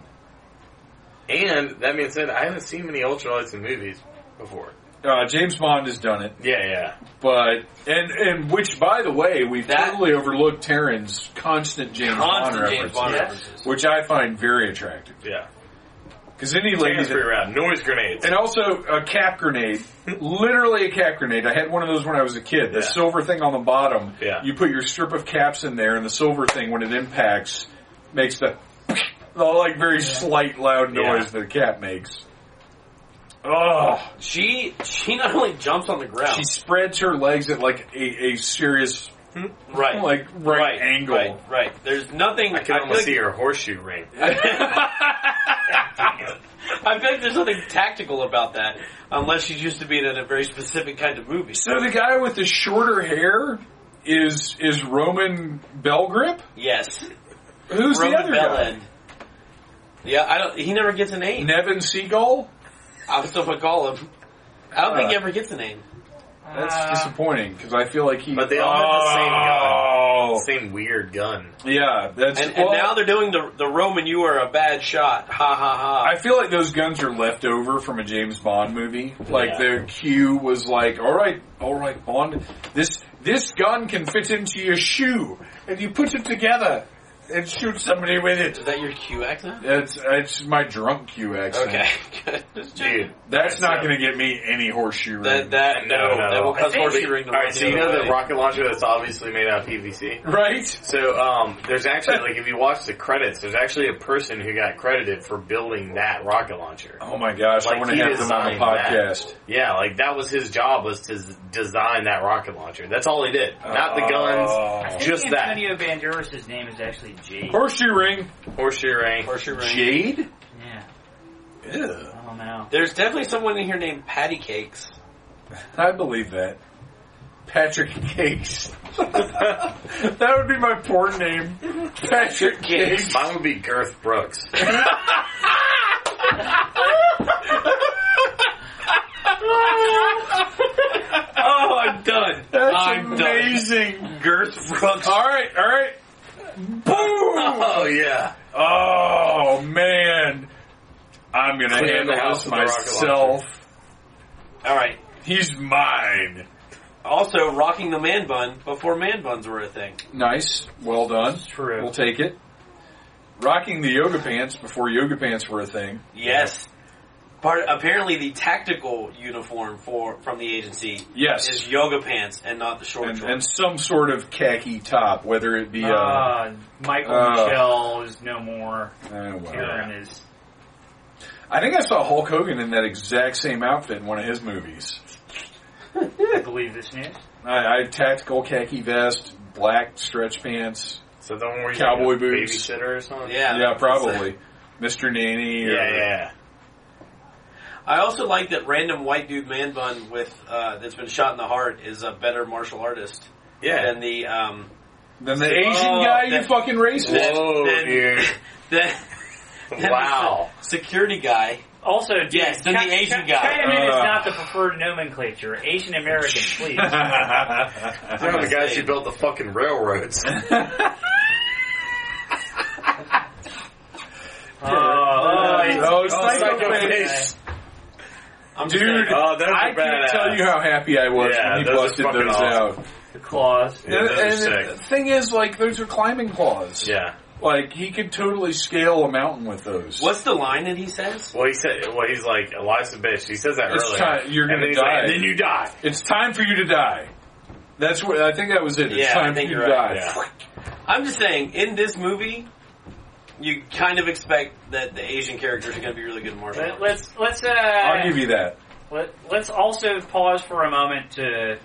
S7: And that being said, I haven't seen many ultralights in movies before.
S1: Uh, James Bond has done it,
S7: Yeah, yeah.
S1: but and and which by the way, we've
S4: That-
S1: totally overlooked Taryn's constant James
S4: Constant
S1: Bond
S4: James
S1: reference,
S4: Bond
S8: yeah.
S4: references.
S1: which I find very attractive
S7: Yeah.
S1: because any lady
S7: Ladies
S1: that
S7: free round. Noise grenades.
S1: And also a cap grenade, literally a cap grenade. I had one of those when I was a kid. The
S7: Yeah.
S1: silver thing on the bottom.
S7: Yeah.
S1: You put your strip of caps in there, and the silver thing, when it impacts, makes the, the like very slight loud noise that the cap makes. Oh,
S4: She she not only jumps on the ground.
S1: she spreads her legs at like a, a serious
S4: right.
S1: like right,
S4: right.
S1: angle.
S4: Right. Right. There's nothing.
S7: I can
S4: feel
S7: almost
S4: like,
S7: see her horseshoe ring.
S4: [LAUGHS] I feel like there's nothing tactical about that, unless she's used to being in a very specific kind of movie.
S1: So the guy with the shorter hair is is Roman Belgrip.
S4: Yes.
S1: Who's the
S4: Rhona
S1: other guy?
S4: Bellend. Yeah, I don't. He never gets a name.
S1: Nevin Seagull?
S4: I'm still gonna call him. I don't think he
S1: Uh.
S4: ever gets a name.
S1: That's
S8: Uh,
S1: disappointing because I feel like he.
S7: But they all have
S4: Uh.
S7: the same
S1: Oh.
S7: gun. Same weird gun.
S1: Yeah, that's
S4: And,
S1: well,
S4: and now they're doing the the Roman. You are a bad shot. Ha ha ha.
S1: I feel like those guns are left over from a James Bond movie. Like
S7: Yeah.
S1: their cue was like, "All right, all right, Bond, this this gun can fit into your shoe, and you put it together and shoot somebody with it."
S4: Is that your Q accent?
S1: It's it's my drunk cue accent.
S4: Okay. [LAUGHS] Good. Just checking.
S7: Dude.
S1: That's not going to get me any horseshoe
S4: That
S1: ring.
S4: that
S7: No,
S4: no,
S7: no.
S4: that will
S7: I
S4: cause
S8: think-
S4: horseshoe ring to run
S7: Alright, so you
S4: other
S7: know the
S4: way.
S7: rocket launcher that's obviously made out of PVC?
S1: right?
S7: So, um, there's actually, like, if you watch the credits, there's actually a person who got credited for building that rocket launcher.
S1: Oh my gosh!
S7: Like,
S1: I want to
S7: he
S1: have them on the
S7: designed that.
S1: podcast.
S7: Yeah, like, that was his job, was to z- design that rocket launcher. That's all he did. Not the guns,
S8: I think
S7: just that.
S8: Antonio Banderas' name is actually Jade.
S1: Horseshoe ring.
S7: horseshoe ring.
S4: horseshoe ring.
S1: Jade.
S8: Yeah,
S1: Ew.
S8: I don't know.
S4: There's definitely someone in here named Patty Cakes.
S1: I believe that. Patrick Cakes. [LAUGHS] that would be my porn name. Patrick Cakes.
S7: [LAUGHS] Mine would be Girth Brooks. Oh,
S4: Oh, I'm done.
S1: That's
S4: I'm done.
S1: amazing.
S4: Girth Brooks.
S1: All right, all right. Boom!
S7: oh, yeah.
S1: Oh man, I'm gonna
S7: Clean the
S1: handle
S7: house
S1: this
S7: with the rocket
S1: myself.
S4: All right.
S1: He's mine.
S4: Also, rocking the man bun before man buns were a thing.
S1: Nice. Well done.
S8: true.
S1: We'll take it. Rocking the yoga pants before yoga pants were a thing.
S4: Yes. Part apparently the tactical uniform for from the agency
S1: Yes.
S4: is yoga pants and not the short
S1: And,
S4: shorts.
S1: and some sort of khaki top, whether it be uh,
S8: Uh, Michael
S1: Uh.
S8: Michelle is no more.
S1: Oh, wow.
S8: Karen is.
S1: I think I saw Hulk Hogan in that exact same outfit in one of his movies.
S8: I believe this news.
S1: I, I tactical khaki vest, black stretch pants.
S7: So the one where you
S1: Cowboy
S7: like a
S1: boots.
S7: babysitter or something?
S4: Oh, yeah,
S1: yeah, probably. Mr. Nanny. Or,
S7: Yeah, yeah.
S4: I also like that random white dude man bun with uh, that's been shot in the heart is a better martial artist
S7: Yeah.
S4: than the um,
S1: Then the Asian
S4: Oh,
S1: guy, you
S4: that-
S1: fucking
S7: [LAUGHS]
S1: racist.
S7: Whoa,
S4: then-
S7: dude.
S4: the,
S7: [LAUGHS] Wow.
S4: [LAUGHS] security guy.
S8: Also, dude,
S4: Yes, then
S8: Chi-
S4: the Asian
S8: Chi-
S4: guy.
S8: Chinaman is
S1: Uh.
S8: not the preferred nomenclature. Asian American,
S1: [LAUGHS]
S8: please. Uh,
S7: Oh, One of the guys who built the fucking [LAUGHS]
S1: [LAUGHS]
S7: railroads.
S8: Oh, oh, it's-
S1: oh,
S7: Psycho
S1: psychopath.
S7: Face.
S4: I'm just
S1: Dude,
S4: saying,
S7: Oh, those are
S1: I can't
S7: badass.
S1: tell you how happy I was
S7: Yeah,
S1: when he
S7: those are
S1: busted
S7: fucking
S1: those
S7: awesome.
S1: out.
S8: the claws.
S7: Yeah, those are
S1: and
S7: sick.
S1: the thing is, like, those are climbing claws.
S7: Yeah.
S1: Like, he could totally scale a mountain with those.
S4: what's the line that he says?
S7: Well, he said, well, he's like, life's a bitch. He says that
S1: It's
S7: earlier.
S1: time- you're
S7: and
S1: gonna
S7: then he's like,
S1: die.
S7: and then you die.
S1: It's time for you to die. That's what I think that was it. It's
S4: Yeah, I
S1: time
S4: think
S1: for you
S4: you're
S1: to
S4: right,
S1: die.
S7: Yeah.
S4: I'm just saying, in this movie, you kind of expect that the Asian characters are going to be really good martial
S8: Let,
S4: artists.
S8: let's let's uh,
S1: I'll give you that.
S8: let, let's also pause for a moment to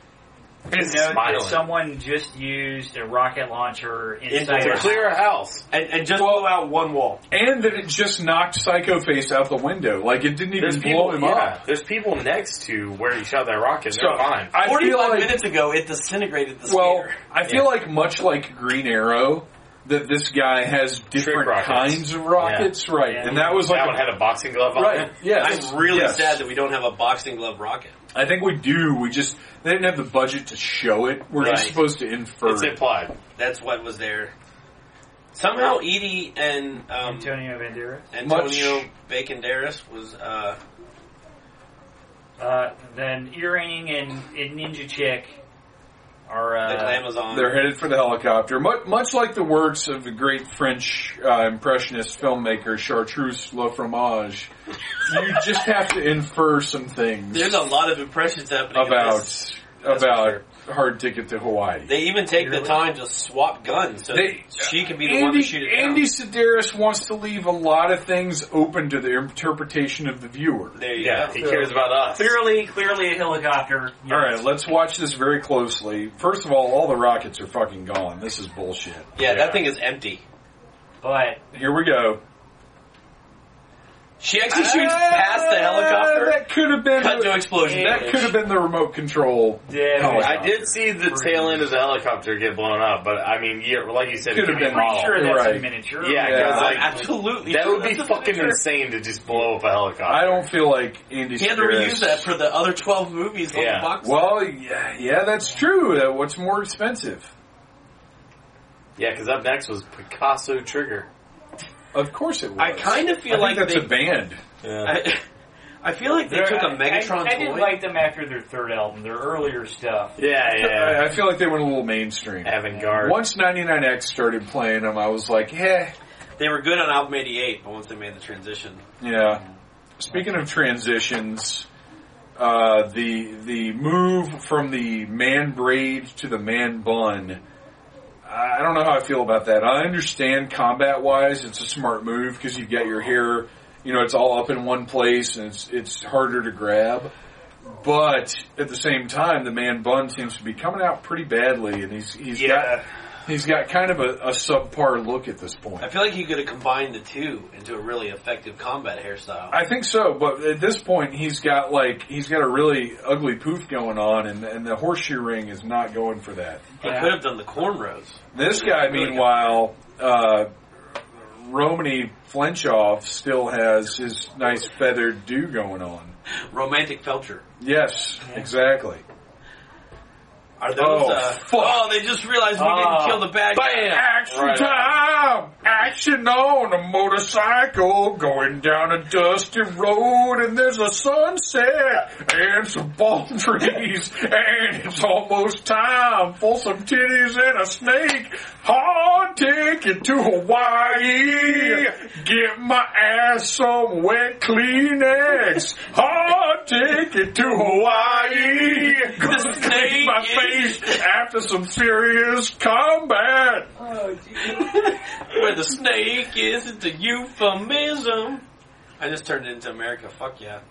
S7: He's
S8: note
S7: smiling.
S8: that someone just used a rocket launcher inside.
S7: to
S8: a-
S7: clear a house.
S4: And, and just blow out one wall.
S1: And that it just knocked Psycho Face out the window. Like it didn't even
S7: There's
S1: blow
S7: people,
S1: him
S7: yeah,
S1: up.
S7: there's people next to where he shot that rocket.
S1: So
S7: They're fine.
S1: I feel
S4: 45
S1: like,
S4: minutes ago, it disintegrated the
S1: well,
S4: sphere.
S1: I feel like much like Green Arrow, that this guy has different
S7: rockets.
S1: kinds of rockets, right?
S8: Yeah.
S1: And that was like
S7: that
S1: a-
S7: one had a boxing glove on
S1: right.
S7: it.
S1: Yes,
S4: I'm really
S1: yes.
S4: sad that we don't have a boxing glove rocket.
S1: I think we do. We just they didn't have the budget to show it. We're just
S4: Right.
S1: supposed to infer.
S7: It's
S1: it.
S7: implied.
S4: That's what was there. Somehow Edie and um,
S8: Antonio Banderas.
S4: Antonio
S1: Much-
S4: Baconderas was uh,
S8: Uh, then earring and, and ninja chick are
S4: the
S8: uh,
S4: Amazon.
S1: They're headed for the helicopter, much, much like the works of the great French uh, impressionist filmmaker Chartreuse Le Fromage. You just have to infer some
S7: [LAUGHS]
S1: things
S4: There's a lot of impressions happening. in this.
S1: about about
S4: for
S1: hard ticket to Hawaii.
S4: They even take the
S8: Really?
S4: time to swap guns so
S1: They-
S4: that she can be the one
S1: Andy,
S4: to shoot it
S1: Andy Sedaris wants to leave a lot of things open to the interpretation of the viewer.
S4: down. There you
S7: Yeah,
S4: go.
S7: he cares about us.
S8: clearly clearly a helicopter. Yes.
S1: All right, let's watch this very closely. First of all, all the rockets are fucking gone. This is bullshit.
S4: Yeah,
S7: Yeah.
S4: that thing is empty.
S8: but
S1: Here we go.
S4: She actually shoots past the helicopter.
S1: Ah, That could have been.
S4: Cut to explosion.
S1: That could have been the remote control. [LAUGHS]
S8: Dead
S1: Oh,
S7: I did see the tail end of the helicopter get blown up, but I mean, yeah, like you said,
S1: Could
S7: it
S1: have
S7: could be
S1: been
S3: Oh,
S7: model.
S8: Sure, that's
S1: Right.
S8: a miniature.
S7: Yeah,
S1: Yeah.
S7: 'cause, like,
S4: Absolutely.
S7: that
S4: sure.
S7: would be
S4: That's a
S7: fucking
S4: picture.
S7: insane to just blow up a
S1: I
S7: helicopter.
S1: don't feel like Andy.
S4: He had to
S1: Serkis-
S4: reuse that for the other 12 movies on
S7: Yeah.
S4: the box.
S1: Well, yeah, yeah, that's true. That what's more expensive?
S7: Yeah, because up next was Picasso Trigger.
S1: Of course it was.
S4: I kind of feel
S1: I
S4: like
S1: think that's
S4: they,
S1: a band.
S4: I, [LAUGHS] I feel like they
S8: They're-
S4: took a
S8: I-
S4: Megatron
S8: I, I
S4: toy.
S8: didn't like them after their third album, their earlier stuff.
S7: Yeah, yeah.
S1: I, I feel like they went a little mainstream.
S7: Avant-garde.
S1: Once 99X started playing them, I was like, eh,
S4: they were good on album 88, but once they made the transition,
S1: yeah. Speaking of transitions, uh, the the move from the man braid to the man bun. I don't know how I feel about that. I understand combat wise, it's a smart move because you get your hair, you know, it's all up in one place and it's it's harder to grab. But at the same time, the man bun seems to be coming out pretty badly, and he's he's got he's got kind of a, a subpar look at this point.
S4: I feel like you could have combined the two into a really effective combat hairstyle.
S1: I think so, but at this point, he's got like he's got a really ugly poof going on, and and the horseshoe ring is not going for that.
S4: They could have done the cornrows.
S1: This guy, meanwhile, uh, Romany Flinchoff still has his nice feathered do going on.
S4: Romantic felcher.
S1: Yes, exactly.
S4: Are those?
S1: Oh,
S4: uh,
S1: fuck.
S4: oh, they just realized we
S8: Oh.
S4: didn't kill the bad guy.
S1: Action
S7: Right
S1: time! Action on a motorcycle going down a dusty road and there's a sunset and some palm [LAUGHS] trees and it's almost time for some titties and a snake. Hard ticket to Hawaii. Get my ass some wet Kleenex. Hard ticket to Hawaii. Gonna take my face after some serious combat.
S4: Where the snake is, it's a euphemism. I just turned it into America. Fuck yeah.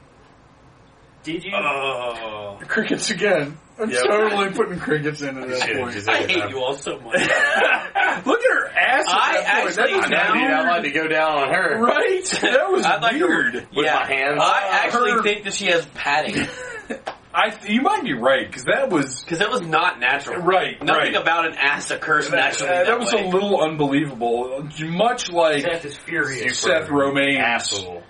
S8: Did you?
S4: Oh,
S1: Crickets again. I'm
S7: Yep.
S1: totally putting crickets into that
S7: Should've
S1: point.
S4: [LAUGHS]
S7: just
S4: I
S7: ended
S4: hate
S7: up.
S4: you all so much.
S1: [LAUGHS] Look at her ass. At that
S4: I
S1: point.
S4: actually
S1: that
S4: now-
S7: Now, dude, I'd like to go down on her.
S1: right. [LAUGHS] That was
S4: I'd like to-
S1: weird. Uh,
S7: With my hands.
S4: I actually
S1: Her-
S4: think that she has padding
S1: [LAUGHS] I, you might be right because that was
S4: because that was not natural.
S1: Right,
S4: Nothing
S1: right.
S4: about an ass occurs
S1: that,
S4: naturally.
S1: uh, that was
S4: way.
S1: a little unbelievable. Much like
S8: Seth is furious.
S1: Seth Romaine's
S7: Asshole.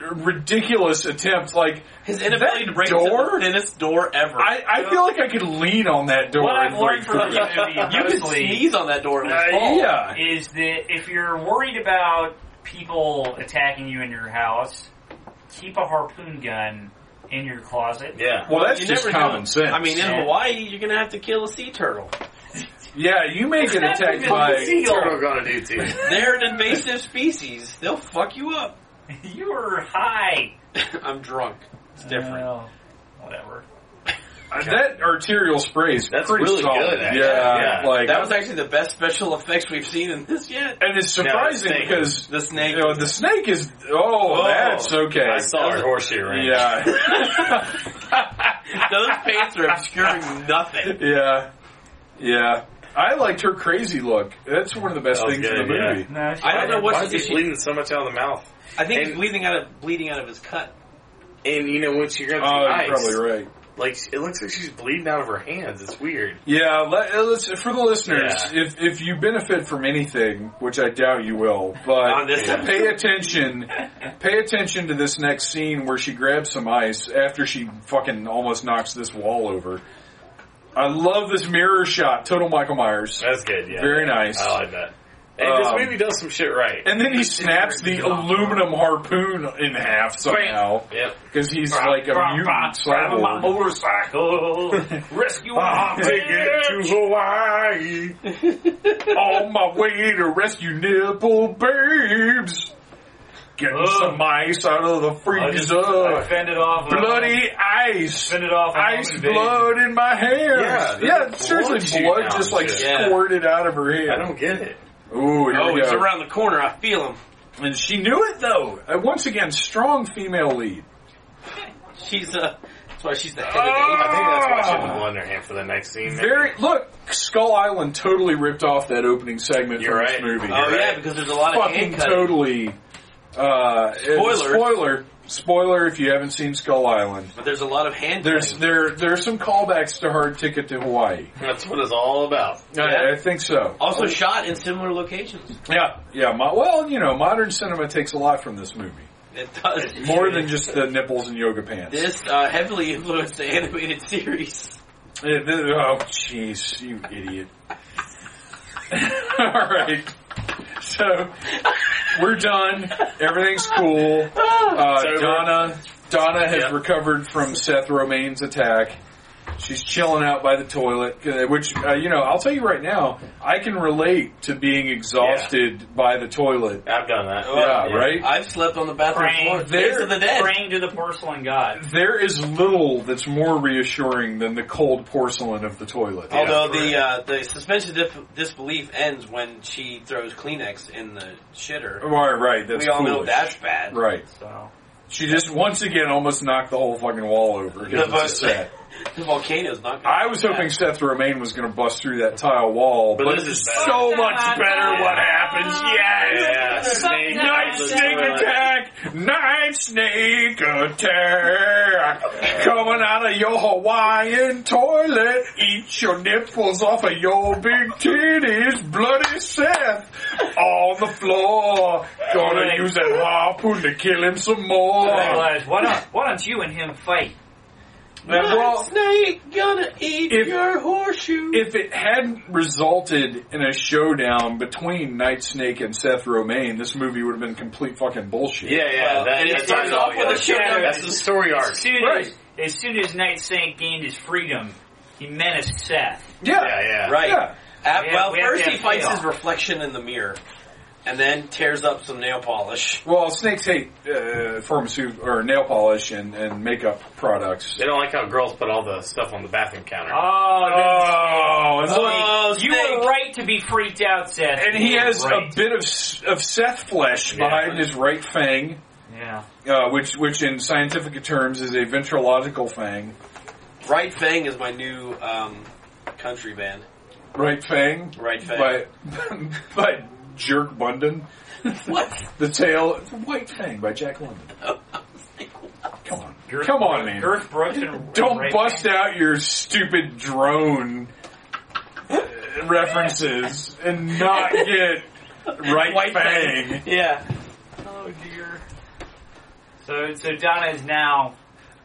S1: ridiculous attempt. Like
S4: his inability to break
S1: door?
S4: door? the thinnest door ever.
S1: I, I feel like I could lean on that door
S8: What
S1: and
S8: I've
S1: break
S8: learned
S1: through.
S8: from
S1: it.
S8: this movie
S4: [LAUGHS] you could
S8: mostly
S4: sneeze on that door and
S1: Uh,
S4: it would fall.
S1: yeah.
S8: is that if you're worried about people attacking you in your house, keep a harpoon gun in your closet.
S7: Yeah.
S1: Well, that's
S4: You
S1: just
S4: never
S1: common
S4: know.
S1: sense.
S4: I mean, in
S8: Yeah.
S4: Hawaii, you're gonna have to kill a sea turtle.
S1: yeah, you may get
S8: That's
S1: attacked
S8: even
S1: by
S8: concealed. [LAUGHS]
S7: Turtle gonna do
S1: [LAUGHS]
S7: too.
S4: They're an invasive species. They'll fuck you
S7: [LAUGHS]
S4: up.
S8: You were high.
S4: I'm drunk. It's different.
S8: Well, whatever.
S1: Uh, That arterial spray is
S7: That's
S1: pretty
S7: really
S1: solid.
S7: good, actually.
S1: Yeah,
S7: Yeah.
S1: like
S4: that was actually the best special effects we've seen in this yet.
S1: and it's surprising
S7: No, the snake.
S1: because
S4: The snake.
S1: you know the snake is oh,
S7: Oh.
S1: that's okay.
S7: I saw her horseshoe ring.
S1: Yeah, [LAUGHS]
S4: Those pants are obscuring nothing.
S1: yeah, yeah. I liked her crazy look. That's one of the best
S7: That was
S1: things in
S7: good,
S1: the
S7: yeah.
S1: movie.
S8: No,
S4: I don't know
S7: Why
S4: what's
S7: is
S4: the
S7: he
S4: issue.
S7: bleeding so much out of the mouth?
S4: I think he's
S7: And-
S4: bleeding out of bleeding out of his cut.
S7: And you know, when she grabs
S1: Oh,
S7: the
S1: you're
S7: ice,
S1: probably right.
S7: like it looks like she's bleeding out of her hands. It's weird.
S1: Yeah, let, uh, let's, for the listeners, if if you benefit from anything, which I doubt you will, but
S4: On this
S1: [LAUGHS] pay attention, pay attention to this next scene where she grabs some ice after she fucking almost knocks this wall over. I love this mirror shot, total Michael Myers,
S7: That's good. Yeah.
S1: very nice.
S7: I like that. And
S1: Um,
S7: this movie does some shit right.
S1: And then he snaps the aluminum harpoon in half somehow
S7: Yep.
S1: because he's like a mutant
S8: my
S1: cyborg.
S8: motorcycle.
S1: [LAUGHS]
S8: Rescue my
S1: to Hawaii on my way to rescue nipple babes. Getting
S8: Ugh.
S1: some ice out of the
S8: I just
S1: freezer.
S8: I fend it off.
S1: Bloody ice.
S8: Fend it off. I'm
S1: Ice
S8: on the
S1: blood in my hair.
S7: Yeah, there's
S1: yeah
S7: blood
S1: seriously,
S7: shooting
S1: blood
S7: out
S1: just
S7: and
S1: like
S7: shit.
S4: Yeah.
S1: squirted out of her hair.
S7: I don't get it.
S1: Ooh, here
S4: Oh,
S1: we
S4: he's
S1: go.
S4: around the corner. I feel him.
S1: And she knew it though. Uh, Once again, strong female lead.
S4: She's uh, that's why she's the head of the
S1: Oh!
S4: agent.
S7: I think that's
S8: Ah!
S7: why she was wandering hand for the next scene. maybe.
S1: Very look, Skull Island totally ripped off that opening segment
S7: You're
S1: from
S7: right.
S1: this movie.
S4: Oh
S7: You're
S4: yeah,
S7: right.
S4: because there's a lot of
S1: Fucking
S4: hand cutting.
S1: totally Uh,
S4: Spoiler.
S1: spoiler, spoiler! If you haven't seen Skull Island,
S4: But there's a lot of hand.
S1: there's there there's some callbacks to Hard Ticket to Hawaii.
S7: [LAUGHS] That's what it's all about.
S4: Oh,
S1: I, I think so.
S4: also shot in similar locations.
S1: Yeah, yeah. Mo- well, you know, modern cinema takes a lot from this movie,
S4: It does
S1: more than just the nipples and yoga pants.
S4: this uh, heavily influenced the animated [LAUGHS] series.
S1: Yeah, th- oh, jeez, you idiot. [LAUGHS] All right. So we're done. Everything's cool. Uh, Donna Donna has recovered from Seth Romaine's attack. She's chilling out by the toilet, uh, which uh, you know I'll tell you right now, I can relate to being exhausted by the toilet.
S7: I've done that.
S4: Oh,
S1: Yeah, right.
S4: I've slept on the bathroom
S8: Praying.
S4: floor. Days of the dead.
S8: Praying to the porcelain god.
S1: there is little that's more reassuring than the cold porcelain of the toilet.
S4: Although the uh, the suspension of dif- disbelief ends when she throws Kleenex in the shitter.
S1: right, right. That's
S4: we all know
S1: foolish.
S4: that's bad.
S1: right.
S8: So
S1: She just once again almost knocked the whole fucking wall over.
S4: The, vol-
S1: It's upset.
S4: [LAUGHS] the volcano's not. Gonna
S1: I was hoping Seth Romaine was going to bust through that tile wall, but,
S7: this is better.
S1: so much better what happens.
S7: Yeah,
S1: Yes,
S7: snake
S1: night
S7: on the
S1: snake
S7: toilet.
S1: attack, night snake attack, coming out of your Hawaiian toilet. Eat your nipples off of your big titties, bloody Seth, on the floor. Gonna use that harpoon to kill him some
S8: I
S1: more.
S8: realized, why don't why don't you and him fight?
S1: Well,
S4: snake gonna eat
S1: If-
S4: your horseshoe.
S1: if it hadn't resulted in a showdown between Night Snake and Seth Romaine, this movie would have been complete fucking bullshit.
S7: Yeah, yeah.
S4: Well,
S7: that,
S4: and it
S7: that's
S4: starts
S7: all
S4: off with
S7: yeah.
S4: a shootout.
S7: That's the story arc.
S8: As soon
S1: Right.
S8: as as soon as Night Saint gained his freedom, he menaced Seth.
S1: Yeah.
S7: Yeah,
S4: [LAUGHS]
S7: yeah.
S4: right.
S1: Yeah.
S4: At-
S8: Yeah,
S4: well,
S8: we have
S4: first
S8: to
S4: he
S8: have
S4: fights
S8: payoff.
S4: his reflection in the mirror, and then tears up some nail polish.
S1: Well, snakes hate uh, pharmaceutical or nail polish and, and makeup products.
S7: They don't like how girls put all the stuff on the bathroom counter.
S8: Oh,
S1: Oh,
S8: that's-
S1: look,
S4: Oh,
S8: you
S4: Snake.
S8: were right to be freaked out, Seth.
S1: and he
S8: You were
S1: has
S8: right.
S1: a bit of s- of Seth flesh behind his right fang,
S8: yeah.
S1: uh, which which in scientific terms is a ventriloquial fang.
S4: Right Fang is my new um, country band.
S1: Right fang,
S4: Right Fang.
S1: by [LAUGHS] by Jerk Bundon.
S4: What?
S1: The Tale, The White Fang by Jack London. Come on, come on, man!
S8: Girth Brooks
S1: [LAUGHS]
S8: and
S1: Don't
S8: Ray
S1: bust out your stupid drone uh, references and not
S4: [LAUGHS]
S1: get right fang.
S4: Yeah.
S8: Oh dear. So so Donna is now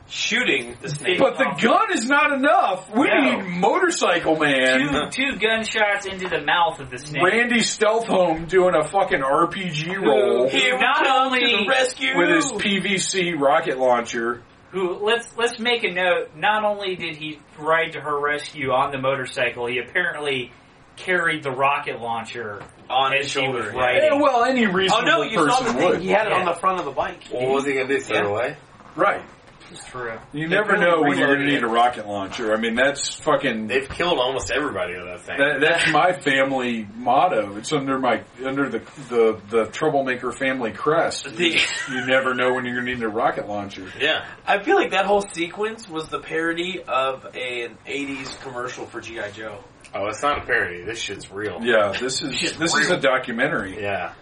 S4: Shooting the snake.
S1: But the gun is not enough. We
S8: No.
S1: need Motorcycle [LAUGHS]
S8: two
S1: Man,
S8: two gunshots into the mouth of the snake.
S1: Randy Stealthholm doing a fucking RPG roll
S4: Here we come
S8: Not
S4: to
S8: only
S4: the rescue
S1: with his PVC rocket launcher.
S8: Who let's let's make a note. Not only did he ride to her rescue on the motorcycle, he apparently carried the rocket launcher
S4: on
S8: as
S4: his
S8: she was
S4: shoulder. yeah.
S8: riding.
S1: Eh, well, any reasonable
S4: Oh no, you
S1: person
S4: saw the thing.
S1: would.
S4: He had it
S8: Yeah.
S4: on the front of the bike.
S7: Well, what was he gonna do? Throw it away?
S1: Right.
S8: It's true.
S1: You
S4: They
S1: never
S4: really
S1: know when you're going
S4: reloaded
S1: to need
S4: it.
S1: a rocket launcher. I mean, that's fucking.
S7: They've killed almost everybody with that thing.
S1: That, that's my family motto. It's under my under the the, the troublemaker family crest.
S4: [LAUGHS] The-
S1: you never know when you're going to need a rocket launcher.
S7: yeah.
S4: I feel like that whole sequence was the parody of a, an '80s commercial for GI Joe.
S7: Oh, it's not a parody. This shit's real.
S1: Yeah, this is this is a documentary.
S7: Yeah.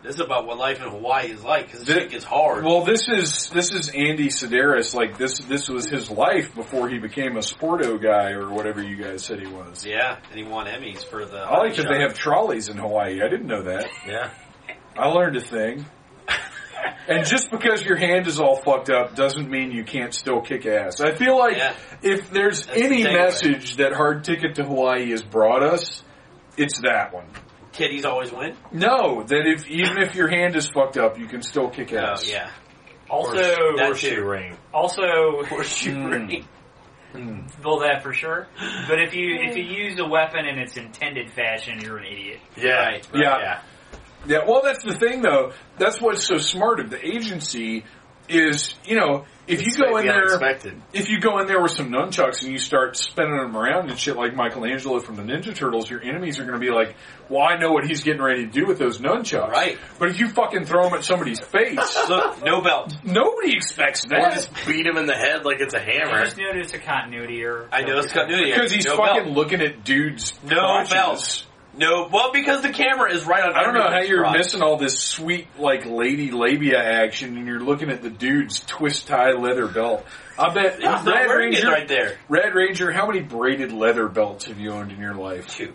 S4: This is about what life in Hawaii is like because
S1: Thi-
S4: shit gets hard.
S1: Well, this is this is Andy Sedaris. Like this this was his life before he became a sporto guy or whatever you guys said he was.
S4: yeah, and he won Emmys for the.
S1: I like that they have trolleys in Hawaii. I didn't know that.
S7: Yeah.
S1: I learned a thing. [LAUGHS] And just because your hand is all fucked up doesn't mean you can't still kick ass. I feel like
S4: Yeah.
S1: if there's
S4: That's
S1: any
S4: the takeaway.
S1: message that Hard Ticket to Hawaii has brought us, it's that one.
S4: Titties always win.
S1: No, that if even if your hand is fucked up, you can still kick ass.
S4: Oh yeah,
S8: Also,
S4: That's
S7: Horseshoe ring.
S8: also
S4: horseshoe
S1: Mm.
S4: ring.
S8: build that for sure. But if you if you use a weapon in its intended fashion, you're an idiot.
S7: Yeah.
S4: Right.
S1: Yeah. Yeah, well, that's the thing, though. That's what's so smart of the agency is, you know, if you go in
S7: the
S1: there,
S7: unexpected.
S1: if you go in there with some nunchucks and you start spinning them around and shit like Michelangelo from the Ninja Turtles, your enemies are going to be like, "Well, I know what he's getting ready to do with those nunchucks."
S4: Right.
S1: But if you fucking throw them at somebody's
S4: [LAUGHS]
S1: face,
S4: Look, no belt.
S1: nobody expects
S7: Or
S1: that
S7: just beat him in the head like it's a
S8: I
S7: hammer.
S8: just noticed a continuity error.
S4: I know it's continuity
S1: because he's
S4: no
S1: fucking
S4: Belt.
S1: looking at dudes.
S4: No
S1: crotches.
S4: belt. No, well, because the camera is right on.
S1: I don't know how
S4: everyone's
S1: you're
S4: crotch.
S1: missing all this sweet, like, lady labia action and you're looking at the dude's twist tie leather belt. I bet,
S4: He's not
S1: Red
S4: wearing it
S1: Ranger,
S4: right there.
S1: Red Ranger, how many braided leather belts have you owned in your life?
S4: Two.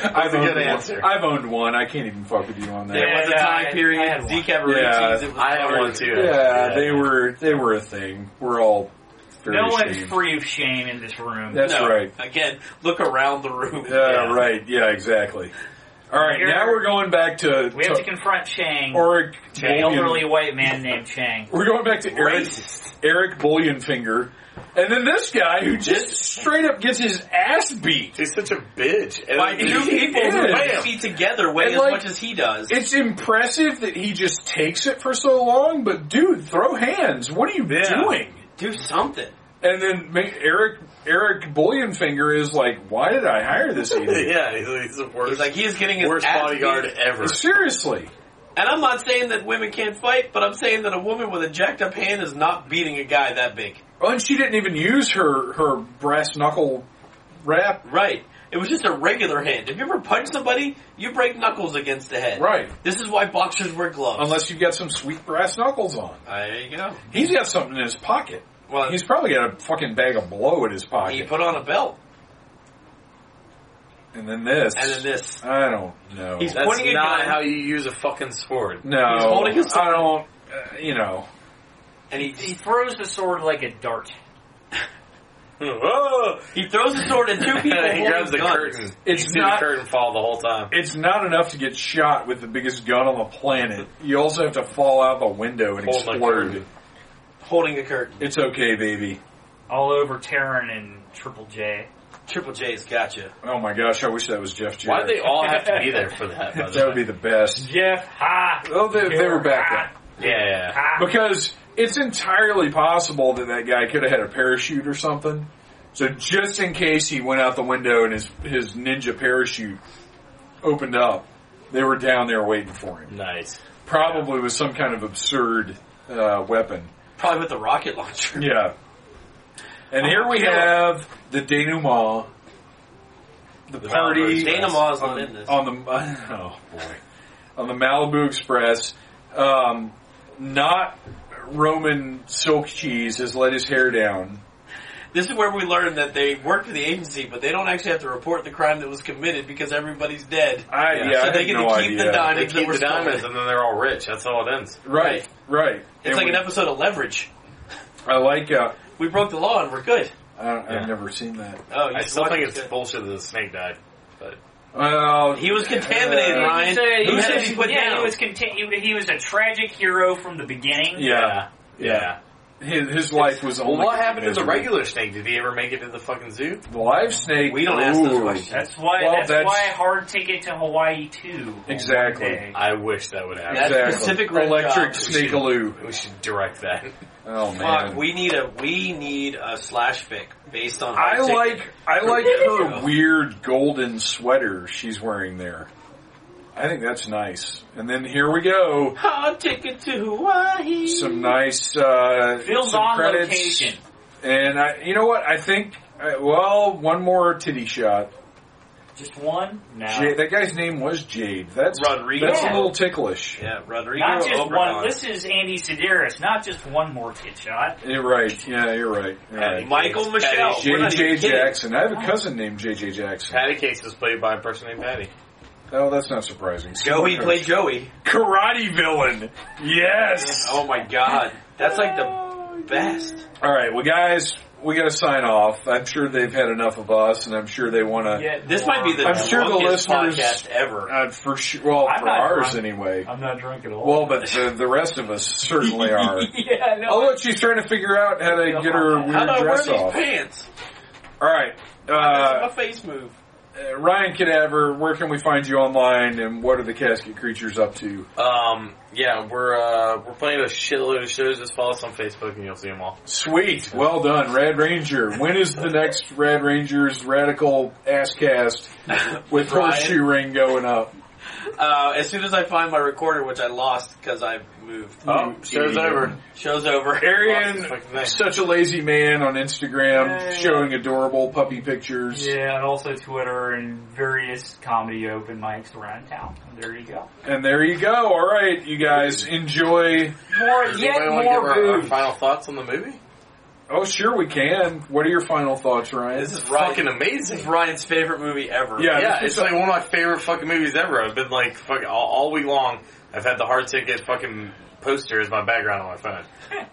S1: I've
S7: a
S1: owned
S7: good
S1: one.
S7: answer.
S1: I've owned one I can't even fuck with you on that.
S4: There was a
S8: Yeah,
S4: time
S8: I- I
S4: period.
S8: had one.
S4: Decabaroutines.
S1: Yeah.
S4: it was
S7: I had
S4: hard.
S7: one too.
S1: Yeah, they were they were a thing. We're all very
S8: No one's
S1: ashamed.
S8: free of shame in this room.
S1: That's
S4: No.
S1: right.
S4: Again, look around the room.
S1: Yeah, Uh, right. Yeah, exactly. All right,
S8: Here-
S1: now we're going back to,
S8: we have
S1: to
S8: to confront Chang,
S1: Eric
S8: an
S1: Bullion-
S8: elderly white man named Chang.
S1: We're going back to Eric Eric Bullionfinger, and then this guy who just straight up gets his ass beat.
S7: He's such a bitch. And
S4: By two people who
S1: Yes.
S4: might be together weigh
S1: And,
S4: as
S1: like,
S4: much as he does.
S1: It's impressive that he just takes it for so long, but dude, throw hands. What are you doing?
S4: Do something.
S1: And then ma- Eric Eric Bullionfinger is like, "Why did I hire
S4: [LAUGHS]
S1: this idiot?"
S7: yeah, he's, he's the worst.
S4: He's like he's getting his
S7: worst
S4: ass
S7: bodyguard
S4: beat.
S7: ever.
S1: Seriously,
S4: And I'm not saying that women can't fight, but I'm saying that a woman with a jacked up hand is not beating a guy that big.
S1: Oh, and she didn't even use her her brass knuckle wrap.
S4: Right. It was just a regular hand. If you ever punch somebody, you break knuckles against the head.
S1: Right.
S4: This is why boxers wear gloves.
S1: Unless you've got some sweet brass knuckles on.
S4: there you go.
S1: He's got something in his pocket.
S4: Well,
S1: He's probably got a fucking bag of blow in his
S4: he
S1: pocket.
S4: put on a belt,
S1: and then this.
S4: and then this.
S1: I don't know.
S4: He's-
S7: That's
S4: pointing a
S7: not
S4: gun.
S7: how you use a fucking [LAUGHS] sword.
S1: no.
S4: he's holding his-
S1: I don't. Uh, you know.
S4: And he
S8: He throws the sword like a dart.
S7: Whoa!
S4: he throws a sword at two
S7: [LAUGHS]
S4: people.
S7: he
S4: holding
S7: grabs the
S4: guns.
S7: curtain.
S1: It's
S7: you see
S1: not-
S7: the curtain fall the whole time.
S1: It's not enough to get shot with the biggest gun on the planet. You also have to fall out the window and
S7: Hold my
S1: explode.
S7: curtain.
S4: Holding a curtain.
S1: It's okay, baby.
S8: All over Terran and Triple J.
S4: Triple J's gotcha.
S1: Oh my gosh, I wish that was Jeff
S7: Why
S1: Jarrett.
S7: do they all have to
S4: [LAUGHS]
S7: be there for that? By the
S1: That would be
S7: way?
S1: the best.
S8: Jeff, ha!
S1: Oh, they, they were back then.
S7: Yeah, yeah. yeah.
S8: Ha!
S1: Because it's entirely possible that that guy could have had a parachute or something. So just in case he went out the window and his his ninja parachute opened up, they were down there waiting for him.
S7: Nice.
S1: Probably with some kind of absurd uh, weapon.
S4: Probably with the rocket launcher.
S1: Yeah. And here we have the denouement. The party
S4: Dana Ma's not in this.
S1: on the [LAUGHS] oh boy on the Malibu Express. Um, not Roman silk cheese has let his hair down.
S4: This is where we learn that they work for the agency, but they don't actually have to report the crime that was committed because everybody's dead.
S1: I yeah, I
S4: so they
S1: had
S4: get
S1: no
S4: to keep
S1: idea.
S4: the
S7: They
S4: diamonds that
S7: keep
S4: were
S7: the diamonds
S4: stolen.
S7: and then they're all rich. That's how it ends.
S1: Right, right.
S4: It's like an episode of Leverage.
S1: I like. Uh,
S4: We broke the law and we're good.
S1: I don't,
S7: Yeah.
S1: I've never seen that.
S4: Oh, you
S7: I still
S4: watch
S7: think
S4: it.
S7: it's bullshit that the snake died. But
S1: Well,
S4: He was contaminated,
S1: Uh,
S4: Ryan.
S8: Say,
S4: Who
S8: he
S4: said
S8: was-
S4: he put
S8: yeah,
S4: down?
S8: he was content- he, he was a tragic hero from the beginning.
S1: yeah,
S7: yeah.
S1: his, his life was
S7: Well,
S1: only.
S7: what happened to the
S1: miserable.
S7: regular snake? Did he ever make it to the fucking zoo?
S1: The live snake.
S4: We don't ask those
S1: Ooh.
S4: questions.
S8: That's why.
S1: Well,
S8: that's,
S1: that's-
S8: why hard ticket to Hawaii too.
S1: Exactly.
S8: One day.
S7: I wish that would happen.
S4: That's
S1: Exactly.
S4: Pacific Rim
S1: Electric
S4: job.
S1: Snakealoo.
S7: We should direct that.
S1: Oh man.
S4: Fuck, we need a we need a slash pick based on.
S1: I
S4: our ticket.
S1: like I like her weird golden sweater she's wearing there. I think that's nice. And then here we go,
S4: hard ticket to Hawaii.
S1: some nice uh,
S8: Filmed
S1: some
S8: on
S1: credits.
S8: location.
S1: And I, you know what? I think uh, well, one more titty shot.
S8: Just one? No.
S1: Jade, that guy's name was Jade. That's
S4: Rodriguez.
S1: That's a little ticklish.
S4: yeah, Rodrigo.
S8: Not
S7: Oh,
S8: just
S4: Obradon.
S8: one. This is Andy Sedaris. Not just one more
S1: [LAUGHS]
S8: kid shot.
S1: You're right. Yeah, you're right. You're right.
S4: Michael Michelle. We're not
S1: JJ
S4: even kidding.
S1: Jackson. I have a cousin named JJ Jackson.
S7: Patty Cakes was played by a person named Patty.
S1: Oh, that's not surprising.
S4: Joey played Joey.
S1: karate villain. Yes.
S4: Oh my god, that's like the best.
S1: All right, well, guys, we got to sign off. I'm sure they've had enough of us, and I'm sure they want to.
S8: Yet
S4: This might be the
S1: I'm sure the
S4: longest
S1: listeners-
S4: podcast ever.
S1: Uh, for sure, well,
S8: I'm
S1: for
S8: not
S1: ours
S8: drunk.
S1: anyway.
S8: I'm not drunk at all.
S1: Well, but the, the rest of us
S8: [LAUGHS]
S1: certainly are.
S8: yeah, no.
S1: Oh, look, she's trying to figure out how to get her
S4: How
S1: weird
S4: do I wear
S1: dress
S4: these
S1: off.
S4: pants?
S1: All right, uh,
S4: my face move.
S1: Ryan Cadaver, where can we find you online, and what are the casket creatures up to?
S7: Um, yeah, we're uh, we're playing a shitload of shows. Just follow us on Facebook and you'll see them all.
S1: Sweet, well done, Rad Ranger. When is the next Rad Ranger's radical ass cast with
S4: Ryan.
S1: horseshoe ring going up?
S4: Uh, as soon as I find my recorder, which I lost because I moved,
S10: Oh, show's over.
S4: show's over.
S10: Arian,
S4: Lost the fucking thing.
S10: such a lazy man on Instagram,
S8: Yeah.
S10: showing adorable puppy pictures.
S8: Yeah, and also Twitter and various comedy open mics around town. There you go.
S10: And there you go. All right, you guys enjoy.
S8: More, yet
S7: Anybody want to give
S8: more
S7: our, our
S8: booze.
S7: final thoughts on the movie?
S10: Oh, sure we can. What are your final thoughts, Ryan?
S4: This is Ryan,
S7: Fucking amazing.
S4: This is Ryan's favorite movie ever.
S10: Yeah.
S7: Yeah,
S10: this
S7: it's
S10: is
S7: like one of my favorite fucking movies ever. I've been like fucking all, all week long. I've had the hard ticket fucking poster as my background on my phone.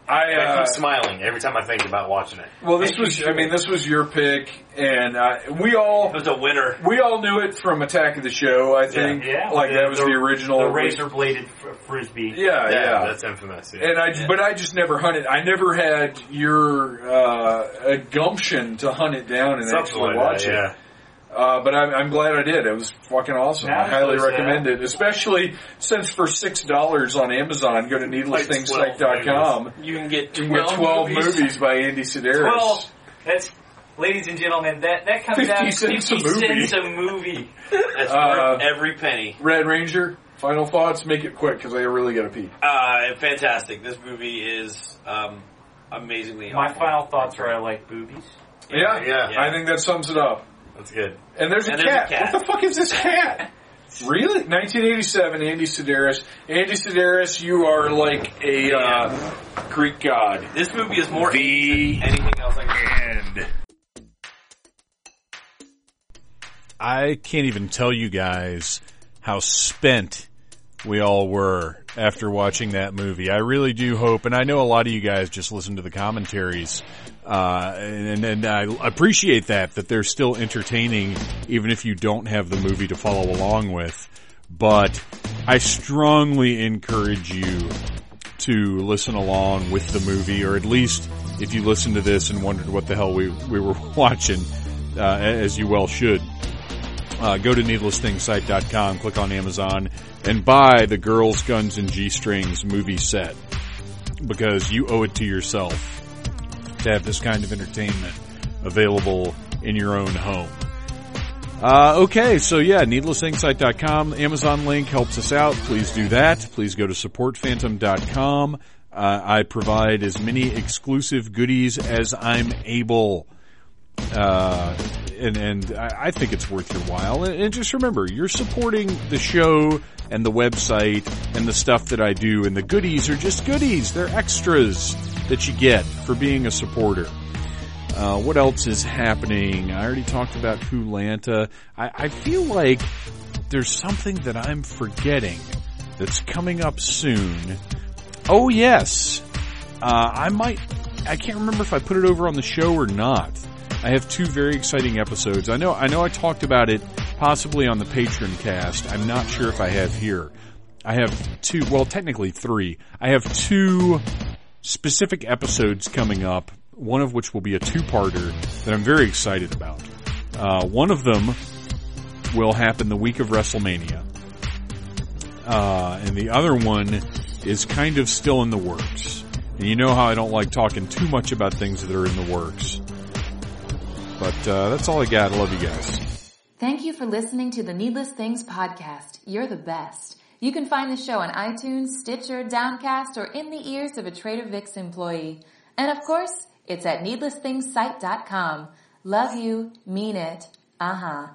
S10: I,
S7: And I
S10: uh,
S7: keep smiling every time I think about watching it.
S10: well, this was. I mean, this was your pick, and uh, we all
S4: It was a winner.
S10: we all knew it from Attack of the Show. I think,
S8: Yeah,
S10: like that was the, original.
S8: The razor bladed frisbee.
S10: Yeah, yeah.
S7: that's infamous. Yeah.
S10: and I, but I just never hunted. I never had your uh, a gumption to hunt it down and
S7: Something
S10: actually
S7: like
S10: watch
S7: that,
S10: it.
S7: yeah.
S10: Uh, but I'm, I'm glad I did. It was fucking awesome.
S8: Yeah,
S10: I highly
S8: it's really
S10: recommend it, especially since for six dollars on Amazon, go to needlessthingsite.com.
S4: You can get
S10: You can
S4: twelve,
S10: get twelve
S4: movies.
S10: movies, by Andy Sedaris.
S8: Well, that's, ladies and gentlemen, that, that comes
S10: 50
S8: down to
S10: cents a
S8: 50
S10: movie.
S8: cents a movie.
S4: That's
S10: Uh,
S4: worth every penny.
S10: Red Ranger. Final thoughts. Make it quick because I really got to pee.
S4: Uh, fantastic. This movie is um, amazingly.
S8: My
S4: awful.
S8: final thoughts are I like boobies.
S10: Yeah,
S7: yeah.
S10: I think that sums it up.
S7: That's good.
S10: And there's a,
S4: And there's a
S10: cat.
S4: cat.
S10: What the fuck is this cat? really? 1987. Andy Sedaris. Andy Sedaris, you are like a uh, Greek god.
S4: This movie is more the than anything else I can.
S1: I can't even tell you guys how spent we all were after watching that movie. I really do hope, and I know a lot of you guys just listen to the commentaries, uh, and, and I appreciate that, that they're still entertaining even if you don't have the movie to follow along with. But I strongly encourage you to listen along with the movie, or at least if you listen to this and wondered what the hell we, we were [LAUGHS] watching, uh, as you well should, uh, go to needlessthingssite.com, click on Amazon, and buy the Girls, Guns, and G-Strings movie set because you owe it to yourself to have this kind of entertainment available in your own home. Uh, okay, so yeah, needlessthingsight.com, Amazon link helps us out. Please do that. Please go to supportphantom.com. Uh, I provide as many exclusive goodies as I'm able. Uh, and and I, I think it's worth your while. And, and just remember, you're supporting the show and the website and the stuff that I do, and the goodies are just goodies. They're extras that you get for being a supporter. Uh, what else is happening? I already talked about Hulanta. I, I feel like there's something that I'm forgetting that's coming up soon. Oh yes, uh, I might. I can't remember if I put it over on the show or not. I have two very exciting episodes. I know. I know. I talked about it possibly on the Patreon cast. I'm not sure if I have here. I have two. Well, technically three. I have two specific episodes coming up, one of which will be a two-parter that I'm very excited about. Uh, one of them will happen the week of WrestleMania. Uh, and the other one is kind of still in the works. And you know how I don't like talking too much about things that are in the works. But uh, that's all I got. I love you guys.
S11: Thank you for listening to the Needless Things podcast. You're the best. You can find the show on iTunes, Stitcher, Downcast, or in the ears of a Trader Vic's employee. And of course, it's at needlessthingssite.com. Love you, mean it. Uh huh.